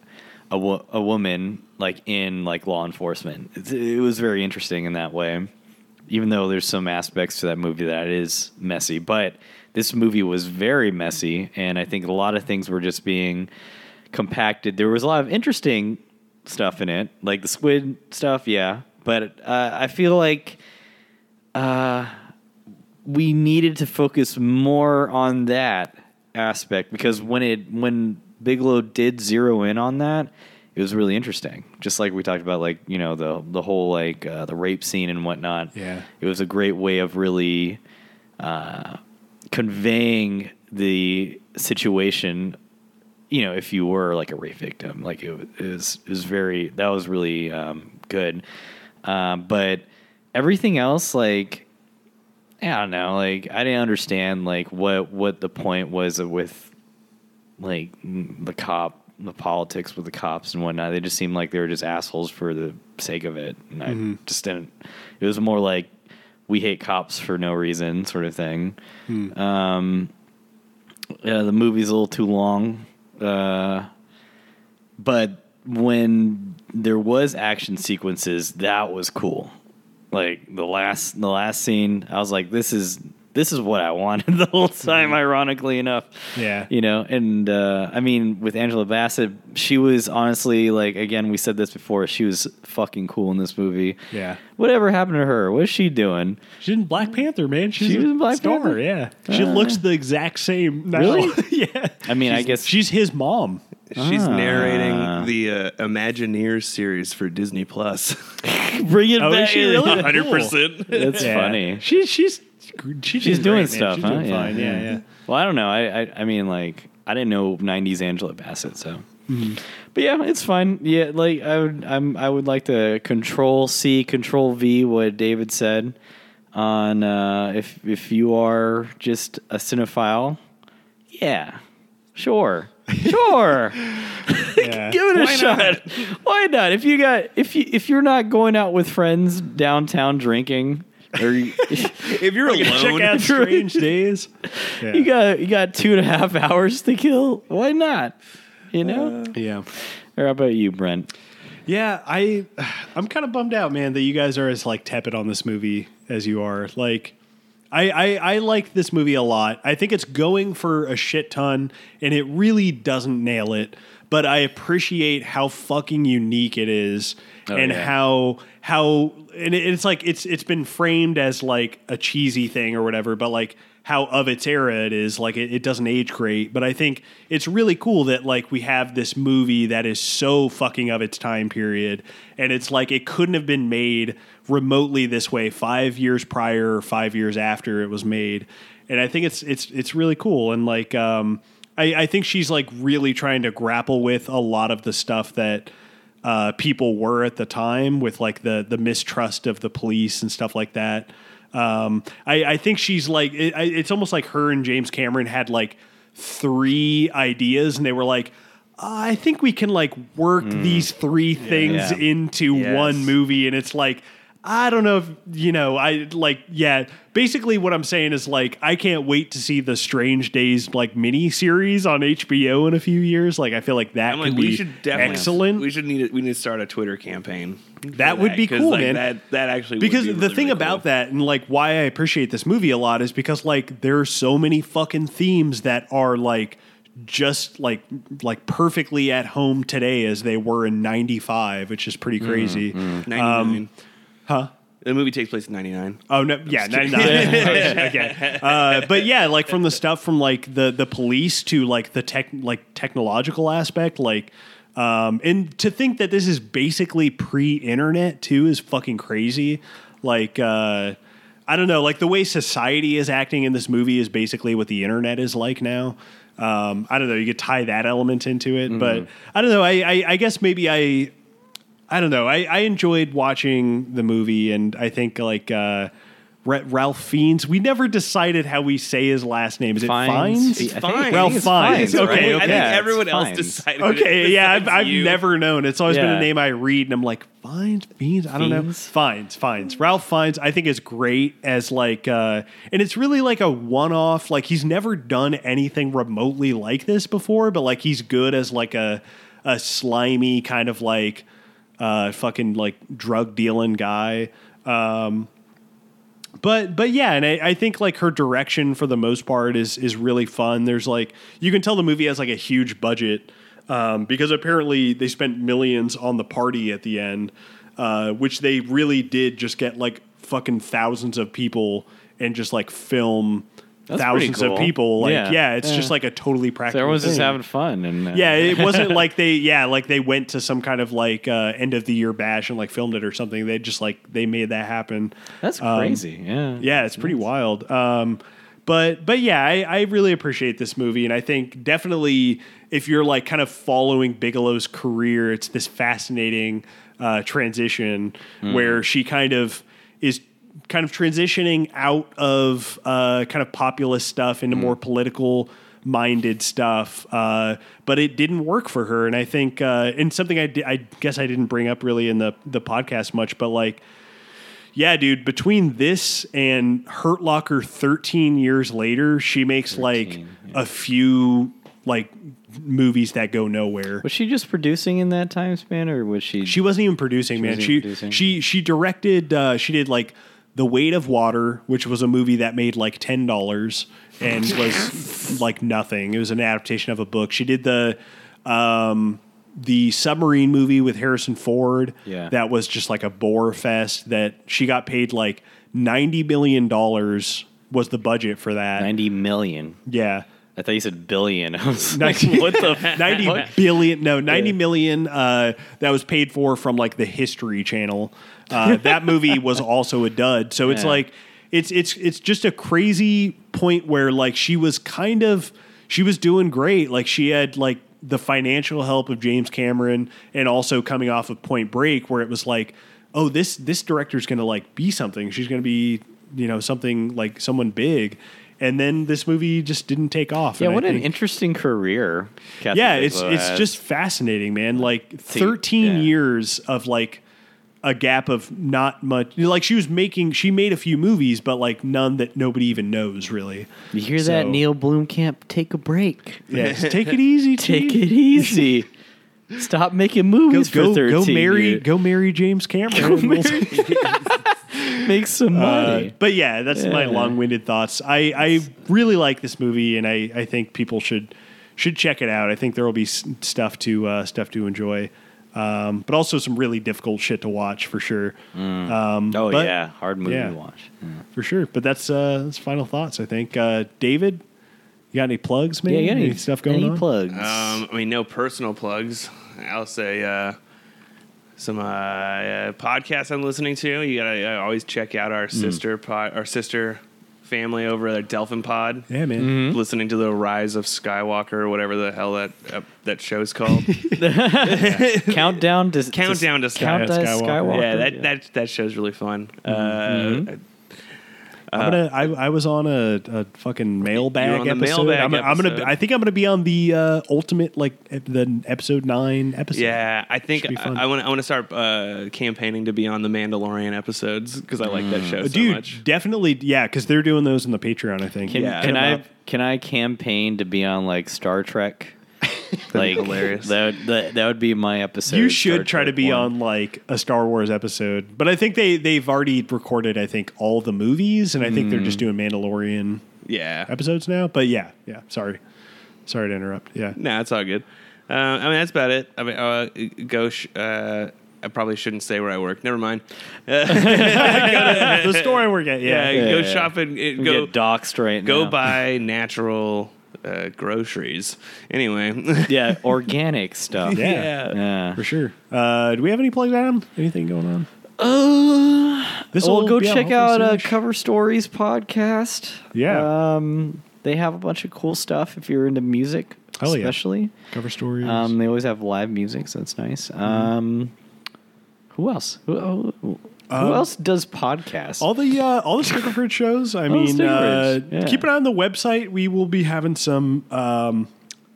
B: a, wo- a woman like in like law enforcement. It's, it was very interesting in that way even though there's some aspects to that movie that is messy, but this movie was very messy, and I think a lot of things were just being compacted. There was a lot of interesting stuff in it, like the squid stuff, yeah, but uh, I feel like we needed to focus more on that aspect because when it when Bigelow did zero in on that, it was really interesting. Just like we talked about, like you know the the whole like uh, the rape scene and whatnot.
A: Yeah.
B: it was a great way of really uh, conveying the situation. You know, if you were like a rape victim, like it is is very that was really um, good. Um, but everything else, like I don't know. Like I didn't understand like what what the point was with like m- the cop, the politics with the cops and whatnot. They just seemed like they were just assholes for the sake of it, and I just didn't. It was more like we hate cops for no reason, sort of thing. Um, yeah, the movie's a little too long, uh, but when there was action sequences, that was cool like the last the last scene i was like this is this is what i wanted the whole time ironically enough
A: Mm-hmm. Yeah.
B: you know and uh i mean with angela bassett she was honestly like again we said this before she was fucking cool in this movie
A: Yeah.
B: whatever happened to her what's she doing
A: She's in Black Panther, man. She's
B: She was
A: a
B: in Black
A: star,
B: Panther?
A: Yeah, she looks the exact same. Now.
B: Really?
A: yeah.
B: i mean i
A: She's-
B: guess
A: she's his mom.
C: She's
B: Ah.
C: narrating the uh, Imagineers series for Disney Plus.
B: bring it
A: Oh, is
B: back
A: she
B: in.
A: really? Cool.
B: that's
A: Yeah.
B: funny
A: She, she's she's
B: she's doing stuff
A: She's
B: huh?
A: doing fine. Yeah, yeah.
B: well i don't know I, I i mean like i didn't know 90s angela bassett so
A: Mm-hmm.
B: but yeah it's fine yeah like i would i'm i would like to control c control v what david said on uh if if you are just a cinephile yeah sure sure
A: yeah.
B: give it a shot why not if you got if you if you're not going out with friends downtown drinking or you,
C: if you're alone,
A: Check out Strange Days. Yeah.
B: you got you got two and a half hours to kill. Why not? You know.
A: yeah.
B: or how about you, Brent?
A: Yeah, I I'm kind of bummed out, man, that you guys are as like tepid on this movie as you are. Like I, I I like this movie a lot. I think it's going for a shit ton and it really doesn't nail it, but I appreciate how fucking unique it is and
B: yeah.
A: how how and it- it's like it's it's been framed as like a cheesy thing or whatever, but like how of its era it is like it, it doesn't age great but i think it's really cool that like we have this movie that is so fucking of its time period and it's like it couldn't have been made remotely this way five years prior or five years after it was made and i think it's it's it's really cool and like um i i think she's like really trying to grapple with a lot of the stuff that uh, people were at the time with like the the mistrust of the police and stuff like that. Um, I, I think she's like it, I- it's almost like her and James Cameron had like three ideas and they were like, I think we can like work these three things
B: Yeah.
A: into
C: Hmm. Yes.
A: one movie, and it's like. I don't know if you know. I like, yeah. Basically, what I'm saying is like, I can't wait to see the Strange Days like mini series on HBO in a few years. Like, I feel like that
C: I'm
A: could
C: like,
A: be
C: we should definitely
A: excellent.
C: We should need we need to start a Twitter campaign. for
A: That would be
C: 'cause,
A: cool,
C: like,
A: man.
C: That that actually
A: because
C: would be
A: the
C: really,
A: thing
C: really
A: about
C: cool.
A: that and like why I appreciate this movie a lot is because like there are so many fucking themes that are like just like like perfectly at home today as they were in 95 which is pretty
C: Mm,
A: crazy
C: 99.
A: um,
C: huh? The movie takes place in 99.
A: Oh no! yeah, ninety nine. okay. Uh, but yeah, like from the stuff from like the the police to like the tech like technological aspect, like um, and to think that this is basically pre internet too is fucking crazy. Like uh, I don't know, like the way society is acting in this movie is basically what the internet is like now. Um, I don't know. You could tie that element into it, but I don't know. I, I I guess maybe I I don't know. I, I enjoyed watching the movie, and I think like uh, Ra- Ralph Fiennes. We never decided how we say his last name. Is it Fiennes?
B: Fines? I think-
C: Fines.
A: Ralph
B: it's
A: Fines.
B: Fines,
A: Okay,
B: right?
A: okay.
C: I think
B: Yeah, it's
C: everyone else
B: Fines.
C: decided.
A: Okay,
C: it
A: yeah, I've,
C: besides
A: I've
C: you.
A: never known. It's always been
B: Yeah.
A: a name I read, and I'm like Fiennes, Fiennes. I don't know.
B: Fiennes?
A: Fiennes, Fiennes. Ralph Fiennes. I think is great as like, uh, and it's really like a one-off. Like he's never done anything remotely like this before, but like he's good as like a a slimy kind of like uh, fucking like drug dealing guy. Um, but but yeah, and I, I think like her direction for the most part is is really fun. There's like you can tell the movie has like a huge budget um, because apparently they spent millions on the party at the end, uh, which they really did just get like fucking thousands of people and just like film
B: That's pretty
A: thousands
B: cool.
A: of people. Like
B: Yeah.
A: yeah, it's just like a totally practical.
B: So everyone's just
A: thing.
B: having fun and uh,
A: Yeah, it wasn't like they yeah, like they went to some kind of like uh, end of the year bash and like filmed it or something. They just like they made that happen.
B: that's
A: Um,
B: crazy. yeah,
A: yeah, it's pretty wild. Um, but but yeah, I, I really appreciate this movie, and I think definitely if you're like kind of following Bigelow's career, it's this fascinating uh, transition where she kind of is kind of transitioning out of uh, kind of populist stuff into more political minded stuff uh, but it didn't work for her and i think uh, and something I, di- I guess i didn't bring up really in the the podcast much but like yeah, dude, between this and Hurt Locker 13 years later, she makes like a few like movies that go nowhere.
B: Was she just producing in that time span, or was she?
A: She wasn't even producing, man.
B: wasn't
A: she
B: even producing.
A: she she directed uh she did like The Weight of Water, which was a movie that made like $10 and was like nothing. It was an adaptation of a book. She did the um the submarine movie with Harrison Ford
B: Yeah.
A: that was just like a bore fest that she got paid like 90 million dollars was the budget for that.
B: ninety million.
A: Yeah.
B: I thought you said billion. I was like,
A: 90
B: what the? f-
A: 90 billion no ninety million. uh, that was paid for from like the history channel uh, that movie was also a dud so it's
B: Yeah.
A: like it's it's it's just a crazy point where like she was kind of she was doing great like she had like the financial help of James Cameron and also coming off of Point Break where it was like oh this this director's going to like be something she's going to be you know something like someone big and then this movie just didn't take off
B: Yeah,
A: And I
B: what an
A: think-
B: interesting career. Kathy
A: yeah, it's
B: Bigelow
A: it's
B: has.
A: just fascinating, man. Like thirteen
B: yeah.
A: years of like a gap of not much. Like she was making, she made a few movies, but like none that nobody even knows really.
B: You hear that,
A: so-
B: Neil Bloomkamp? Take a break.
A: Yeah, just take it easy,
B: Take
A: T.
B: it easy. Stop making
A: Go
B: movies
A: go,
B: for thirteen
A: go marry
B: years.
A: go marry James Cameron. and we'll-
B: Make some money.
A: Uh, but yeah, that's my
B: Yeah.
A: long-winded thoughts. I, I really like this movie, and I, I think people should should check it out. I think there will be s- stuff to uh, stuff to enjoy, um, but also some really difficult shit to watch for sure. Um,
B: oh
A: but-
B: yeah, hard movie
A: yeah.
B: to watch.
A: for sure. But that's uh, that's final thoughts. I think uh, David, you got any plugs? Maybe
B: Yeah, you got any,
A: stuff going
B: any
A: on?
B: plugs?
C: Um, I mean, no personal plugs. I'll say uh, some uh, uh, podcasts I'm listening to. You gotta uh, always check out our
A: Hmm.
C: sister pod, our sister family over at Delphin Pod.
A: Yeah, man.
B: Mm,
C: Listening to the Rise of Skywalker, or whatever the hell that uh, that show's called.
B: countdown to
C: Countdown to Sky-
B: Countdown
A: Skywalker.
B: Skywalker.
C: yeah, that, that that show's really fun.
A: Mm-hmm.
B: uh,
C: Uh,
A: I'm gonna. I, I was on a, a fucking mailbag
C: on the
A: episode.
C: mailbag
A: I'm, I'm gonna.
C: episode.
A: I think I'm gonna be on the uh, ultimate, like ep- the episode nine episode.
C: Yeah, I think
A: Should be fun.
C: I want I want to start uh, campaigning to be on the Mandalorian episodes because I like that show so
A: Mm. Uh, dude,
C: much.
A: definitely. Yeah, because they're doing those in the Patreon. I think.
B: Can,
C: Yeah.
B: can
A: Hit 'em
B: I
A: up.
B: can I campaign to be on like Star Trek? like
C: hilarious.
B: That, would- that that would be my episode.
A: You
B: of Star
A: should try to
B: Trek
A: be
B: one.
A: on like a Star Wars episode, but I think they they've already recorded. I think all the movies, and I think they're just doing Mandalorian
C: Yeah,
A: episodes now. But yeah, yeah. Sorry, sorry to interrupt. Yeah,
C: No, it's all good. Uh, I mean, that's about it. I mean, uh, go. Sh- uh, I probably shouldn't say where I work. Never mind.
A: the store I work at.
C: Yeah,
A: Yeah,
C: Uh, go
B: yeah.
C: shopping. It,
B: We
C: go
B: get doxxed right
C: go
B: now.
C: buy natural uh, groceries. Anyway,
B: yeah organic stuff.
A: Yeah.
B: Yeah.
A: for sure. Uh, do we have any plugs, Adam? Anything going on?
B: Uh,
A: This
B: well, go
A: yeah,
B: check
A: hopefully
B: out uh,
A: soonish.
B: Cover Stories podcast.
A: Yeah.
B: Um, they have a bunch of cool stuff if you're into music,
A: Hell yeah.
B: especially.
A: cover stories.
B: Um, they always have live music, so that's nice. Um, who else? Who, who, who
A: Um,
B: else does podcasts?
A: all the uh, all the Sticker Fruit shows. I
B: the
A: mean,
B: Sticker
A: uh,
B: Fruits, yeah.
A: keep an eye on the website. We will be having some um,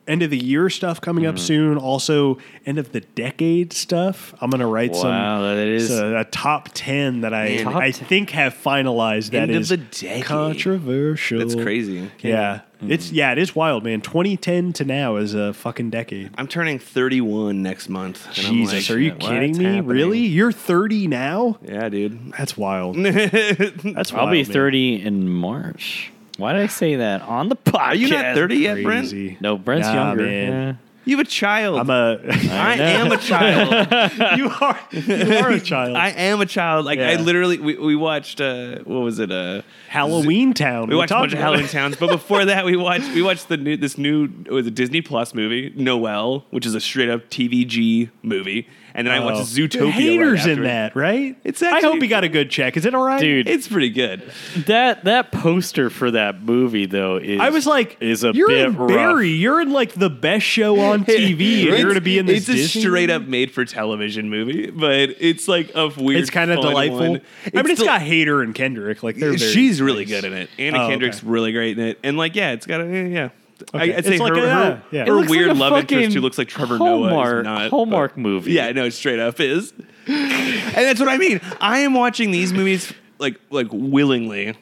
A: end of the year stuff coming
C: Mm-hmm.
A: up soon. Also, end of the decade stuff. I'm gonna write
B: Wow,
A: some
B: that is-
A: so a top ten that I
B: Top
A: I
B: 10.
A: think have finalized. That is
C: End of the decade.
A: controversial.
C: That's crazy.
A: Yeah, it's yeah, it is wild, man. 2010 to now is a fucking decade.
C: I'm turning 31 next month. and I'm
A: Jesus,
C: like,
A: are you
C: "What's
A: kidding me?
C: happening?"
A: Really? You're 30 now?
C: Yeah, dude.
A: That's wild. That's
B: I'll
A: wild,
B: be
A: man.
B: 30 in March. Why did I say that on the podcast?
C: Are you not 30 yet, Brent?
A: Crazy.
B: No, Brent's
A: Nah,
B: younger.
A: man.
C: You have a child.
A: I'm a.
C: I am a child.
A: you are. You are a child.
C: I am a child. Like I
A: Yeah.
C: literally, we, we watched. Uh, what was it? Uh,
A: Halloween Town.
C: we watched a
A: talked
C: bunch of
A: about
C: Halloween
A: it.
C: towns, but before that, we watched we watched the new this new it was a Disney Plus movie, Noel, which is a straight up TVG movie, and then I watched
A: Oh.
C: Zootopia.
A: Haters
C: right
A: in
C: after it.
A: that, right?
C: It's
A: I
C: actually-
A: hope he got a good check. Is it all right,
B: Dude.
C: It's pretty good.
B: That that poster for that movie though is
A: I was like,
B: is a
A: "You're
B: bit
A: in
B: rough.
A: Barry. You're in like the best show on TV, and
C: It's-
A: you're going to be in this."
C: It's a
A: Disney
C: straight up made for television movie, but it's like a weird.
A: It's kind of
C: fun
A: delightful.
C: one.
A: I mean, it's
C: del-
A: got Hater and Kendrick. Like they're very
C: she's really
A: nice.
C: good in it. Anna
A: Oh,
C: Kendrick's
A: okay.
C: really great in it, and like yeah, it's got a yeah. yeah. I,
A: Okay.
C: I'd say
A: It's
C: her,
A: like a-
C: her,
A: yeah. It
C: her
A: looks
B: like
C: weird
B: a
C: love interest
B: fucking
C: who looks like Trevor Noah
B: Hallmark-
C: is not
B: Hallmark movie.
C: Yeah, no, it straight up is, and that's what I mean. I am watching these movies like like willingly,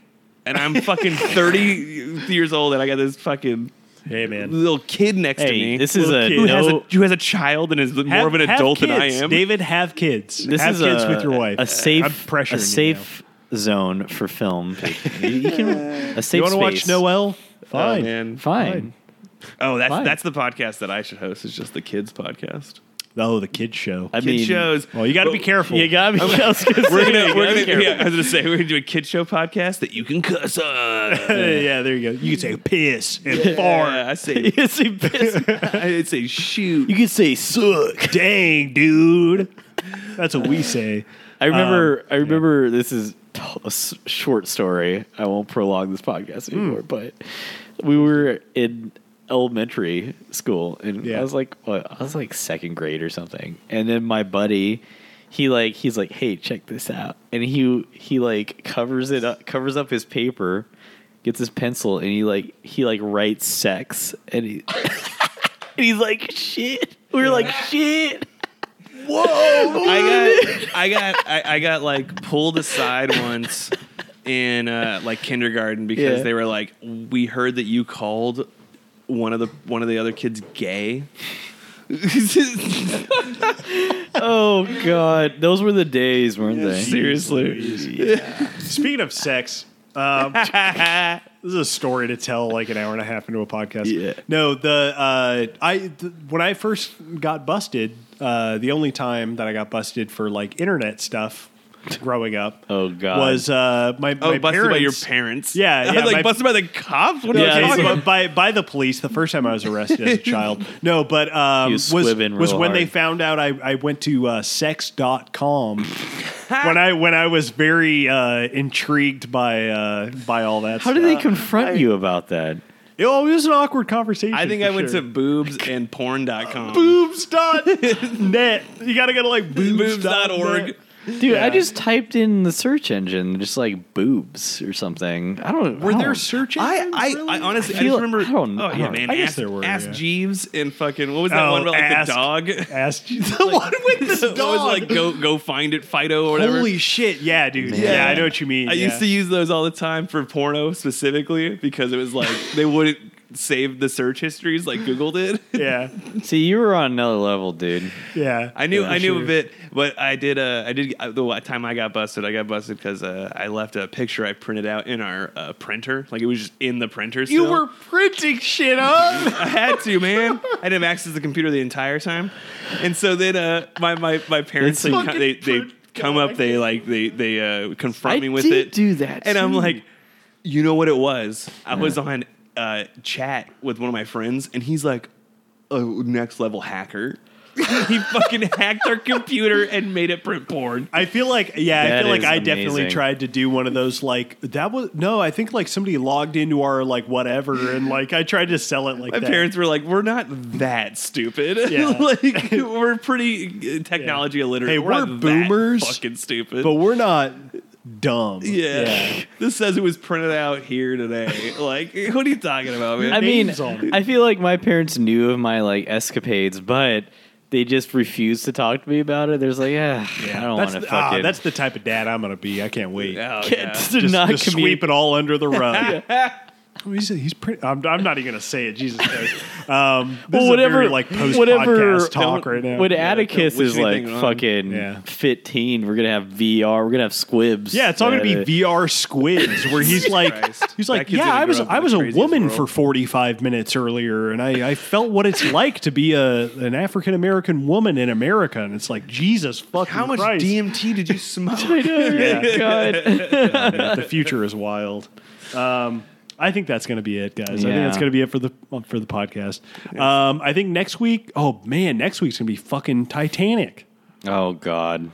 C: and I'm fucking thirty years old, and I got this fucking
A: Hey man,
C: little kid next to
B: Hey,
C: me.
B: this is
A: Little
B: a
A: kid
B: no,
C: who has a who has a child and is more
A: Have-
C: of an
A: have
C: adult
A: kids.
C: than I am.
A: David, have kids.
B: this
A: have
B: is
A: kids
B: a,
A: with your wife.
B: a safe
A: I'm pressuring
B: a safe zone for film. you, you can a safe
A: You, want to watch
B: space.
A: Noel?
C: Oh,
A: Fine.
C: man.
B: Fine.
C: Oh, that's
B: Fine.
C: that's the podcast that I should host. It's just the kids podcast.
A: oh, the kids show.
B: I
C: Kid
B: mean,
C: shows.
A: well, you got to be
C: Well,
A: careful.
B: You got me. I was gonna
C: We're
B: say,
C: gonna,
B: you gotta be
C: we're gonna,
B: careful.
C: yeah, I was gonna say we're gonna do a kid show podcast that you can cuss on.
A: yeah, there you go. You can say piss and fart.
C: Or I say,
B: You say piss.
C: I say shoot.
B: You could say suck.
A: Dang, dude. That's what we say.
B: I remember. I remember. This is t- a s- short story. I won't prolong this podcast anymore. But we were in elementary school, and I
A: Yeah.
B: was like, what, I was like second grade or something. And then my buddy, he like, he's like, hey, check this out, and he he like covers it up, covers up his paper, gets his pencil, and he like he like writes sex, and he and he's like, shit. We were like, shit.
C: I got, I got, I, I got like pulled aside once in uh, like kindergarten because
B: Yeah.
C: they were like, we heard that you called one of the one of the other kids gay.
B: Oh God, those were the days, weren't they?
C: Seriously.
A: Speaking of sex, um, this is a story to tell like an hour and a half into a podcast.
B: Yeah.
A: No, the uh, I th- when I first got busted, uh, the only time that I got busted for like internet stuff growing up,
B: Oh, God.
A: was uh, my
C: Oh,
A: my
C: busted by your
A: parents-
C: parents?
A: Yeah,
C: I
A: yeah,
C: was like
A: my-
C: busted by the cops. What are
B: Yeah,
C: you talking
A: by,
C: about?
A: by by the police the first time I was arrested as a child. No, but um,
B: He was
A: was was,
B: squibbing real
A: when they
B: hard.
A: found out I, I went to uh, sex.com when I when I was very uh, intrigued by uh, by all that.
B: How did they confront you about that?
A: It, oh, it was an awkward conversation.
C: I think
A: for
C: I went
A: sure.
C: to boobs and porn.com.
A: boobs.net. You gotta go to like boobs. dot
C: boobs.org.
A: net.
B: Dude, I
A: Yeah.
B: just typed in the search engine, just like boobs or something. I don't.
A: Were
B: I
A: there
B: don't-
A: search
C: I,
A: engines,
C: I,
A: really?
C: I honestly, I,
B: I feel-
C: just remember.
B: I don't know.
C: Oh, yeah,
B: I
C: man.
A: I guess
C: ask,
A: there were,
C: ask
A: yeah.
C: Jeeves and fucking, what was that
A: Oh,
C: one about like
A: Ask-
C: the dog?
A: asked you the one with the
C: It
A: dog.
C: was like, go, go find it, Fido or whatever.
A: Holy shit! Yeah, dude. Yeah, I know what you mean.
C: I
A: yeah.
C: used to use those all the time for porno specifically because it was like they wouldn't save the search histories like Google did.
A: Yeah,
B: See, you were on another level, dude.
A: yeah.
C: I knew
A: Yeah,
C: I knew
A: sure.
C: a bit, but I did. Uh, I did uh, the one time I got busted. I got busted because uh, I left a picture I printed out in our uh, printer. Like it was just in the printer.
A: You
C: still.
A: were printing shit up.
C: I had to, man. I didn't have access to the computer the entire time, and so then uh, my my my parents
B: It's
C: they,
A: fucking
C: they they
A: print
C: come up. They like they they uh, confront
B: I
C: me with
B: did
C: it,
B: do that,
C: and I'm
B: too.
C: like, you know what it was? I was on uh, chat with one of my friends, and he's like, a next level hacker. he fucking hacked our computer and made it print porn.
A: I feel like yeah, I
B: That
A: feel like
B: is
A: I definitely
B: amazing.
A: tried to do one of those like that was no, I think like somebody logged into our like whatever and like I tried to sell it like
C: My
A: that.
C: parents were like, "We're not that stupid.
A: Yeah.
C: like, we're pretty uh, technology illiterate.
A: Hey, we're
C: not that
A: boomers,
C: fucking stupid.
A: but we're not dumb.
C: Yeah. this says it was printed out here today. Like, what are you talking about, man?
B: I mean,
A: names on it.
B: I feel like my parents knew of my like escapades, but they just refused to talk to me about it. There's like, yeah, I don't want
A: that's
B: to
A: the, ah,
B: fucking.
A: that's the type of dad I'm gonna be. I can't wait.
C: Oh, yeah.
B: Kids do
A: Just,
B: not
A: just
B: commu-
A: sweep it all under the rug. Oh, He's, he's pretty. I'm, I'm not even gonna say it. Jesus Christ. Um, this is a very, like post podcast talk right now.
B: When
A: Yeah.
B: Atticus
C: wish
B: is
C: me
B: like
C: thing wrong.
B: fucking
A: Yeah.
B: 15, we're gonna have VR. We're gonna have squibs.
A: Yeah, it's all going to
B: Uh,
A: be VR squids where he's like,
C: Christ.
A: he's like,
C: That kid's
A: yeah,
C: gonna
A: I
C: grow
A: was
C: up in
A: I
C: the
A: was a
C: craziest
A: woman
C: world."
A: for 45 minutes earlier, and I, I felt what it's like to be a an African American woman in America, and it's like Jesus fucking
C: how much
A: Christ.
C: DMT did you smoke?
B: Yeah, God.
A: the future is wild. Um, I think that's going to be it, guys. I think
B: Yeah.
A: that's going to be it for the uh, for the podcast. Um, I think next week. Oh man, next week's going to be fucking Titanic.
B: Oh God.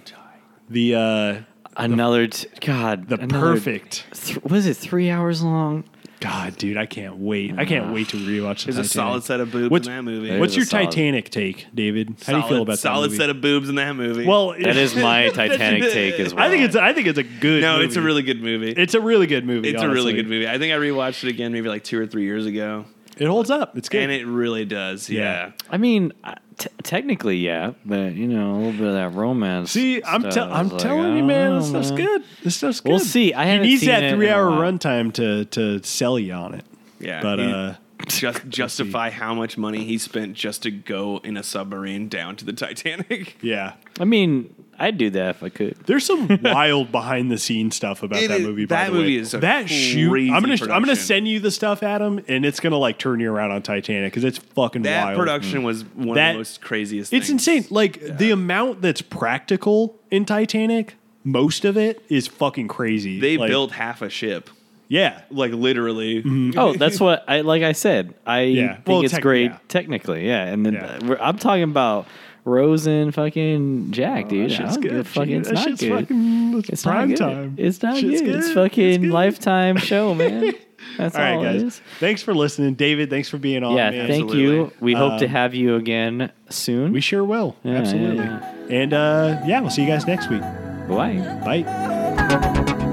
A: The uh,
B: Another t- God.
A: the
B: another-
A: perfect.
B: Th- was it three hours long?
A: God, dude, I can't wait. I can't wait to rewatch. the
C: There's a
A: Titanic.
C: solid set of boobs
A: What's-
C: in that movie.
A: What's
B: is
A: your
B: a solid-
A: Titanic take, David? How
C: solid,
A: do you feel about
C: solid
A: that movie?
C: set of boobs in that movie?
A: well,
B: That is my Titanic take as well.
A: I think it's. I think it's a good.
C: no,
A: movie.
C: it's a really good movie.
A: It's a really good movie.
C: it's a really
A: honestly.
C: good movie. I think I rewatched it again maybe like two or three years ago,
A: It holds up. It's good.
C: and it really does.
A: Yeah.
C: Yeah,
B: I mean, I- t- technically, yeah, but you know, a little bit of that romance.
A: See, I'm,
B: stuff.
A: te-
B: I
A: I'm
B: was like,
A: telling
B: I
A: you,
B: don't
A: man,
B: know,
A: this stuff's
B: man.
A: good. This stuff's good.
B: We'll see. I haven't
A: he needs
B: seen it
A: that
B: in a
A: three hour
B: while.
A: runtime to to sell you on it.
C: yeah.
A: But
C: You
A: uh,
C: just justify how much money he spent just to go in a submarine down to the Titanic.
A: yeah,
B: I mean, I'd do that if I could.
A: there's some wild behind the scenes stuff about
C: It
A: that
C: is-
A: movie. by
C: that
A: the way.
C: movie is a
A: that shoot.
C: crazy
A: I'm gonna I'm gonna
C: production.
A: send you the stuff, Adam, and it's gonna like turn you around on Titanic because it's fucking
C: That
A: wild. Mm.
C: production was one
A: That-
C: of the most craziest.
A: It's
C: things.
A: insane. Like the amount that's practical in Titanic, most of it is fucking crazy.
C: They
A: Like, Mm-hmm.
C: built half a ship,
A: yeah.
C: like literally.
B: Oh, that's what I like. I said I think
A: Well,
B: it's
A: tech-
B: great
A: yeah.
B: technically, yeah. And then
A: Yeah.
B: uh, we're, I'm talking about Rose and fucking Jack, dude.
A: Oh, That
B: I
A: shit's
B: don't give a
A: good.
B: fuck. It's
A: That
B: not
A: shit's
B: good.
A: fucking- it's
B: it's
A: prime
B: not good.
A: time.
B: It's not
A: Shit's
B: good. It's
A: good.
B: fucking
A: good.
B: lifetime show, man. That's
A: All right,
B: all it
A: guys.
B: is.
A: Thanks for listening, David. Thanks for being on.
B: yeah,
A: man. Um,
B: thank you.
C: absolutely.
B: We hope to have you again soon.
A: We sure will.
B: yeah,
A: Absolutely.
B: yeah.
A: And uh, yeah, we'll see you guys next week.
B: Bye.
A: Bye.
E: Thank